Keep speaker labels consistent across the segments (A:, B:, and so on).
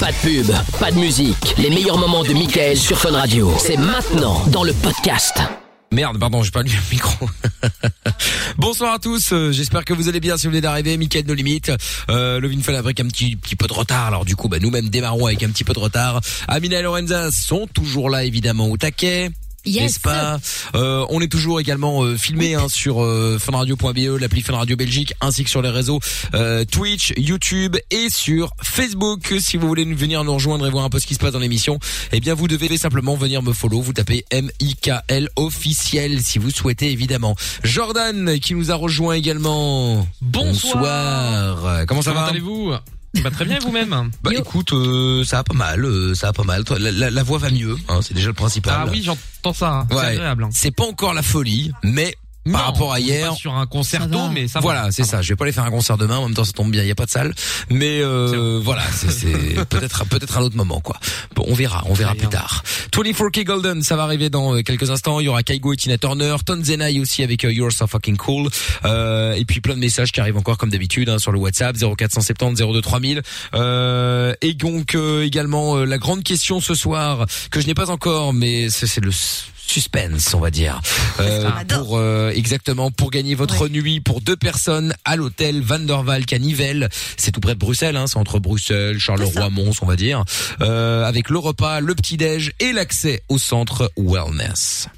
A: Pas de pub, pas de musique. Les meilleurs moments de Michael sur Fun Radio. C'est maintenant dans le podcast.
B: Merde, pardon, j'ai pas allumé le micro. Bonsoir à tous, euh, j'espère que vous allez bien si vous venez d'arriver, Mickaël No Limites, euh, Levin Fun avec un petit, petit peu de retard, alors du coup bah, nous-mêmes démarrons avec un petit peu de retard. Amina et Lorenza sont toujours là évidemment au taquet.
C: Yes.
B: N'est-ce pas Euh, On est toujours également euh, filmé hein, sur euh, funradio.be, l'appli Fun Radio Belgique, ainsi que sur les réseaux euh, Twitch, YouTube et sur Facebook. Si vous voulez nous- venir nous rejoindre et voir un peu ce qui se passe dans l'émission, eh bien vous devez simplement venir me follow. Vous tapez M-I-K-L officiel si vous souhaitez évidemment. Jordan qui nous a rejoint également.
D: Bonsoir.
B: Bonsoir. Euh, Comment ça va hein
D: allez-vous Bah, Très bien vous-même.
B: Bah écoute, euh, ça va pas mal, euh, ça va pas mal. Toi, La, la- la voix va mieux, hein, c'est déjà le principal.
D: Ah oui, j'entends ça. hein.
B: Ouais.
D: C'est agréable. hein.
B: C'est pas encore la folie, mais par
D: Non,
B: rapport
D: on
B: à
D: est
B: hier.
D: pas sur un concerto,
C: Ça va.
D: mais ça
B: voilà,
D: va.
B: c'est ça. Je vais pas aller faire un concert demain. En même temps, ça tombe bien, il y a pas de salle. Mais euh, voilà, c'est- c'est peut-être peut-être un autre moment quoi. Bon, on verra, on verra
D: Très
B: plus
D: bien.
B: tard. 24K Golden, ça va arriver dans euh, quelques instants. Il y aura Kaigo et Tina Turner, Tonzenai aussi avec euh, You're So Fucking Cool. Euh, et puis plein de messages qui arrivent encore comme d'habitude hein, sur le WhatsApp 0470 02 3000. Euh, et donc euh, également euh, la grande question ce soir que je n'ai pas encore, mais c'est c'est le s- suspense, on va dire. Euh,
D: Ah,
B: pour euh, exactement pour gagner votre nuit pour deux personnes à l'hôtel Van der Valk à Nivelles, c'est tout près de Bruxelles, hein, c'est entre Bruxelles, Charleroi, Mons, on va dire, Euh, avec le repas, le petit déj et l'accès au centre wellness.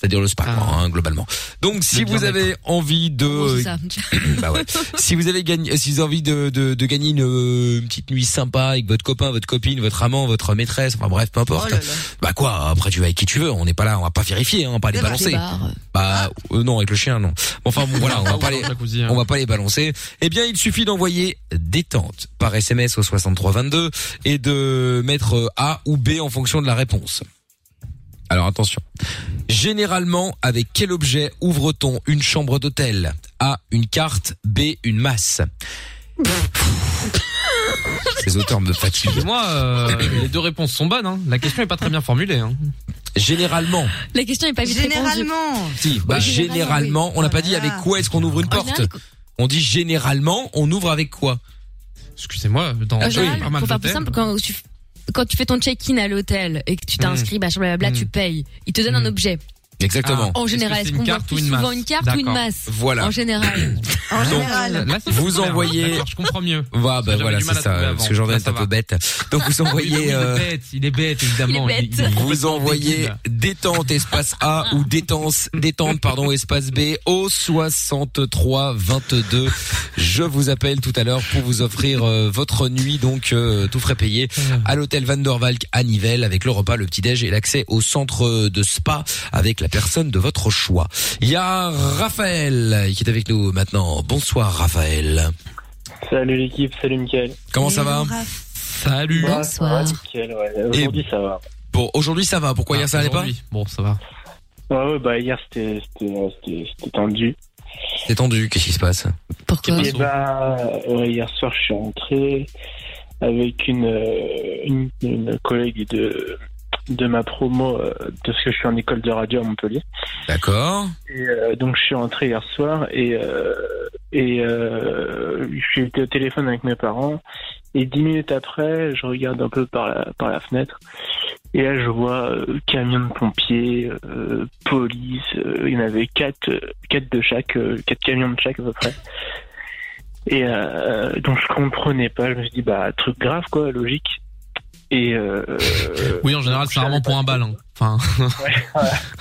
B: C'est-à-dire le spa,
D: Ah.
B: quoi, hein, globalement. Donc, si vous
D: bien-être.
B: avez envie de,
E: Oh,
C: Bon, c'est ça.
B: bah ouais. si vous avez gagné, si vous avez envie de, de, de gagner une, euh, une petite nuit sympa avec votre copain, votre copine, votre amant, votre maîtresse, enfin bref, peu importe. Bah quoi, après tu vas avec qui tu veux, on n'est pas là, on va pas vérifier, hein, on va pas les balancer.
C: Des bars.
B: Bah euh, non, avec le chien non. Bon, Enfin bon, voilà, on va pas les
D: Jacuzzi, hein.
B: on va pas les balancer. Eh bien, il suffit d'envoyer détente par SMS au 6322 et de mettre euh, A ou B en fonction de la réponse. Alors attention. Généralement, avec quel objet ouvre-t-on une chambre d'hôtel A, une carte, B, une masse. Ces auteurs me fatiguent.
D: Moi, euh, les deux réponses sont bonnes. hein. La question est pas très bien formulée. hein.
B: Généralement,
C: La question est pas vite répondue.
F: Généralement,
B: si, bah,
C: Oui, généralement,
B: généralement,
C: oui.
B: on n'a pas dit
F: Voilà.
B: avec quoi est-ce qu'on ouvre une
C: En
B: porte.
C: général,
B: On dit généralement, on ouvre avec quoi
D: Excusez-moi, dans
C: En général,
D: oui, pas mal
C: Ah, pour faire plus
D: d'hôtels.
C: simple, quand tu, quand tu fais ton check-in à l'hôtel et que tu t'inscris, bah, blablabla,
D: Mm.
C: tu payes. Ils te donnent un
D: Mm.
C: objet.
B: Exactement.
D: Est-ce
C: En
D: que
C: général,
D: c'est
C: est-ce
D: une
C: qu'on voit
D: carte
C: plus
D: ou une
C: souvent
D: masse
C: une carte ou une
D: D'accord.
C: masse
B: Voilà.
C: En général.
F: en
B: Donc,
F: général.
D: Là, c'est
B: Vous
D: clair,
B: envoyez-
D: d'accord, Je comprends mieux.
B: Ouais, bah
D: J'avais
B: voilà,
D: du
B: c'est
D: mal à trouver
B: ça.
D: avant.
B: Parce que Jordan
D: Là,
B: est
D: ça
B: un peu
D: va.
B: bête. Donc vous
D: Oui, oui,
B: envoyez, euh,
D: il est bête, il est bête évidemment.
C: Il est bête.
B: vous envoyez
D: débile.
B: détente espace A ou détente, détente pardon espace B au 63 22. Je vous appelle tout à l'heure pour vous offrir euh, votre nuit donc euh, tout frais payé
D: Mmh.
B: à l'hôtel Van der Valk à Nivelles avec le repas, le petit déj et l'accès au centre de spa avec la personne de votre choix. Il y a Raphaël qui est avec nous maintenant. Bonsoir Raphaël.
E: Salut l'équipe, salut Mickaël.
B: Comment ça va
F: Hello, Raph.
D: Salut.
E: Ouais,
C: Bonsoir.
E: ça va, nickel, ouais. Aujourd'hui ça va.
B: Bon, aujourd'hui ça va. Pourquoi hier ça allait pas
D: Aujourd'hui. Bon, ça va.
E: Ouais, ouais, bah hier c'était c'était euh, c'était- c'était tendu.
B: C'est tendu, qu'est-ce qui se passe
C: Pourquoi
E: Et
D: Façon.
E: bah ouais, hier soir je suis rentré avec une, euh, une, une collègue de de ma promo euh, parce que je suis en école de radio à Montpellier.
B: D'accord.
E: Et euh, donc je suis rentré hier soir et euh, et euh, j'étais au téléphone avec mes parents et dix minutes après je regarde un peu par la par la fenêtre et là je vois euh, camion de pompiers, euh, police, euh, il y en avait quatre euh, quatre de chaque euh, quatre camions de chaque à peu près. Et euh, donc je comprenais pas, je me suis dit bah truc grave quoi, logique. Et euh,
D: Oui, en général, c'est rarement pour un bal. hein. Enfin,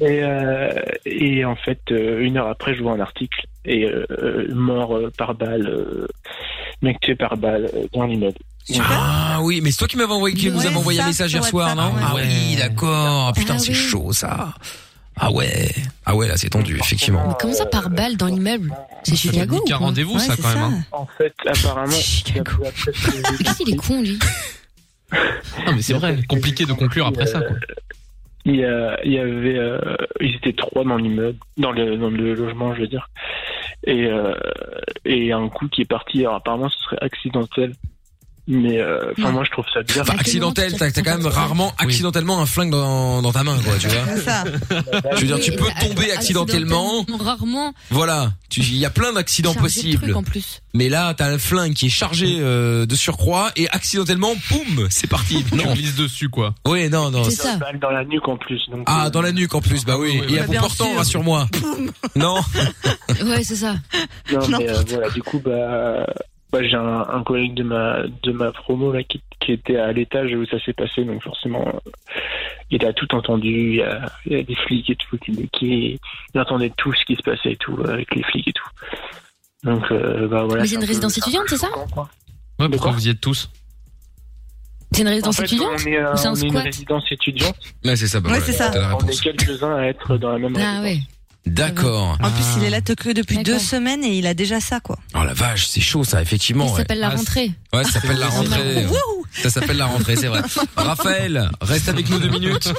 E: Et, euh, et en fait, euh, une heure après, je vois un article et euh, euh, mort euh, par balle, euh, mec tué par balle euh, dans l'immeuble.
B: Ah oui, mais c'est toi qui m'avais envoyé, qui
F: Ouais,
B: nous avait envoyé un
F: ça,
B: message
F: sur
B: hier soir, non
F: WhatsApp,
B: Ah
D: ouais.
B: oui, d'accord. Putain,
C: Ah
B: c'est
C: oui.
B: chaud Oh, ça. Ah ouais. Ah ouais, là c'est tendu, effectivement.
C: Mais comment ça par balle dans l'immeuble C'est Chicago ou
D: nique un
C: quoi
D: rendez-vous,
F: Ouais,
D: ça
F: c'est
D: quand même. hein.
E: En fait, apparemment,
C: Chicago.
E: d'après ce que j'ai
C: Qu'est-ce qu'il est
E: compris,
C: con, lui
D: Non, mais c'est vrai, compliqué de conclure après ça. Quoi.
E: il y, a- il y avait, euh, ils étaient trois dans l'immeuble, dans le, dans le logement, je veux dire. Et euh, et un coup qui est parti. Alors, apparemment, ce serait accidentel. Mais euh, enfin,
C: Non.
E: moi, je trouve ça bizarre.
B: Hmm. Enfin, accidentel, t'as t'as quand même rarement accidentellement un flingue dans, dans ta main, quoi, tu vois. Je veux dire, tu
C: Oui,
B: peux
C: et
B: tomber accidentellement.
C: Rarement.
B: Voilà, Tu- il y a plein d'accidents
C: charger le truc
B: possibles.
C: en plus.
B: Mais là, t'as un flingue qui est chargé euh, de surcroît et accidentellement, poum, c'est parti.
D: Non.
B: Non.
D: glisse dessus, quoi.
B: Oui, non, non.
C: C'est ça.
E: Balle dans la nuque en plus. Donc,
B: Ah,
E: euh,
B: dans la nuque en plus, bah oui.
D: oui,
B: Il y
D: oui.
B: a
F: Bah,
B: pour
F: bien
B: portant,
F: sûr.
B: rassure-moi. Non.
C: Ouais, c'est ça.
E: Non, mais euh,
F: N'importe
E: voilà, du coup, bah, bah, j'ai un, un collègue de ma, de ma promo là, qui, qui était à l'étage où ça s'est passé, donc forcément, euh, il a tout entendu. Il y a, il y a des flics et tout, qui, qui- il entendait tout ce qui se passait et tout, euh, avec les flics et tout. Donc, euh, bah voilà.
C: Mais c'est
E: un
C: une
E: peu-
C: résidence étudiante, c'est ça
E: choquant, quoi.
D: Ouais,
E: De quoi
D: pourquoi vous y êtes tous
C: C'est une
E: En
C: résidence
E: fait,
C: étudiante
E: on est, euh,
C: ou c'est un
E: on est une
C: squat
E: résidence étudiante.
B: Ouais, c'est ça. bah
F: Ouais,
B: voilà,
F: c'est ça.
B: t'as la
E: On
B: réponse.
E: est quelques-uns à être dans la même
C: Ah
E: résidence.
C: ouais.
B: D'accord.
F: En plus, il est là que depuis
C: D'accord.
F: deux semaines et il a déjà ça, quoi.
B: Oh la vache, c'est chaud ça,
C: Il
B: effectivement. Ouais,
C: s'appelle la
D: Ah,
C: rentrée.
B: Ouais, ça s'appelle la rentrée.
F: Wouhou
B: Ça s'appelle la rentrée, c'est vrai. Raphaël, reste avec nous deux minutes.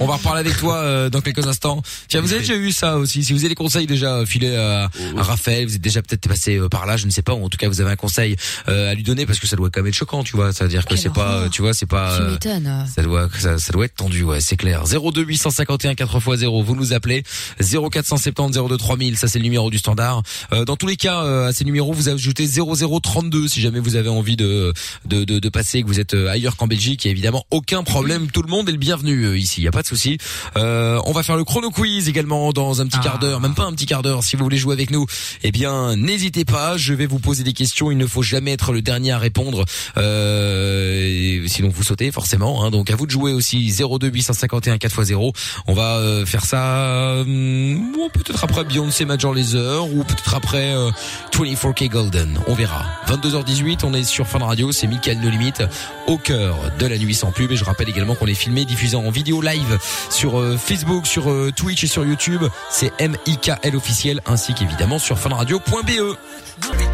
B: On va reparler avec toi euh, dans quelques instants. Tiens, vous avez déjà eu ça aussi. Si vous avez des conseils déjà euh, filés à, à Raphaël, vous êtes déjà peut-être passé euh, par là, je ne sais pas. Ou en tout cas, vous avez un conseil euh, à lui donner parce que ça doit quand même être choquant, tu vois. C'est-à-dire que
C: Quelle
B: c'est pas,
C: horreur.
B: euh, tu vois, c'est pas.
C: Tu
B: euh,
C: m'étonnes.
B: ça doit, ça, ça doit être tendu, ouais, c'est clair. 02 851 4x0, vous nous appelez. 0470 02 3000, ça c'est le numéro du standard. Euh, dans tous les cas, euh, à ces numéros, vous ajoutez 0032 si jamais vous avez envie de de, de, de passer, que vous êtes euh, ailleurs qu'en Belgique. Il y a évidemment aucun problème, tout le monde est le bienvenu euh, ici, il y a pas de souci. Euh, on va faire le chrono quiz également dans un petit quart d'heure, même pas un petit quart d'heure. Si vous voulez jouer avec nous, eh bien n'hésitez pas. Je vais vous poser des questions. Il ne faut jamais être le dernier à répondre, euh, et sinon vous sautez forcément. hein. Donc à vous de jouer aussi 02 851 4x0. On va euh, faire ça hum, ou peut-être après Beyoncé Major Laser ou peut-être après euh, 24K Golden. On verra. 22h18, on est sur Fun Radio. C'est Mickaël No Limite au cœur de la nuit sans pub. Et je rappelle également qu'on est filmé, diffusé en vidéo live sur euh, Facebook, sur euh, Twitch et sur YouTube. C'est MIKL officiel ainsi qu'évidemment sur funradio.be. E.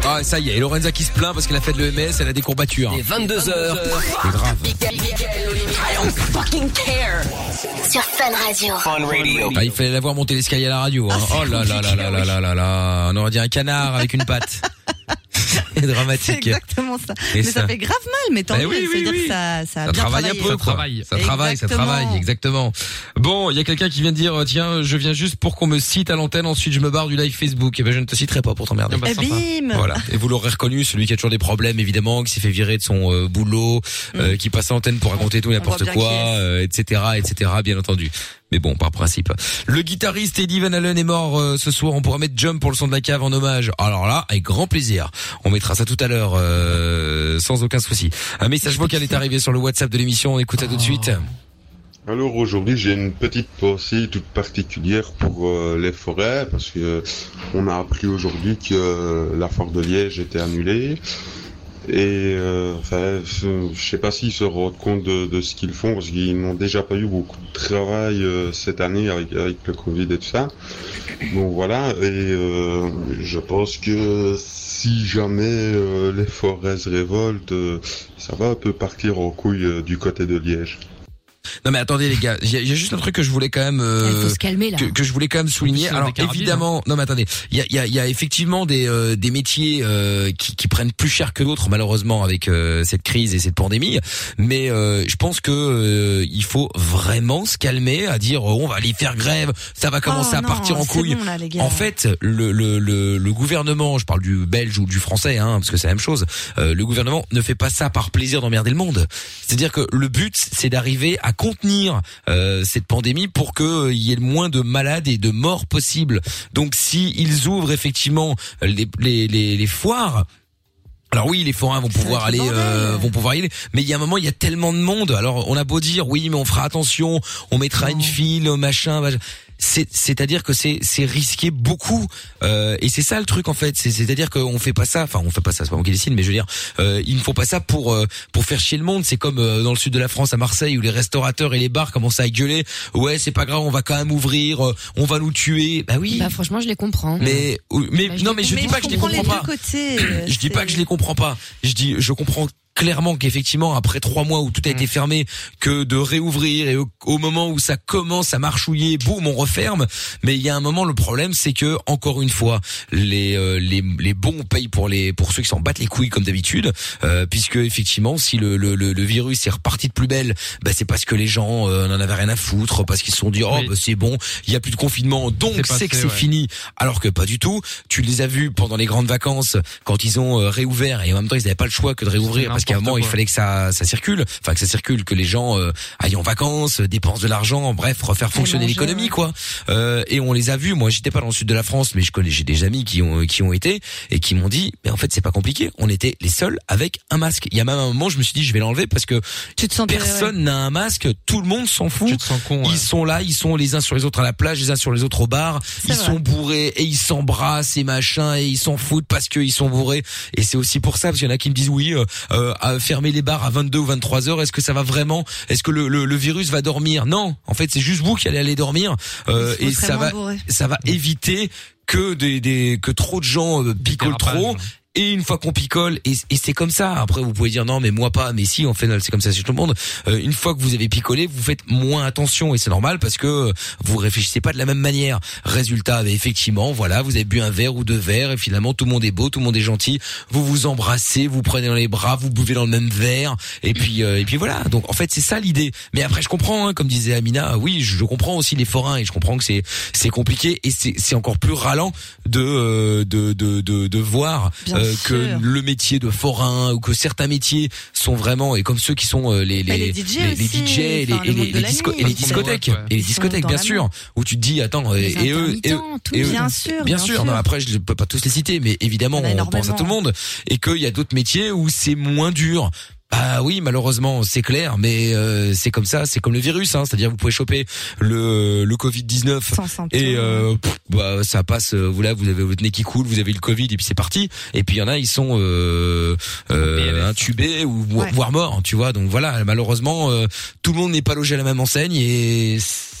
B: Ah, ça y est, et Lorenza qui se plaint parce qu'elle a fait de l'EMS, elle a des courbatures.
A: Les 22h.
B: C'est grave.
G: Sur Fun Radio.
B: Ah, il fallait l'avoir monté l'escalier à la radio.
F: Ah,
B: hein. oh là là là là là là là là. On aurait dit un canard avec une patte. C'est
F: C'est
B: dramatique.
F: exactement ça.
B: Et
F: mais
B: ça-
F: ça... fait grave mal, mais tant
B: Bah
F: mieux.
B: oui, oui,
F: C'est-à-dire
B: oui.
F: que ça, ça a
B: Ça
F: bien
B: travaille un
F: travaillé.
B: peu,
D: Ça
B: quoi.
D: travaille.
B: Ça travaille, ça
F: Exactement.
B: travaille, exactement. Bon, il y a quelqu'un qui vient de dire, euh, tiens, je viens juste pour qu'on me cite à l'antenne, ensuite je me barre du live Facebook. Et ben, je ne te citerai pas pour t'emmerder.
D: Ah bah,
F: Et
D: sympa.
F: Eh bim
B: Voilà. Et vous l'aurez reconnu, celui qui a toujours des problèmes, évidemment, qui s'est fait virer de son euh, boulot, euh, qui passe à l'antenne pour raconter tout et n'importe
F: Mm. voit bien
B: quoi,
F: qui est.
B: euh, etc., etc., bien entendu. Mais bon, par principe. Le guitariste Eddie Van Allen est mort euh, ce soir. On pourra mettre Jump pour le son de la cave en hommage. Alors là, avec grand plaisir. On mettra ça tout à l'heure, euh, sans aucun souci. Un message vocal est arrivé sur le WhatsApp de l'émission. On écoute ça
F: Oh.
B: tout de suite.
H: Alors aujourd'hui, j'ai une petite pensée toute particulière pour euh, les forêts parce que euh, on a appris aujourd'hui que euh, la foire de Liège était annulée et euh, enfin, je je sais pas s'ils se rendent compte de, de ce qu'ils font parce qu'ils n'ont déjà pas eu beaucoup de travail euh, cette année avec, avec le Covid et tout ça. Bon voilà et euh, je pense que si jamais euh, les forêts se révoltent, euh, ça va un peu partir en couille euh, du côté de Liège.
B: Non mais attendez les gars, il y, a- il y a juste un truc que je voulais quand même. euh,
C: Il faut se calmer là.
B: que, que je voulais quand même souligner.
D: ils ont
B: Alors
D: des carabines, hein.
B: évidemment, non mais attendez, il y a, il y a- il y a effectivement des, euh, des métiers euh, qui, qui prennent plus cher que d'autres malheureusement avec euh, cette crise et cette pandémie. Mais euh, je pense que euh, il faut vraiment se calmer à dire oh, on va aller faire grève, ça va commencer
F: Oh,
B: à
F: non,
B: partir en
F: c'est
B: couille.
F: bon, là, les gars.
B: En fait, le, le, le, le gouvernement, je parle du belge ou du français, hein, parce que c'est la même chose, euh, le gouvernement ne fait pas ça par plaisir d'emmerder le monde. C'est-à-dire que le but, c'est d'arriver à contenir euh, cette pandémie pour qu'il y ait le moins de malades et de morts possible. Donc si ils ouvrent effectivement euh, les, les, les, les foires... Alors oui, les forains vont
F: Ça va
B: pouvoir
F: être
B: aller,
F: le
B: euh,
F: bordel.
B: vont pouvoir y aller, mais il y a un moment, il y a tellement de monde. Alors on a beau dire oui, mais on fera attention, on mettra une file, machin, machin. C'est- C'est-à-dire que c'est c'est risqué beaucoup euh, et c'est ça le truc en fait. C'est- C'est-à-dire qu'on fait pas ça. Enfin, on fait pas ça. C'est pas moi qui décide, mais je veux dire, euh, il ne faut pas ça pour euh, pour faire chier le monde. C'est comme euh, dans le sud de la France, à Marseille, où les restaurateurs et les bars commencent à gueuler. Ouais, c'est pas grave, on va quand même ouvrir. euh, on va nous tuer. Bah oui.
C: Bah franchement, je les comprends.
B: mais mais
C: Bah, je
B: non,
C: les
B: mais je
C: comprends,
B: dis pas que je les
F: comprends
B: comprends
F: les
B: pas
F: deux côtés. euh,
B: je dis pas
F: c'est-
B: que je les comprends pas. Je dis, je comprends clairement qu'effectivement après trois mois où tout a été
D: Mm.
B: fermé, que de réouvrir et au, au moment où ça commence à marchouiller, boum, on referme. Mais il y a un moment, le problème, c'est que encore une fois, les euh, les, les bons payent pour les pour ceux qui s'en battent les couilles comme d'habitude, euh, puisque effectivement, si le, le, le, le virus est reparti de plus belle, bah, c'est parce que les gens euh, n'en avaient rien à foutre, parce qu'ils se sont dit oh
D: Oui.
B: bah, c'est bon, il y a plus de confinement, donc
D: C'est
B: c'est que
D: passé,
B: c'est
D: ouais.
B: fini. Alors que pas du tout. Tu les as vus pendant les grandes vacances quand ils ont euh, réouvert et en même temps ils n'avaient pas le choix que de réouvrir parce qu'à un
D: n'importe
B: moment il
D: quoi.
B: fallait que ça ça circule, enfin que ça circule, que les gens euh, aillent en vacances, euh, dépensent de l'argent, bref refaire fonctionner
F: manger,
B: l'économie quoi. Euh, et on les a vus. Moi j'étais pas dans le sud de la France, mais je connais j'ai des amis qui ont euh, qui ont été et qui m'ont dit mais en fait c'est pas compliqué. On était les seuls avec un masque. Il y a même un moment je me suis dit je vais l'enlever parce que
F: Tu te sens
B: personne n'a un masque, tout le monde s'en fout.
D: Tu te sens con. ouais.
B: Ils sont là, ils sont les uns sur les autres à la plage, les uns sur les autres au bar. Ils
F: vrai.
B: sont bourrés et ils s'embrassent et machin et ils s'en foutent parce qu'ils sont bourrés. Et c'est aussi pour ça parce qu'il y en a qui me disent oui, euh, euh, à fermer les bars à 22 ou 23 heures. Est-ce que ça va vraiment Est-ce que le, le- le virus va dormir Non, en fait c'est juste vous qui allez aller dormir euh, et ça va ça va éviter que des, des que trop de gens euh, picolent
D: Dérapage,
B: trop.
D: ouais.
B: Et une fois qu'on picole, et, et c'est comme ça. Après, vous pouvez dire non, mais moi pas. Mais si, en fait, c'est comme ça chez tout le monde. Euh, une fois que vous avez picolé, vous faites moins attention et c'est normal parce que euh, vous réfléchissez pas de la même manière. Résultat, bah, effectivement, voilà, vous avez bu un verre ou deux verres et finalement tout le monde est beau, tout le monde est gentil. Vous vous embrassez, vous prenez dans les bras, vous buvez dans le même verre et puis euh, et puis voilà. Donc en fait, c'est ça l'idée. Mais après, je comprends, hein, comme disait Amina, oui, je, je comprends aussi les forains et je comprends que c'est c'est compliqué et c'est c'est encore plus ralent de euh, de, de de de voir
F: Bien
B: euh, que
F: sûr.
B: le métier de forain ou que certains métiers sont vraiment et comme ceux qui sont euh, les
F: Mais Bah, les
B: les,
F: DJ
B: les,
F: aussi,
B: DJ et les,
F: enfin,
B: et
F: le
B: les-
F: monde de
B: les
F: la
B: disco-
F: nuit.
B: et les
F: Ils sont
B: discothèques,
D: dans la- ouais.
B: et les
F: Ils sont
B: discothèques
F: dans
B: bien
F: la
B: sûr, où tu te dis attends et,
C: Les
B: et eux, et eux
C: intermittents, tout
B: et eux-
C: ça.
F: Bien sûr,
B: bien sûr, non, après je ne peux pas tous les citer, mais évidemment
F: Il y en a
B: on pense à
F: énormément.
B: tout le monde et qu'il y a d'autres métiers où c'est moins dur. Bah oui, malheureusement, c'est clair, mais euh, c'est comme ça, c'est comme le virus, hein, c'est-à-dire vous pouvez choper le le Covid 19
F: Sans symptômes.
B: et euh, pff, bah, ça passe. euh, Vous là, vous avez votre nez qui coule, vous avez le Covid et puis c'est parti. Et puis il y en a, ils sont euh, euh, intubés ou vo-
F: Ouais.
B: voire morts, hein, tu vois. Donc voilà, malheureusement, euh, tout le monde n'est pas logé à la même enseigne et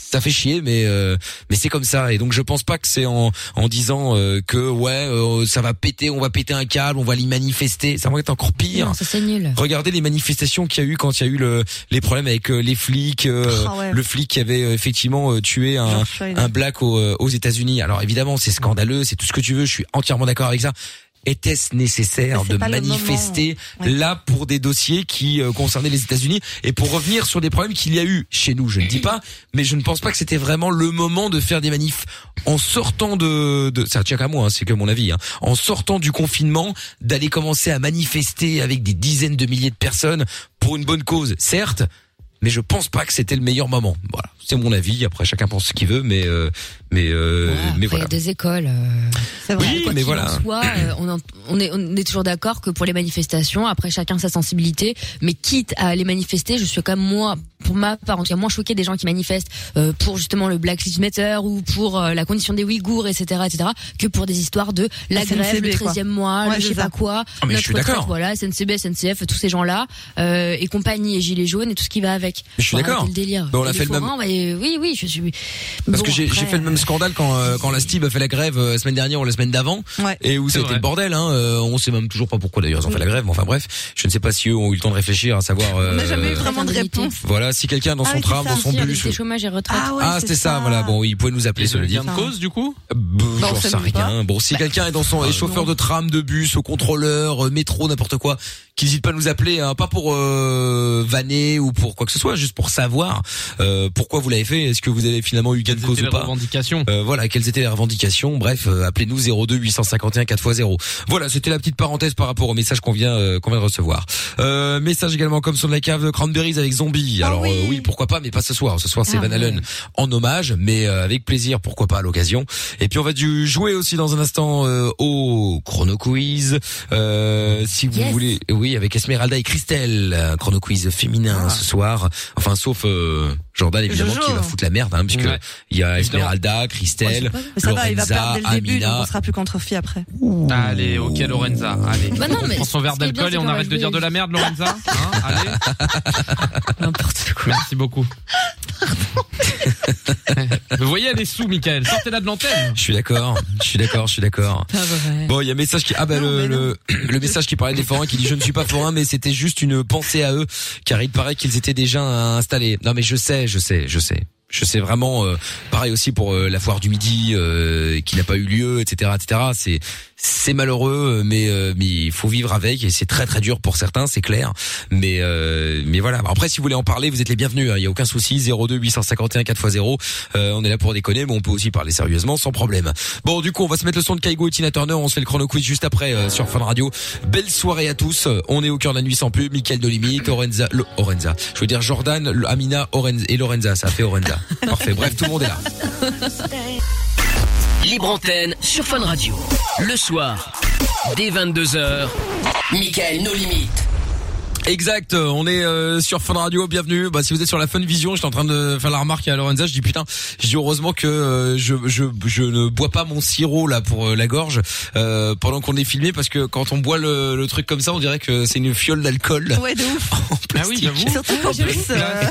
B: ça fait chier, mais euh, mais c'est comme ça. Et donc je pense pas que c'est en en disant euh, que ouais, euh, ça va péter, on va péter un câble, on va l'y manifester. Ça va être encore pire.
C: Non, ça c'est nul.
B: Regardez les manifestations qu'il y a eu quand il y a eu le, les problèmes avec euh, les flics, euh,
F: Ah ouais.
B: le flic qui avait euh, effectivement euh, tué un,
F: George Floyd.
B: un black aux, euh, aux États-Unis. Alors évidemment, c'est scandaleux, c'est tout ce que tu veux, je suis entièrement d'accord avec ça. Était-ce nécessaire
F: Mais c'est
B: de
F: pas le
B: manifester
F: moment. Ouais.
B: là pour des dossiers qui euh, concernaient les États-Unis et pour revenir sur des problèmes qu'il y a eu chez nous Je ne dis pas, mais je ne pense pas que c'était vraiment le moment de faire des manifs en sortant de, de ça tient qu'à moi, hein, c'est que mon avis, hein. en sortant du confinement, d'aller commencer à manifester avec des dizaines de milliers de personnes pour une bonne cause, certes, mais je pense pas que c'était le meilleur moment. Voilà, c'est mon avis. Après, chacun pense ce qu'il veut, mais euh, mais euh,
C: Voilà,
B: mais
C: après,
B: voilà.
C: Il y a des écoles. euh,
F: C'est vrai.
B: Oui,
C: quoi
B: mais
C: qu'il
B: voilà.
C: en soit, euh, on, en- on est, on est toujours d'accord que pour les manifestations, après chacun sa sensibilité, mais quitte à aller manifester, je suis quand même moi, pour ma part, en tout cas, moins choquée des gens qui manifestent euh, pour justement le Black Lives Matter ou pour euh, la condition des Ouïghours, etc., etc., que pour des histoires de la
F: SNCB,
C: grève, le
F: quoi.
C: 13e mois,
F: Ouais,
C: le je
F: c'est
C: sais
F: ça.
C: pas quoi,
B: Ah, mais je
C: notre
B: suis d'accord.
C: retraite, voilà, SNCB, SNCF, tous ces gens-là, euh, et compagnie, et gilets jaunes, et tout ce qui va avec.
B: Mais je suis
C: Faut arrêter
B: d'accord.
C: Le délire.
B: Bon, on
C: Et
B: a
C: les
B: fait le même-
C: forains, ouais, oui, oui, je suis.
B: Parce
C: Bon,
B: que j'ai j'ai
C: après,
B: fait le même scandale quand euh, quand la Stib a fait la grève euh, la semaine dernière ou la semaine d'avant
F: Ouais.
B: et où
D: C'est
B: c'était
D: vrai.
B: le bordel. Hein, euh, on sait même toujours pas pourquoi d'ailleurs ils ont fait la grève. mais Enfin bref, je ne sais pas si eux ont eu le temps de réfléchir à savoir.
F: On n'a
B: euh,
F: jamais eu vraiment de
C: Fraternité.
F: réponse.
B: Voilà, si quelqu'un dans
F: Ah
B: son
F: oui, c'est
B: tram,
F: ça,
B: dans son
C: si,
B: bus.
C: indemnité
B: ou-
C: chômage et retraite.
F: Ah ouais,
B: Ah,
F: c'est
B: c'était ça, voilà. Bon, il pouvait nous
D: Et
B: appeler,
D: le
B: cela dit.
D: lien de
F: Enfin.
D: cause du coup Ah,
B: Bon,
F: Non,
B: j'en
F: ça
B: sais
F: me dit
B: rien. Bon, si quelqu'un est dans son est chauffeur de tram, de bus, au contrôleur, euh, métro, n'importe quoi, qu'il n'hésite pas à nous appeler, hein, pas pour euh, vanner ou pour quoi que ce soit, juste pour savoir euh, pourquoi vous l'avez fait, est-ce que vous avez finalement eu gain de
D: C'était
B: cause
D: les
B: ou pas.
D: revendications.
B: Euh, voilà, quelles étaient les revendications Bref, euh, appelez-nous 02 851 4x0. Voilà, c'était la petite parenthèse par rapport au message qu'on vient euh, qu'on vient de recevoir. Euh, message également comme sur de la cave de Cranberries avec Zombie.
F: Ah
B: Alors
F: oui.
B: euh, oui, pourquoi pas, mais pas ce soir. Ce soir, c'est
C: Ah
B: Van
C: ouais.
B: Allen en hommage, mais euh, avec plaisir, pourquoi pas à l'occasion. Et puis on va du jouer aussi dans un instant euh, au chrono quiz. Euh, si vous
C: Yes.
B: voulez, oui, avec Esmeralda et Christelle, euh, chrono quiz féminin ce soir. Enfin, sauf euh, Jordan évidemment
F: Ah. Jojo. Oh,
B: qui va foutre la merde, hein, puisque
D: Ouais.
B: il y a
D: Évidemment.
B: Esmeralda, Christelle.
F: Mais ça va, il va
B: Lorenza,
F: perdre dès le début,
B: Amina.
F: donc on sera plus contre fille après.
D: Allez, ok Lorenza, allez.
C: Bah non,
D: on
C: mais
D: prend son verre
C: ce qui est bien,
D: d'alcool et
C: c'est
D: on
C: qu'on va
D: arrête de
C: jouer.
D: dire de la merde Lorenza. Hein allez.
C: N'importe quoi.
D: Merci beaucoup.
B: Vous voyez, elle est sous, Michael. Sortez-la de l'antenne. Je suis d'accord. Je suis d'accord. Je suis d'accord. Bon, il y a un message qui ah bah le, le le message qui parlait des forains qui dit je ne suis pas forain mais c'était juste une pensée à eux car il paraît qu'ils étaient déjà installés. Non mais je sais, je sais, je sais. Je sais vraiment euh, pareil aussi pour euh, la foire du midi euh, qui n'a pas eu lieu etc etc c'est c'est malheureux mais euh, mais il faut vivre avec et c'est très très dur pour certains c'est clair mais euh, mais voilà après si vous voulez en parler vous êtes les bienvenus hein, il y a aucun souci 02 851 4x0 euh, on est là pour déconner mais on peut aussi parler sérieusement sans problème bon du coup on va se mettre le son de Kaigo et Tina Turner on se fait le chrono quiz juste après euh, sur Fun Radio belle soirée à tous on est au cœur de la nuit sans pub Michael Dolimite Orenza Lo- Orenza je veux dire Jordan le- Amina Orenza et Lorenza ça fait Orenza parfait bref tout le monde est là
A: Libre antenne sur Fun Radio. Le soir, dès 22h, Michael nos limites.
B: Exact, euh, on est euh, sur Fun Radio, bienvenue. Bah, si vous êtes sur la Fun Vision, j'étais en train de faire la remarque à Lorenza, je dis putain, je dis heureusement que euh, je, je, je ne bois pas mon sirop là pour euh, la gorge euh, pendant qu'on est filmé parce que quand on boit le, le truc comme ça, on dirait que c'est une fiole d'alcool.
F: Ouais, de ouf.
B: Ah oui, j'avoue.
F: Surtout qu'en plus, euh,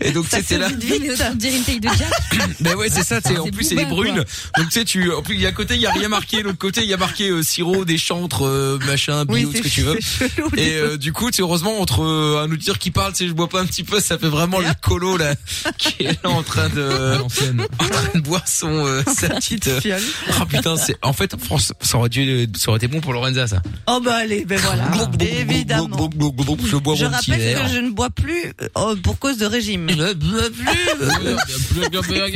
B: Et donc
F: ça
B: tu sais, t'es
F: fait
B: là.
F: vite, vite.
C: On dirait une taille de Jack.
B: Ben ouais, c'est ça.
F: Ah,
B: t'es- En
C: C'est
B: plus, elle est
C: Booba,
B: brune. Donc tu sais, tu en plus il y a un côté, il y a rien marqué. L'autre côté, il y a marqué euh, sirop, des chantres, euh, machin, bio, ce que tu veux.
F: c'est chelou.
B: Et euh, du coup, tu sais, heureusement entre euh, un outil qui parle, tu sais, je bois pas un petit peu, ça fait vraiment le colo là qui est là en train de en train de boire son euh, sa petite. euh,
F: Fiole.
B: Ah putain, c'est en fait France, ça aurait dû ça aurait été bon pour Lorenza ça.
F: Oh bah allez, ben voilà.
B: Glou, glou, glou, glou, glou,
F: Évidemment.
B: glou, glou, glou, Je bois
F: Je
B: mon petit
F: rappelle
B: verre.
F: que je ne bois plus euh, pour cause de régime.
B: ne bois plus.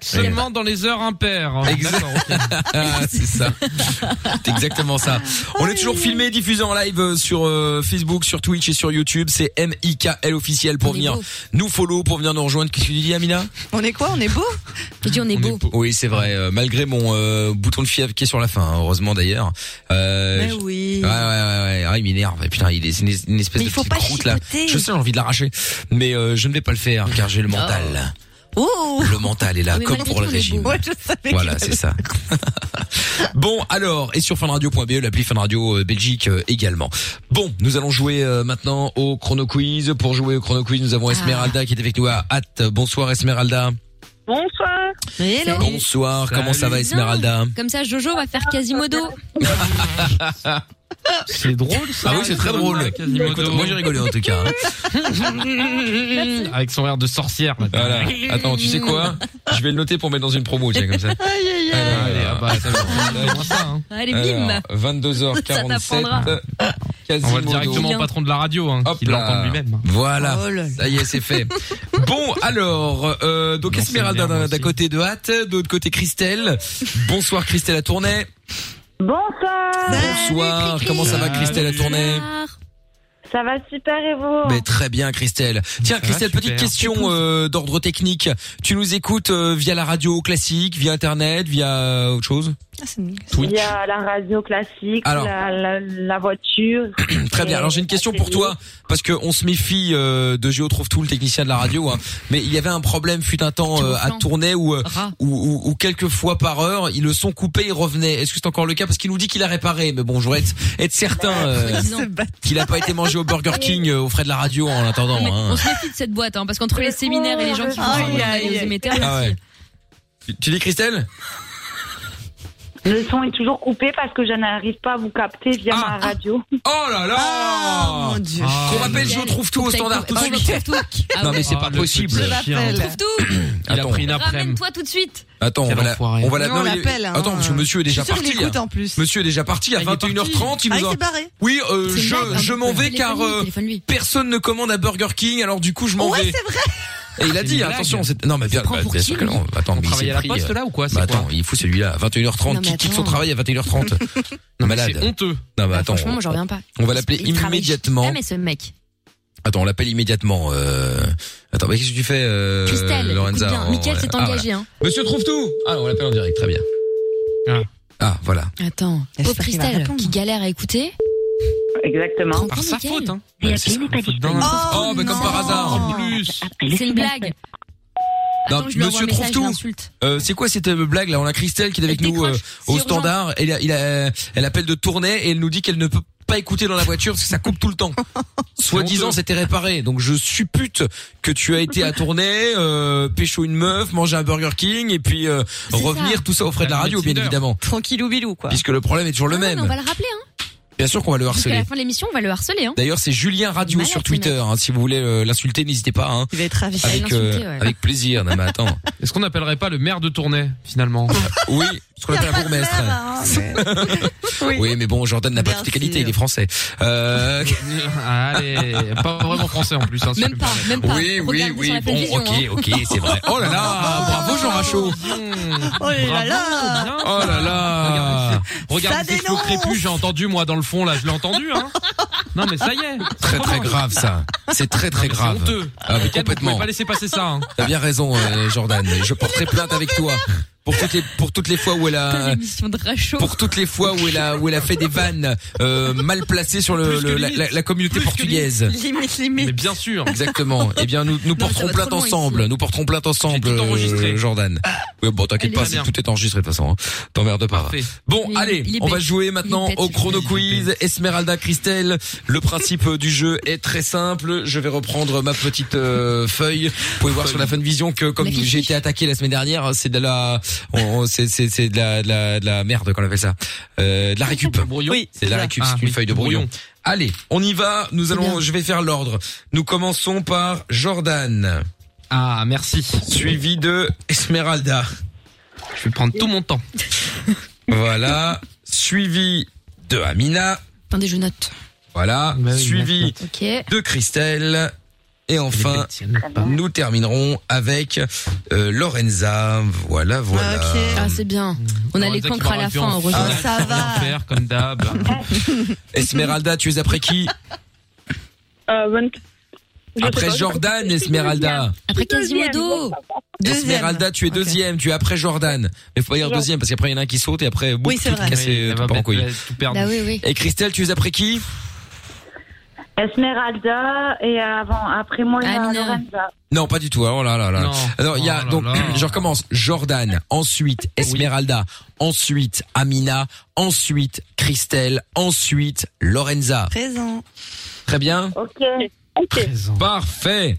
D: Seulement dans les heures impaires.
B: Exact. Ah, c'est ça. C'est exactement ça. On est toujours filmé, diffusé en live euh, sur euh, Facebook, sur Twitch et sur YouTube. C'est MIKL officiel pour
C: On est
B: venir
C: beau.
B: nous follow, pour venir nous rejoindre. Qu'est-ce que tu dis, Amina
F: On est quoi On est beau
C: J'ai dit on est
D: On est
C: beau.
D: beau.
B: Oui, c'est vrai. euh, malgré mon euh, bouton de fièvre qui est sur la fin, hein, heureusement d'ailleurs. Euh,
F: Mais
B: je-
F: Ben oui.
B: Ouais, ouais, ouais, ouais. Ah, il m'énerve. Putain, il est c'est une, une espèce
F: Mais
B: de
F: il faut
B: petite
F: pas
B: croûte là.
F: chicoter.
B: Je sais, j'ai envie de l'arracher, mais euh, je ne vais pas le faire car j'ai le mental.
F: Oh
B: Le mental est là,
C: Mais
B: comme
C: malgré
B: pour le
C: tout, on est
B: régime.
C: beau.
F: Ouais, je savais
B: Voilà,
F: qu'il
B: c'est ça. bon, alors, et sur funradio.be, l'appli Fun Radio euh, Belgique euh, également. Bon, nous allons jouer euh, maintenant au Chrono Quiz. Pour jouer au Chrono Quiz, nous
F: Ah.
B: avons Esmeralda qui est avec nous à hâte. Bonsoir Esmeralda.
I: Bonsoir.
F: Mais hello.
C: Salut.
B: Bonsoir, comment ça va
D: Salut.
B: Esmeralda
C: Comme ça, Jojo va faire Quasimodo.
D: C'est drôle ça.
B: Ah oui, c'est très drôle. Écoute,
D: Quasimodo.
B: moi j'ai rigolé en tout cas. hein.
C: Ah,
D: Avec son air de sorcière. maintenant.
B: Voilà. Attends, tu sais quoi Je vais le noter pour mettre dans une promo, tiens, comme ça. Alors,
D: Allez, ah bah, ça va.
B: alors,
D: On va ça, hein.
C: Allez,
B: alors,
C: Ah, bim.
B: 22h47.
C: Ça
D: On va
B: Quasimodo.
D: le directement au
C: Bien.
D: patron de la radio, hein,
B: Hop
D: qu'il
B: là.
D: entende lui-même.
B: Voilà.
F: Oh là là.
B: Ça y est, c'est fait. bon, alors, euh, donc
D: Non,
B: Esmeralda
D: c'est bien, moi
B: d'un d'un
D: aussi.
B: côté de Hâte, de l'autre côté Christelle. Bonsoir Christelle à tournée.
I: Bonsoir.
B: Bonsoir,
C: Cricri.
B: comment ça va
D: Salut.
B: Christelle à tournée
C: Bonsoir.
I: Ça va super et vous
B: mais très bien Christelle.
D: Ça
B: Tiens
D: va,
B: Christelle, petite
D: super.
B: question euh, d'ordre technique. Tu nous écoutes euh, via la radio classique, via internet, via euh, autre chose
F: Ah, c'est une-
I: Il y a la radio classique,
B: Alors.
I: la, la, la voiture.
B: Très bien. Alors j'ai une question pour toi parce que on se méfie euh, de Géo trouve tout le technicien de la radio hein. mais il y avait un problème fut un temps euh, à
C: Tiens.
B: tourner où euh,
C: Rat.
B: ou, ou, ou quelques fois par heure, ils le sont coupé, ils revenaient. Est-ce que c'est encore le cas Parce qu'il nous dit qu'il a réparé, mais bon, je voudrais être, être certain euh,
C: Disons.
F: Ce bâtard.
B: qu'il n'a pas été mangé au Burger King euh, aux frais de la radio en attendant.
C: Ah, Mais
B: hein.
C: On se méfie de cette boîte, hein, parce qu'entre les séminaires et les gens qui font ça,
F: Aïe,
C: on a
F: aïe,
C: les
F: aïe.
C: émetteurs
B: Ah ouais.
C: aussi.
B: Tu- Tu dis Christelle
I: Le son est toujours coupé parce que je n'arrive pas à vous capter via
B: Ah.
I: ma radio.
B: Oh là là
F: Ah, mon Dieu.
D: Ah,
B: Qu'on rappelle Géo trouve tout au standard tout de suite.
C: Ah
B: Non
C: ouais.
B: mais c'est
D: Ah,
B: pas
D: le
B: possible.
D: petit chien.
F: l'appelle.
C: Trouve tout.
D: Il a
B: Attends.
D: pris une après-midi.
C: Ramène-toi tout de suite.
B: Attends, on
D: Quel
B: va la,
D: enfoiré.
B: on va la,
F: Non, on
B: il-
F: l'appelle, hein.
B: Attends, parce que monsieur est déjà
F: Je suis sûr
B: parti.
F: qu'il écoute
B: hein.
F: en plus.
B: Monsieur est déjà parti à
D: Ah, il est
B: 21h30, il
F: Ah,
B: nous
F: il
B: a-
F: s'est barré.
B: Oui, euh,
C: C'est
B: je,
C: une blague,
B: je
C: hein.
B: m'en vais
C: Téléphone-lui,
B: car euh,
C: téléphone-lui.
B: personne ne commande à Burger King, alors du coup je m'en
F: Ouais,
B: vais.
F: c'est vrai.
B: Et il a dit,
D: Ah, une blague.
B: attention, c'est... non mais bien,
C: prend
B: bah,
C: pour
B: bien
C: qui,
B: sûr que
C: lui
B: non. Attends,
D: On
B: mais il
D: travaille
B: s'est
D: à la
B: pris,
D: poste
B: euh,
D: là ou quoi
B: bah
D: C'est quoi
B: attends, il fout celui-là. 21h30,
C: Non, mais
B: qui quitte son
C: attends.
B: travail à 21h30
D: Non, mais
B: Malade.
D: C'est honteux.
B: Non mais
C: Bah,
B: attends,
C: Franchement, moi j'en reviens pas.
B: on va l'appeler
C: Il travaille
B: immédiatement.
F: Eh,
C: Ah mais ce mec.
B: Attends, on l'appelle immédiatement. Euh... Attends, mais qu'est-ce que tu fais, euh...
C: Christelle, écoute
B: Lorenza
C: bien.
B: en-
C: Mickaël
B: Ah,
C: s'est
B: voilà.
C: engagé. hein.
B: Monsieur trouve tout. Ah, on l'appelle en direct, très bien.
D: Ah.
B: Ah, voilà.
C: Attends, pauvre
F: J'espère qu'il va
C: Christelle
F: répondre.
C: qui galère à écouter.
I: Exactement.
D: Par sa
C: Nickel.
D: faute, hein.
B: Ah, Ouais, c'est ça. Oh, mais comme par hasard.
D: En plus.
C: C'est une blague.
B: Non,
C: Attends, je lui envoie
B: monsieur
C: un
B: trouve
C: message,
B: tout.
C: l'insulte.
B: Euh, c'est quoi cette euh, blague là On a Christelle qui est avec
C: Elle
B: nous euh,
C: décroche, c'est
B: au
C: urgent.
B: euh, standard. Elle, a- il a- elle appelle de tournée et elle nous dit qu'elle ne peut pas écouter dans la voiture parce que ça coupe tout le temps. Soi-disant, c'était réparé. Donc je suppute que tu as été à tourner, euh, pécho une meuf, manger un Burger King et puis euh, revenir tout ça aux frais de la radio, bien évidemment.
F: Tranquillou bilou, quoi.
B: Puisque le problème est toujours le
C: Non, mais
B: même.
C: on va le rappeler, hein.
B: Bien sûr qu'on va le
C: Jusqu'à
B: harceler.
C: la fin de l'émission, on va le harceler, hein.
B: D'ailleurs, c'est Julien Radio sur Twitter. hein, si vous voulez euh, l'insulter, n'hésitez pas. Hein.
F: Il va être ravi.
B: Avec, euh, avec plaisir. Non, mais attends. Euh,
D: Est-ce qu'on n'appellerait pas le maire de Tournai, finalement
B: Oui, ce qu'on appelle un bourgmestre.
C: Ah,
B: oui. mais bon, Jordan n'a pas toutes les qualités, il est français. Euh...
D: Allez, pas vraiment français en plus. hein, si
C: Même
D: tu me
C: pas,
D: permets.
C: Ah, même pas.
B: Oui, oui,
C: Regardez sur
B: oui.
C: la
B: Bon,
C: télévision,
B: ok,
C: hein.
B: ok, c'est vrai. Oh là là, bravo Jean Rachaud.
F: Oh là là
B: Oh là là.
D: Regarde,
F: Ça
D: ces cheveux
F: dénonce.
D: crépus, j'ai entendu moi dans le fond là, je l'ai entendu hein. Non mais ça y est.
B: Très très grave ça. C'est très très
D: C'est
B: grave.
D: honteux.
B: Ah, mais
D: Ken, vous pouvez
B: complètement.
D: pas laisser passer ça. hein.
B: T'as bien raison, euh, Jordan. Je porterai plainte avec toi pour toutes les pour toutes les fois où elle
C: Putain,
B: a
C: l'émission de Rachaud.
B: pour toutes les fois où elle a où elle a fait des vannes euh, mal placées sur le,
D: Plus que
B: le- la,
D: limite.
B: la- la communauté
D: Plus que
B: portugaise.
F: Limite,
D: Mais
F: limite.
D: bien sûr.
B: Exactement. Eh bien, nous, nous
C: ça
B: porterons
C: va
B: plainte
C: trop loin
B: ensemble.
C: ici.
B: Nous porterons plainte ensemble,
D: J'ai tout enregistré.
B: euh, Jordan.
C: Ah.
B: Oui, bon, t'inquiète
C: Allez.
B: pas,
D: Très
B: c'est-
D: bien.
B: tout est enregistré de toute façon. hein. T'emmerdes pas.
D: Parfait.
B: Bon,
C: Il est-
B: allez,
C: il est
B: on va
C: bête.
B: jouer maintenant
C: Il est bête,
B: au
C: ce
B: chrono
C: jeu.
B: quiz. Esmeralda, Christelle, le principe du jeu est très simple. Je vais reprendre ma petite euh, feuille. Vous pouvez voir sur la Funvision que comme
C: La fiche.
B: j'ai été attaqué la semaine dernière, c'est de la, on- c'est c'est c'est de la, de la, de la merde qu'on appelle ça, Euh, de la récup.
F: Oui,
B: C'est de la
F: ça.
B: récup,
D: Ah,
B: c'est une
D: oui,
B: feuille de brouillon.
D: brouillon.
B: Allez, on y va. Nous allons,
C: bien.
B: je vais faire l'ordre. Nous commençons par Jordan,
D: Ah merci.
B: suivi de Esmeralda.
D: Je vais prendre tout mon temps.
B: Voilà, suivi de Amina.
C: Attendez, je note.
B: Voilà,
D: Bah oui,
B: suivi
C: Ok.
B: de Christelle. Et enfin,
I: bêtes.
B: nous terminerons avec euh, Lorenza. Voilà, voilà.
F: Ok.
C: Ah, c'est bien. On a les cancres à la fin, heureusement.
F: Ah, ça va.
D: Faire comme d'hab.
B: Esmeralda, tu es après qui
I: Euh, bonne- Je sais
B: Après
I: pas, je-
B: Jordan, Esmeralda.
C: Après
I: Deuxième.
C: Quasimodo.
F: Deuxième.
B: Esmeralda, tu es
F: Ok.
B: deuxième, tu es après Jordan. Mais faut pas dire
I: Jordan.
B: deuxième parce qu'après il y en a un qui saute et après boum,
F: Oui, c'est
B: tout
F: vrai.
B: cassé,
D: Oui, elle
B: tout
D: va
B: part en
D: bête-
B: couille.
D: elle a tout perdu.
C: Bah oui, oui.
B: Et Christelle, tu es après qui
I: Esmeralda et avant, après moi, il y a
C: Amina.
I: Lorenza.
B: Non, pas du tout. Oh là là là.
D: Non.
B: Alors il y a
D: Oh là
B: donc
D: là.
B: je recommence Jordan, ensuite Esmeralda, ensuite Amina, ensuite Christelle, ensuite Lorenza.
F: Présent.
B: Très bien.
I: Ok.
D: Présent.
B: Parfait.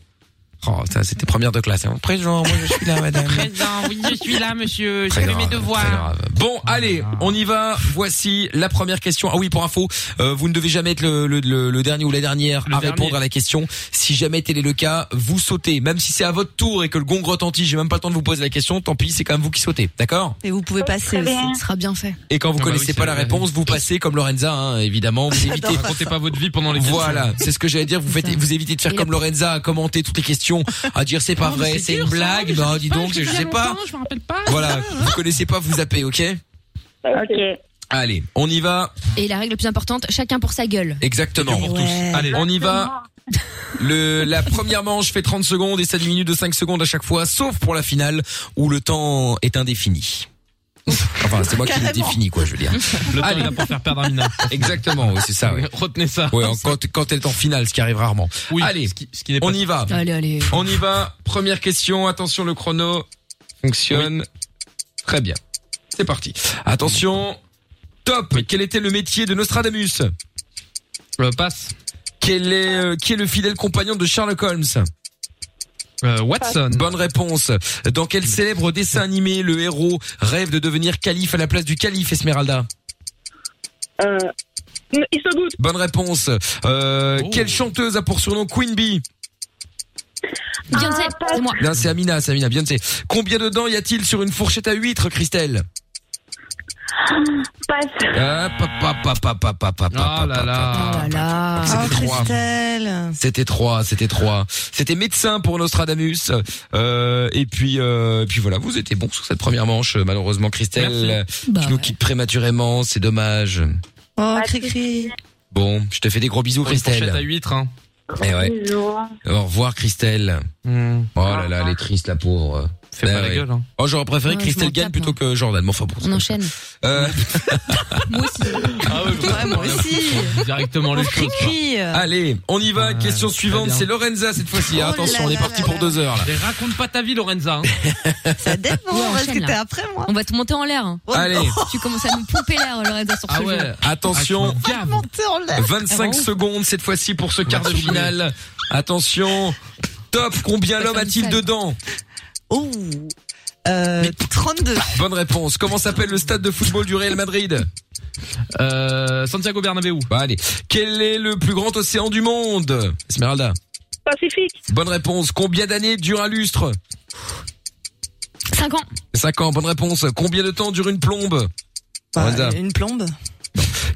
B: Oh, ça c'était première de classe. hein. Présent, moi je suis là madame.
D: Présent. Oui, je suis là, monsieur.
B: Très grave, très grave. Bon, allez, on y va. Voici la première question. Ah oui, pour info, euh, vous ne devez jamais être le, le- le- le dernier ou la dernière
D: Le
B: à
D: dernier.
B: répondre à la question. Si jamais tel est le cas, vous sautez. Même si c'est à votre tour et que le gong retentit, j'ai même pas le temps de vous poser la question. Tant pis, c'est quand même vous qui sautez. D'accord
F: Et vous pouvez passer
I: Oh, Très
F: aussi.
I: bien.
C: Ce sera bien fait.
B: Et quand
D: Ah
B: vous
D: bah
B: connaissez
D: oui,
B: pas
D: c'est
B: la
D: vrai.
B: réponse, vous passez comme Lorenza, hein, évidemment. Vous évitez.
D: Racontez pas votre vie pendant les questions.
B: Voilà, c'est ce que j'allais dire. Vous faites, vous évitez de faire
C: Et
B: comme Lorenza, à commenter toutes les questions, à dire c'est pas
D: Non, mais
B: vrai, c'est
D: dur,
B: une
D: ça, mais
B: blague.
D: je
B: Non,
D: sais
B: dis
D: pas,
B: donc,
D: j'ai
B: je
D: fait il y
B: sais
D: a
B: pas.
D: longtemps, Je me rappelle pas.
B: Voilà, vous connaissez pas, vous zappez, ok
I: Ok.
B: Allez, on y va.
C: Et la règle la plus importante, chacun pour sa gueule.
B: Exactement.
D: Pour
F: Ouais.
D: tous. Allez,
B: On y va. Le, la première manche fait 30 secondes et ça diminue de 5 secondes à chaque fois, sauf pour la finale où le temps est indéfini. Enfin, c'est moi qui le
F: Carrément.
B: définis, quoi, je veux dire.
D: le temps
B: Allez.
D: est là pour faire perdre Amina.
B: Exactement, oui, c'est ça, oui.
D: Retenez ça.
B: Ouais, en- quand, quand elle est en finale, ce qui arrive rarement.
D: Oui,
B: Allez.
D: ce qui, ce qui n'est pas
B: On y va.
C: Allez, allez.
B: On y va. Première question. Attention, le chrono fonctionne. Très bien. C'est parti. Attention. Top. Quel était le métier de Nostradamus?
D: Euh, passe.
B: Quel est, euh, qui est le fidèle compagnon de Sherlock Holmes?
D: Euh, Watson.
B: Bonne réponse. Dans quel célèbre dessin animé le héros rêve de devenir calife à la place du calife Esmeralda
I: Euh, il se doute.
B: Bonne réponse. Euh,
D: Oh.
B: Quelle chanteuse a pour surnom Queen Bee
C: Beyoncé,
I: Ah,
C: c'est moi.
B: Non, c'est Amina, c'est Amina, Beyoncé. Combien de dents y a-t-il sur une fourchette à huîtres, Christelle
I: Passe.
B: Ah, pa, pa, pa, pa, pa, pa, pa, pa,
D: Oh
B: pa,
D: là
B: pa, pa.
D: là.
C: Oh là là.
F: Oh,
B: C'était trois.
F: Christelle.
B: C'était trois, c'était trois. C'était médecin pour Nostradamus. Euh, et puis, euh, et puis voilà, vous étiez bon sur cette première manche, malheureusement, Christelle. Euh,
C: Bah,
B: Tu nous
C: ouais.
B: quittes prématurément, c'est dommage.
F: Oh, cri-cri.
B: Bon, je te fais des gros bisous,
D: Fourchette à
B: Christelle.
D: 8, hein.
B: Eh ouais.
I: Bisous.
B: Au revoir, Christelle.
D: Hmm.
B: Oh là là, elle est triste, la pauvre. Fais pas la gueule. Hein. Oh, j'aurais préféré
C: Ouais, je
B: Christelle
C: m'en
B: Gagne
C: tape, hein.
B: plutôt que Jordan. Mais enfin bon.
C: On enchaîne.
B: Euh,
C: Moi aussi.
D: Ah ouais,
F: Ouais, moi aussi.
B: Directement les choses.
F: Cri-cri.
C: euh, Ah.
B: Allez, on y va. Question suivante, c'est Lorenza cette fois-ci. hein.
F: Oh
B: Attention,
F: là
B: on est
F: là
B: parti
F: là
B: pour
F: là.
B: deux heures. Là.
D: Mais raconte pas ta vie, Lorenza. hein.
F: Ça dépend.
C: Ouais,
F: Parce
C: enchaîne,
F: que
C: là.
F: t'es après moi.
C: On va te monter en l'air. hein.
F: Oh,
B: Allez.
F: non.
C: Tu commences à nous pomper l'air, Lorenza, sur ce
D: Ah
C: jeu.
D: ouais.
B: Attention,
D: Ah, tu me gaves.
F: Monter en l'air.
B: 25
C: Ah bon
B: secondes cette fois-ci pour ce quart de finale. Attention. Top, combien
C: Ça
B: l'homme
C: fait
B: a-t-il
C: une
B: dedans
F: Oh. Euh, 32.
B: Bonne réponse. Comment s'appelle le stade de football du Real Madrid
D: Euh, Santiago Bernabeu.
B: Bah allez. Quel est le plus grand océan du monde Esmeralda.
I: Pacifique.
B: Bonne réponse. Combien d'années dure un lustre
C: 5 ans.
B: 5 ans. Bonne réponse. Combien de temps dure une plombe
F: Bah,
B: Wanda.
F: une plombe.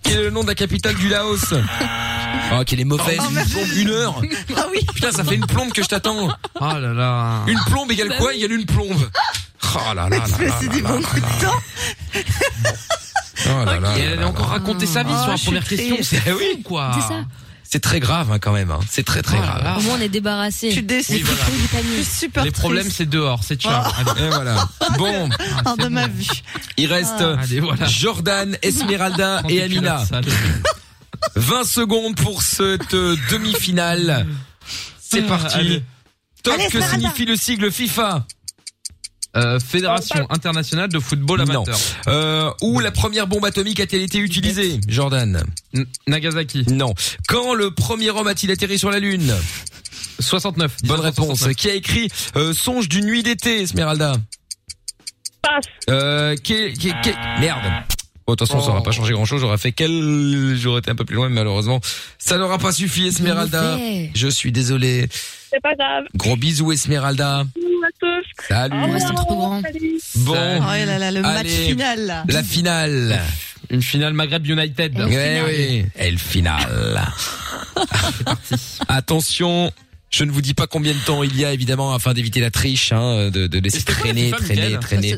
B: Quel est le nom de la capitale du Laos Oh, qu'elle est mauvaise.
F: Oh,
B: une
F: merci.
B: plombe, une heure.
F: Ah oui.
B: Putain, ça fait une plombe que je t'attends.
D: Ah là là.
B: euh, Une plombe
C: Bah
A: Bah
B: égale quoi Égale une plombe. Oh là là là
F: Je me
B: là
F: suis
B: là
F: dit
B: là
F: bon
B: là
F: coup de temps.
B: Oh là là
D: Et
B: là
D: elle
B: là
D: a encore
B: là.
D: raconté sa vie
F: Oh,
D: sur la
F: je suis
D: première question.
F: triste.
D: C'est oui quoi.
C: C'est ça.
B: C'est très grave hein, quand même. hein. C'est très très
D: Oh là
B: grave.
D: là.
C: Au moins, on est débarrassé.
F: Je suis déçue.
D: Oui, voilà.
F: Je suis super
D: Les
F: triste.
D: problèmes, c'est dehors, c'est ciao. Allez,
B: Et voilà. Bon, bah,
F: Hors Oh, de ma vue.
B: il reste
D: allez, voilà.
B: Jordan, Esmeralda
D: Prends
B: et
D: tes culottes
B: Amina.
D: sales.
B: 20 secondes pour cette euh, demi-finale. C'est
D: Ah,
B: parti.
D: allez.
B: Top,
F: Allez,
B: que
F: Esmeralda.
B: signifie le sigle FIFA
D: Euh, Fédération internationale de football
B: Non.
D: amateur.
B: euh, Où la première bombe atomique a-t-elle été utilisée Jordan
D: N- Nagasaki.
B: Non. Quand le premier homme a-t-il atterri sur la Lune
D: 69.
B: Bonne réponse.
D: 1969.
B: Qui a écrit euh, Songe d'une nuit d'été, Esmeralda
I: Passe.
B: Euh, qui, qui, qui- Merde. Bon, de toute façon, ça
C: Oh.
B: aura pas changé grand chose. J'aurais fait quel, j'aurais été un peu plus loin, mais malheureusement, ça n'aura pas suffi, Esmeralda.
C: Mauvais.
B: Je suis désolé.
I: C'est pas grave.
B: Gros bisous, Esmeralda.
I: Bisous à tous.
C: Ah, On
B: Salut.
C: reste trop grand.
I: Salut.
B: Bon,
F: Oh là là, le match
B: Allez.
F: final là.
B: la finale.
D: Une finale Maghreb United.
C: La
B: Eh
C: finale.
B: oui, et le final.
D: Ah,
B: Attention. Je ne vous dis pas combien de temps il y a, évidemment, afin d'éviter la triche, hein, de, de laisser
D: Et c'était quoi la
B: traîner,
D: FIFA,
B: traîner,
D: Mickaël
B: traîner.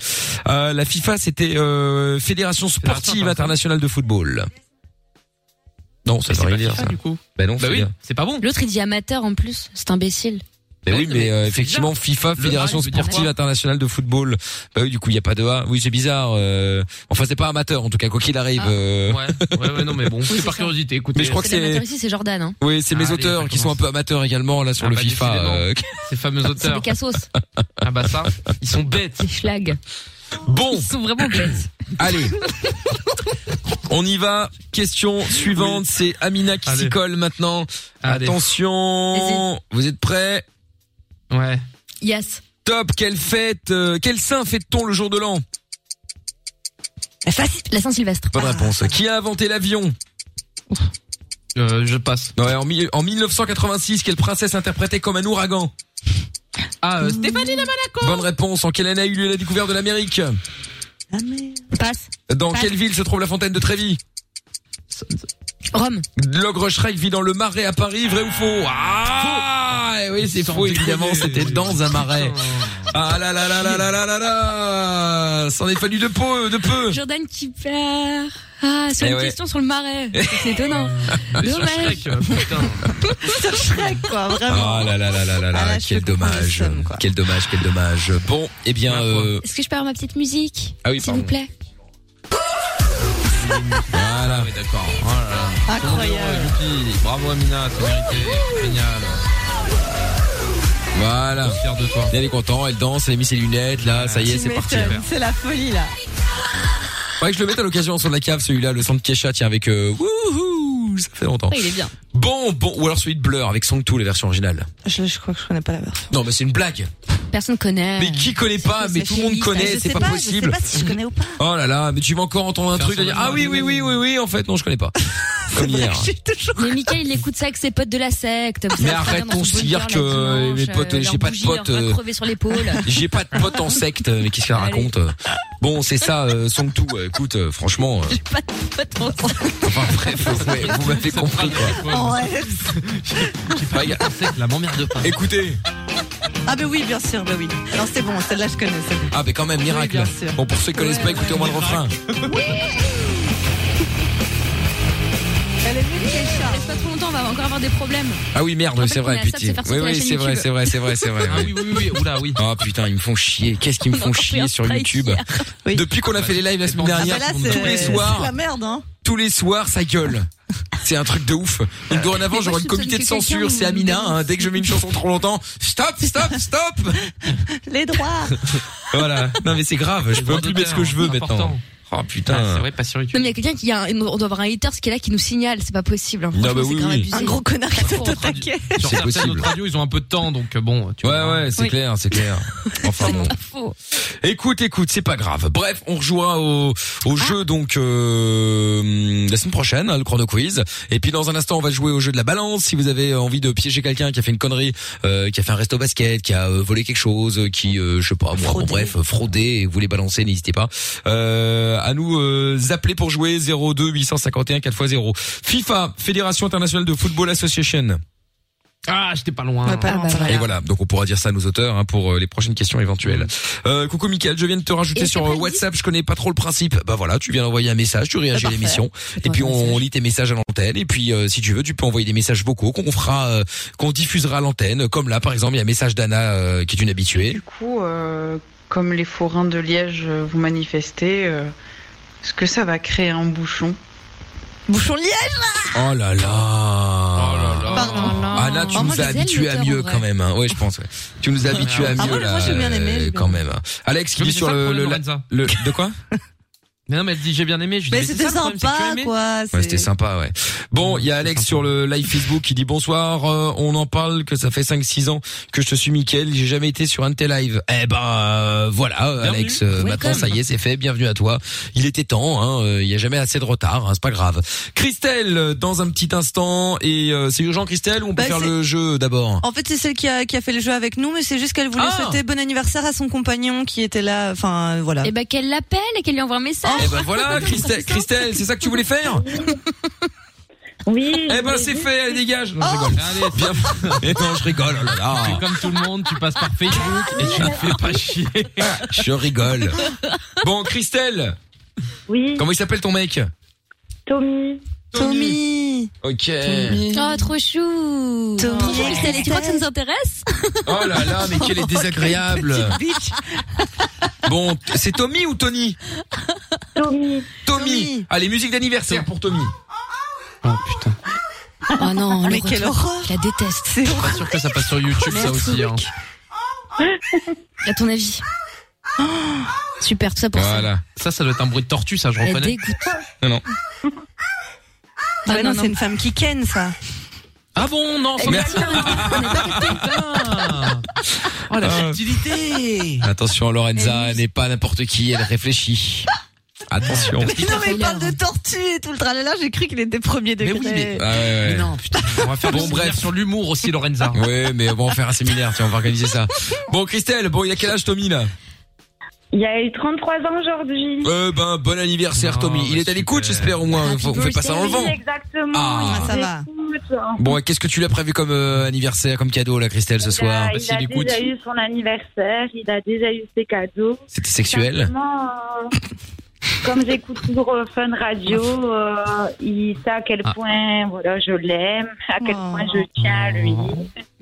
B: Euh, la FIFA, c'était euh, Fédération sportive
D: Fédération
B: internationale de football. Non, ça
D: Mais
B: veut
D: c'est
B: rien
D: pas
B: dire,
D: FIFA,
B: ça.
D: du coup.
B: Bah non,
D: Bah
B: c'est
D: oui,
B: bien.
D: c'est pas bon.
C: L'autre, il dit amateur en plus. C'est imbécile.
B: Bah
D: Ouais,
B: oui, mais
D: mais
B: euh,
D: c'est
B: effectivement, FIFA,
D: Le
B: Fédération
D: A, il veut dire
B: sportive
D: quoi
B: internationale de football. Bah oui, du coup, il y a pas de A. Oui, c'est bizarre. euh, Enfin, c'est pas amateur, en tout cas, quoi qu'il arrive.
C: Ah.
B: euh,
D: Ouais, ouais, ouais, non, mais bon, c'est
C: c'est
D: par
C: ça.
D: curiosité, écoutez. Ah,
B: Mais je crois que
C: C'est l'amateur
B: c'est...
C: ici, c'est Jordan. Hein.
B: Oui, c'est mes
D: Allez,
B: auteurs
D: ça
B: qui sont un peu amateurs également, là, sur
D: Ah
B: le
D: bah,
B: FIFA.
D: décidément.
B: euh,
D: Ces fameux
C: C'est
D: auteurs.
C: des cassos.
D: Ah bah ça, ils sont bêtes.
C: C'est schlag.
B: Bon,
C: Ils sont vraiment bêtes.
B: allez. On y va. Question suivante, c'est Amina qui s'y
D: Allez.
B: colle maintenant.
D: Allez.
B: Attention. Vous êtes prêts
D: Ouais.
C: Yes.
B: Top, quelle fête, euh, quel saint fête-t-on le jour de l'an
C: La Saint-Sylvestre.
B: Bonne réponse. Qui a inventé l'avion
D: Euh, je passe.
B: Non, ouais, en, mi- en 1986, quelle princesse interprétait comme un ouragan
D: Ah, euh, Stéphanie Lamarck.
B: Bonne réponse. En quelle année a eu lieu la découverte de l'Amérique
F: Ah, merde.
C: Passe.
B: Dans
C: Passe.
B: quelle ville se trouve la fontaine de Trévis
C: Rome.
B: L'ogre Shrek vit dans le marais à Paris, vrai ou faux Ah eh Oui, c'est
D: Sans
B: faux,
D: déconner.
B: évidemment, c'était dans un marais. Ah là là là là là là là là S'en est fallu de peu, de peu
C: Jordan qui perd. Ah, sur
B: Euh. Eh
C: une
B: ouais.
C: question sur le marais. C'est étonnant.
B: Ah,
D: Mais sur
C: Dommage.
D: Shrek, euh, putain.
F: Sur Shrek quoi, vraiment.
B: Ah là là là là là là,
F: Ah là, je
B: quel
F: peux comprendre le
B: dommage,
F: somme, quoi.
B: quel dommage, quel dommage. Bon, eh bien,
D: Ma foi.
B: euh,
C: Est-ce que je pars ma petite musique
B: Ah oui,
C: S'il
B: pardon.
C: vous plaît.
B: voilà.
D: D'accord. Oh là là.
F: Incroyable.
D: Bravo, Youpi. Bravo Amina, c'est mérité. Génial.
B: Voilà.
D: Fier de toi.
B: Elle est contente, elle danse, elle a mis ses lunettes, là, ça y est,
F: Tu
B: c'est parti.
F: m'étonnes, C'est la folie là.
B: Faudrait que je le mette à l'occasion sur la cave, celui-là, le son de Kesha, tiens, avec euh, wouhou, ça fait longtemps.
C: Ah, il est bien.
B: Bon, bon, ou alors celui de Blur, avec Song 2, la version originale.
F: Je, je crois que je connais pas la version.
B: Non, mais c'est une blague.
C: Personne connaît.
B: Mais qui connaît pas,
C: c'est
B: mais
C: ça,
B: tout le monde
C: chérie, ça,
B: connaît,
C: hein? je
B: c'est pas, possible.
F: Je sais pas si je connais ou pas.
B: Oh là là, mais tu vas encore entendre un
D: Faire
B: truc et
D: son
B: dire, ah oui, oui, oui, oui, oui, en fait, non, je connais pas. Comme hier.
F: Je suis toujours.
C: Mais Mickaël, il écoute ça avec ses potes de la secte.
B: Mais arrête, on se dire que mes potes, j'ai pas de potes,
C: On
B: euh,
C: va crever sur l'épaule.
B: J'ai pas de pote en secte, mais qu'est-ce qu'elle
C: Allez.
B: raconte euh. Bon, c'est ça, euh, Song 2, euh, écoute, euh, franchement, euh,
C: J'ai pas de potes en secte.
B: enfin bref, ouais, vous m'avez compris, quoi.
F: En rêve.
B: Ouais, gars,
D: C'est la m'emmerde pas.
B: Écoutez,
F: Ah, ben oui, bien sûr, ben oui. Non, c'est bon, celle-là je connais. c'est bon.
B: ah mais quand même, miracle.
F: Oui, bien sûr.
B: Bon, pour ceux qui connaissent pas, écoutez au moins le refrain.
C: Elle est Reste pas trop longtemps, on va encore avoir des problèmes.
B: Ah oui, merde,
C: En fait,
B: c'est vrai,
C: la sable,
B: pitié.
C: c'est faire
B: Oui,
C: sauter la
B: oui,
C: chaîne
B: c'est vrai,
C: YouTube.
B: c'est vrai, c'est vrai, c'est vrai.
D: Ah oui, oui, oui, oula, oui.
B: Ah putain, ils me font chier. Qu'est-ce qu'ils me font chier sur YouTube
C: hein.
F: Oui.
B: Depuis qu'on a fait les lives la semaine
F: Ah bah
B: dernière,
F: là, c'est
B: tous les soirs,
F: c'est la merde, hein.
B: tous les soirs, ça gueule. C'est un truc de ouf. Donc dorénavant,
C: Mais moi,
B: j'aurai
C: je
B: le comité de
C: soupçonne que
B: censure,
C: quelqu'un
B: c'est
C: nous-
B: Amina. hein. Dès que je mets une chanson trop longtemps, stop, stop, stop.
F: Les droits.
B: Voilà. Non mais c'est grave. Je peux
D: droits
B: même plus mettre ce que
D: d'auteur,
B: je veux
D: important.
B: maintenant. Oh
D: Ah, c'est
B: putain.
D: vrai, pas sur
C: Non,
D: YouTube.
C: mais il y a quelqu'un qui a, un- on doit avoir un hater, ce qui est là, qui nous signale, c'est pas possible. hein.
B: Non,
C: Franchement,
B: bah
C: c'est
B: oui,
C: grave
B: oui.
C: abusé.
F: Un gros connard qui
D: C'est
F: s'est attaqué.
D: Sur
B: C'est
D: certaines
B: possible.
D: autres radios, ils ont un peu de temps, donc euh, bon, tu
B: Ouais
D: vois.
B: ouais, c'est
C: Oui.
B: clair, c'est clair. Enfin bon.
C: Pas faux.
B: Écoute, écoute, c'est pas grave. Bref, on rejouera au, au jeu donc euh, la semaine prochaine, hein, le chrono quiz. Et puis dans un instant, on va jouer au jeu de la balance. Si vous avez envie de piéger quelqu'un qui a fait une connerie, euh, qui a fait un resto basket, qui a euh, volé quelque chose, euh, qui euh, je sais pas, moi, bon, bref, euh, fraudé, et vous voulez balancer, n'hésitez pas. Euh, à nous euh, appeler pour jouer 02 851 4x0. FIFA, Fédération internationale de football association.
D: Ah, j'étais pas loin.
F: Ouais, pas
C: Ah,
F: loin,
C: bah,
F: ça va.
B: Et voilà, donc on pourra dire ça à nos auteurs hein, pour euh, les prochaines questions éventuelles. Euh, coucou Mickaël, je viens de te rajouter
C: Et
B: sur
C: cet
B: euh,
C: après-midi
B: WhatsApp, je connais pas trop le principe. Bah voilà, tu viens d'envoyer un message, tu réagis à
F: Ah, parfait.
B: l'émission, et
C: pas
B: puis
C: un
B: on,
C: message.
B: lit tes messages à l'antenne, et puis euh, si tu veux, tu peux envoyer des messages vocaux qu'on fera, euh, qu'on diffusera à l'antenne, comme là par exemple, il y a un message d'Anna euh, qui est une habituée.
J: Du coup, euh, comme les forains de Liège euh, vous manifestez, euh, est-ce que ça va créer un bouchon
F: Bouchon de liège.
B: Oh
D: Oh
B: là là
D: là là.
F: Pardon. Bah,
B: Anna, tu
C: Oh, moi,
B: nous as
C: j'aime
B: habitués à
C: l'auteur,
B: mieux
C: en vrai.
B: quand même. Hein. Ouais, je pense. Ouais. Tu nous as habitués à mieux
F: Ah, moi,
B: là,
F: moi, j'ai bien aimé, j'ai bien
B: euh, quand
F: aimé.
B: même. hein. Alex qui
D: Mais
B: dit
D: c'est
B: sur
D: ça
B: le,
D: problème,
B: le,
D: Lorenza.
B: le de quoi
D: Mais non, mais elle dit j'ai bien aimé. Je lui dis,
F: Mais c'était
D: ça, le problème, c'est que tu as
F: sympa,
D: aimé.
F: quoi.
B: Ouais,
F: Ah, c'est-
B: c'était sympa, ouais. Bon, il y a Alex sur le live Facebook qui dit bonsoir, euh, on en parle que ça fait 5 6 ans que je te suis Mickaël, j'ai jamais été sur un de tes lives. Eh ben euh, voilà euh,
D: Bienvenue.
B: Alex, euh,
D: Welcome.
B: maintenant ça y est, c'est fait, bienvenue à toi. Il était temps hein, euh, il y a jamais assez de retard, hein, c'est pas grave. Christelle euh, dans un petit instant et euh, c'est urgent Christelle ou on
F: Bah,
B: peut faire
F: c'est-
B: le jeu d'abord
F: En fait, c'est celle qui a, qui a fait le jeu avec nous, mais c'est juste qu'elle voulait
B: Ah
F: souhaiter bon anniversaire à son compagnon qui était là. Enfin, euh, voilà. Oh,
C: Et bah, qu'elle l'appelle et qu'elle lui envoie un message.
B: Eh ben voilà Christelle, Christelle, c'est ça que tu voulais faire
I: Oui. je
B: Eh ben
I: voulais
B: c'est
I: juste-
B: fait, allez dégage. Non, je rigole. Allez, viens. Eh non, je rigole. Oh là
D: Tu
B: là.
D: es comme tout le monde, tu passes par Facebook et tu ne fais pas chier.
B: Je rigole. Bon Christelle,
I: Oui.
B: Comment il s'appelle ton mec
I: Tommy.
F: Tommy.
B: Ok.
C: Oh, trop chou.
F: Tommy.
C: Trop chou, Christelle. Et tu crois que ça nous intéresse?
B: Oh là là, mais quel est désagréable.
F: Bitch.
B: Bon, t- c'est Tommy ou Tony
I: Tommy.
B: Tommy.
F: Tommy.
B: Allez, musique d'anniversaire pour Tommy.
D: Oh putain.
C: Oh non,
F: Mais
C: le
F: quelle
C: retour.
F: horreur.
C: Je la déteste.
F: C'est horrible.
D: Pas sûr que ça passe sur YouTube, ça aussi. Hein.
C: À ton avis? Oh. Super, tout ça pour ça.
B: Voilà.
D: Ça, ça doit être un bruit de tortue, ça, je
C: Elle
D: reconnais.
C: dégoûte.
B: Non, non.
F: Ah
C: Ah,
F: non, c'est une femme qui ken, ça.
D: Ah bon, non, c'est
B: Merci.
D: putain. Oh la
B: Euh.
D: fertilité.
B: Attention, Lorenza elle n'est pas n'importe qui, elle réfléchit. Attention.
F: Mais non, mais il parle de tortue et tout le tralala. J'ai cru qu'il était premier degré.
D: oui, mais- euh,
B: Ah ouais, ouais.
D: Non, putain. On va faire
B: Bon,
D: bon, bref.
B: bref.
D: sur l'humour aussi, Lorenza.
B: Ouais, mais bon, on va faire un séminaire, tiens, on va organiser ça. Bon, Christelle, bon, il a quel âge Tommy là
I: Il y a eu 33 ans aujourd'hui.
B: Euh ben, bon anniversaire
D: Non,
B: Tommy. Il
D: bah,
B: est à l'écoute,
D: super.
B: j'espère au moins.
C: Happy
B: Faut- On fait pas ça dans le
C: birthday.
B: vent.
I: Oui, exactement.
B: Ah.
I: il
F: Ah, ça va.
I: m'écoute.
B: Bon, et qu'est-ce que tu l'as prévu comme euh, anniversaire, comme cadeau là, Christelle,
J: Bah,
B: ce
I: hein. Il
B: soir
I: a, il
D: s'il
I: a
D: écoute.
I: déjà eu son anniversaire, il a déjà eu ses cadeaux.
B: C'était sexuel
I: Simplement, euh, comme j'écoute toujours euh, Fun Radio, euh, il sait à quel
D: Ah.
I: point voilà, je l'aime, à quel
F: Oh.
I: point je tiens à lui.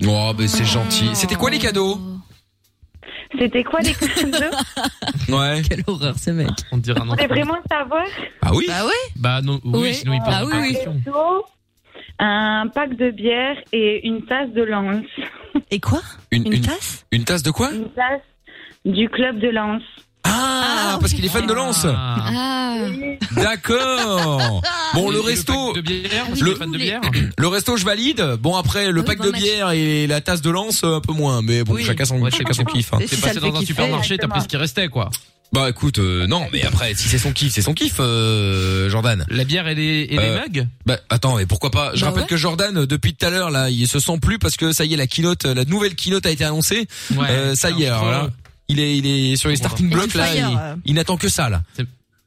B: Oh, ben c'est gentil. C'était quoi les cadeaux
I: C'était quoi les cadeaux
B: Ouais.
C: Quelle horreur, ce mec.
D: On dirait un
I: On voulait
D: enfer.
I: vraiment savoir
B: Ah oui
F: Bah ouais.
D: Bah non, oui,
C: Oui.
D: sinon il pose
C: Ah
D: pas
C: oui,
D: la
C: oui.
D: question.
I: Cadeaux, un pack de bière et une tasse de Lance.
F: Et quoi
B: une,
F: Une
B: une,
F: tasse
B: une tasse de quoi
I: Une tasse du club de Lance.
B: Ah,
F: Ah,
B: parce qu'il est fan de Lens.
D: Ah.
C: Ah.
B: D'accord. Bon,
D: Et
B: le
D: pack
B: resto,
D: de bière,
C: Oui,
D: le
C: vous
D: fan de
C: voulez.
D: bière.
B: le resto, je valide. Bon, après,
C: Ah
B: le
C: oui,
B: pack
C: bon
B: de
C: match.
B: bière et la tasse de Lens, euh, un peu moins. Mais bon,
D: Oui.
B: chacun son,
D: Ouais,
B: chacun son kiff. hein.
F: Et
D: T'es
F: si ça
D: passé
F: le
D: dans
F: fait
D: un
F: kiffer,
D: supermarché, t'as
I: exactement.
D: pris ce qui restait, quoi.
B: Bah écoute, euh, non, mais après, si c'est son kiff, c'est son kiff, euh, Jordan.
D: La bière et les, et les
B: Euh,
D: mugs
B: Bah attends, mais pourquoi pas Je
C: Bah
B: rappelle
C: ouais.
B: que Jordan, euh, depuis tout à l'heure, là, il se sent plus parce que ça y est, la keynote, euh, la nouvelle keynote a été annoncée.
D: Ouais.
B: Euh, ça y est,
D: Alors,
B: alors là, il est, il est sur les starting
F: Et
B: blocks
F: du
B: là.
F: fire,
B: il-
F: euh.
B: il n'attend que ça là.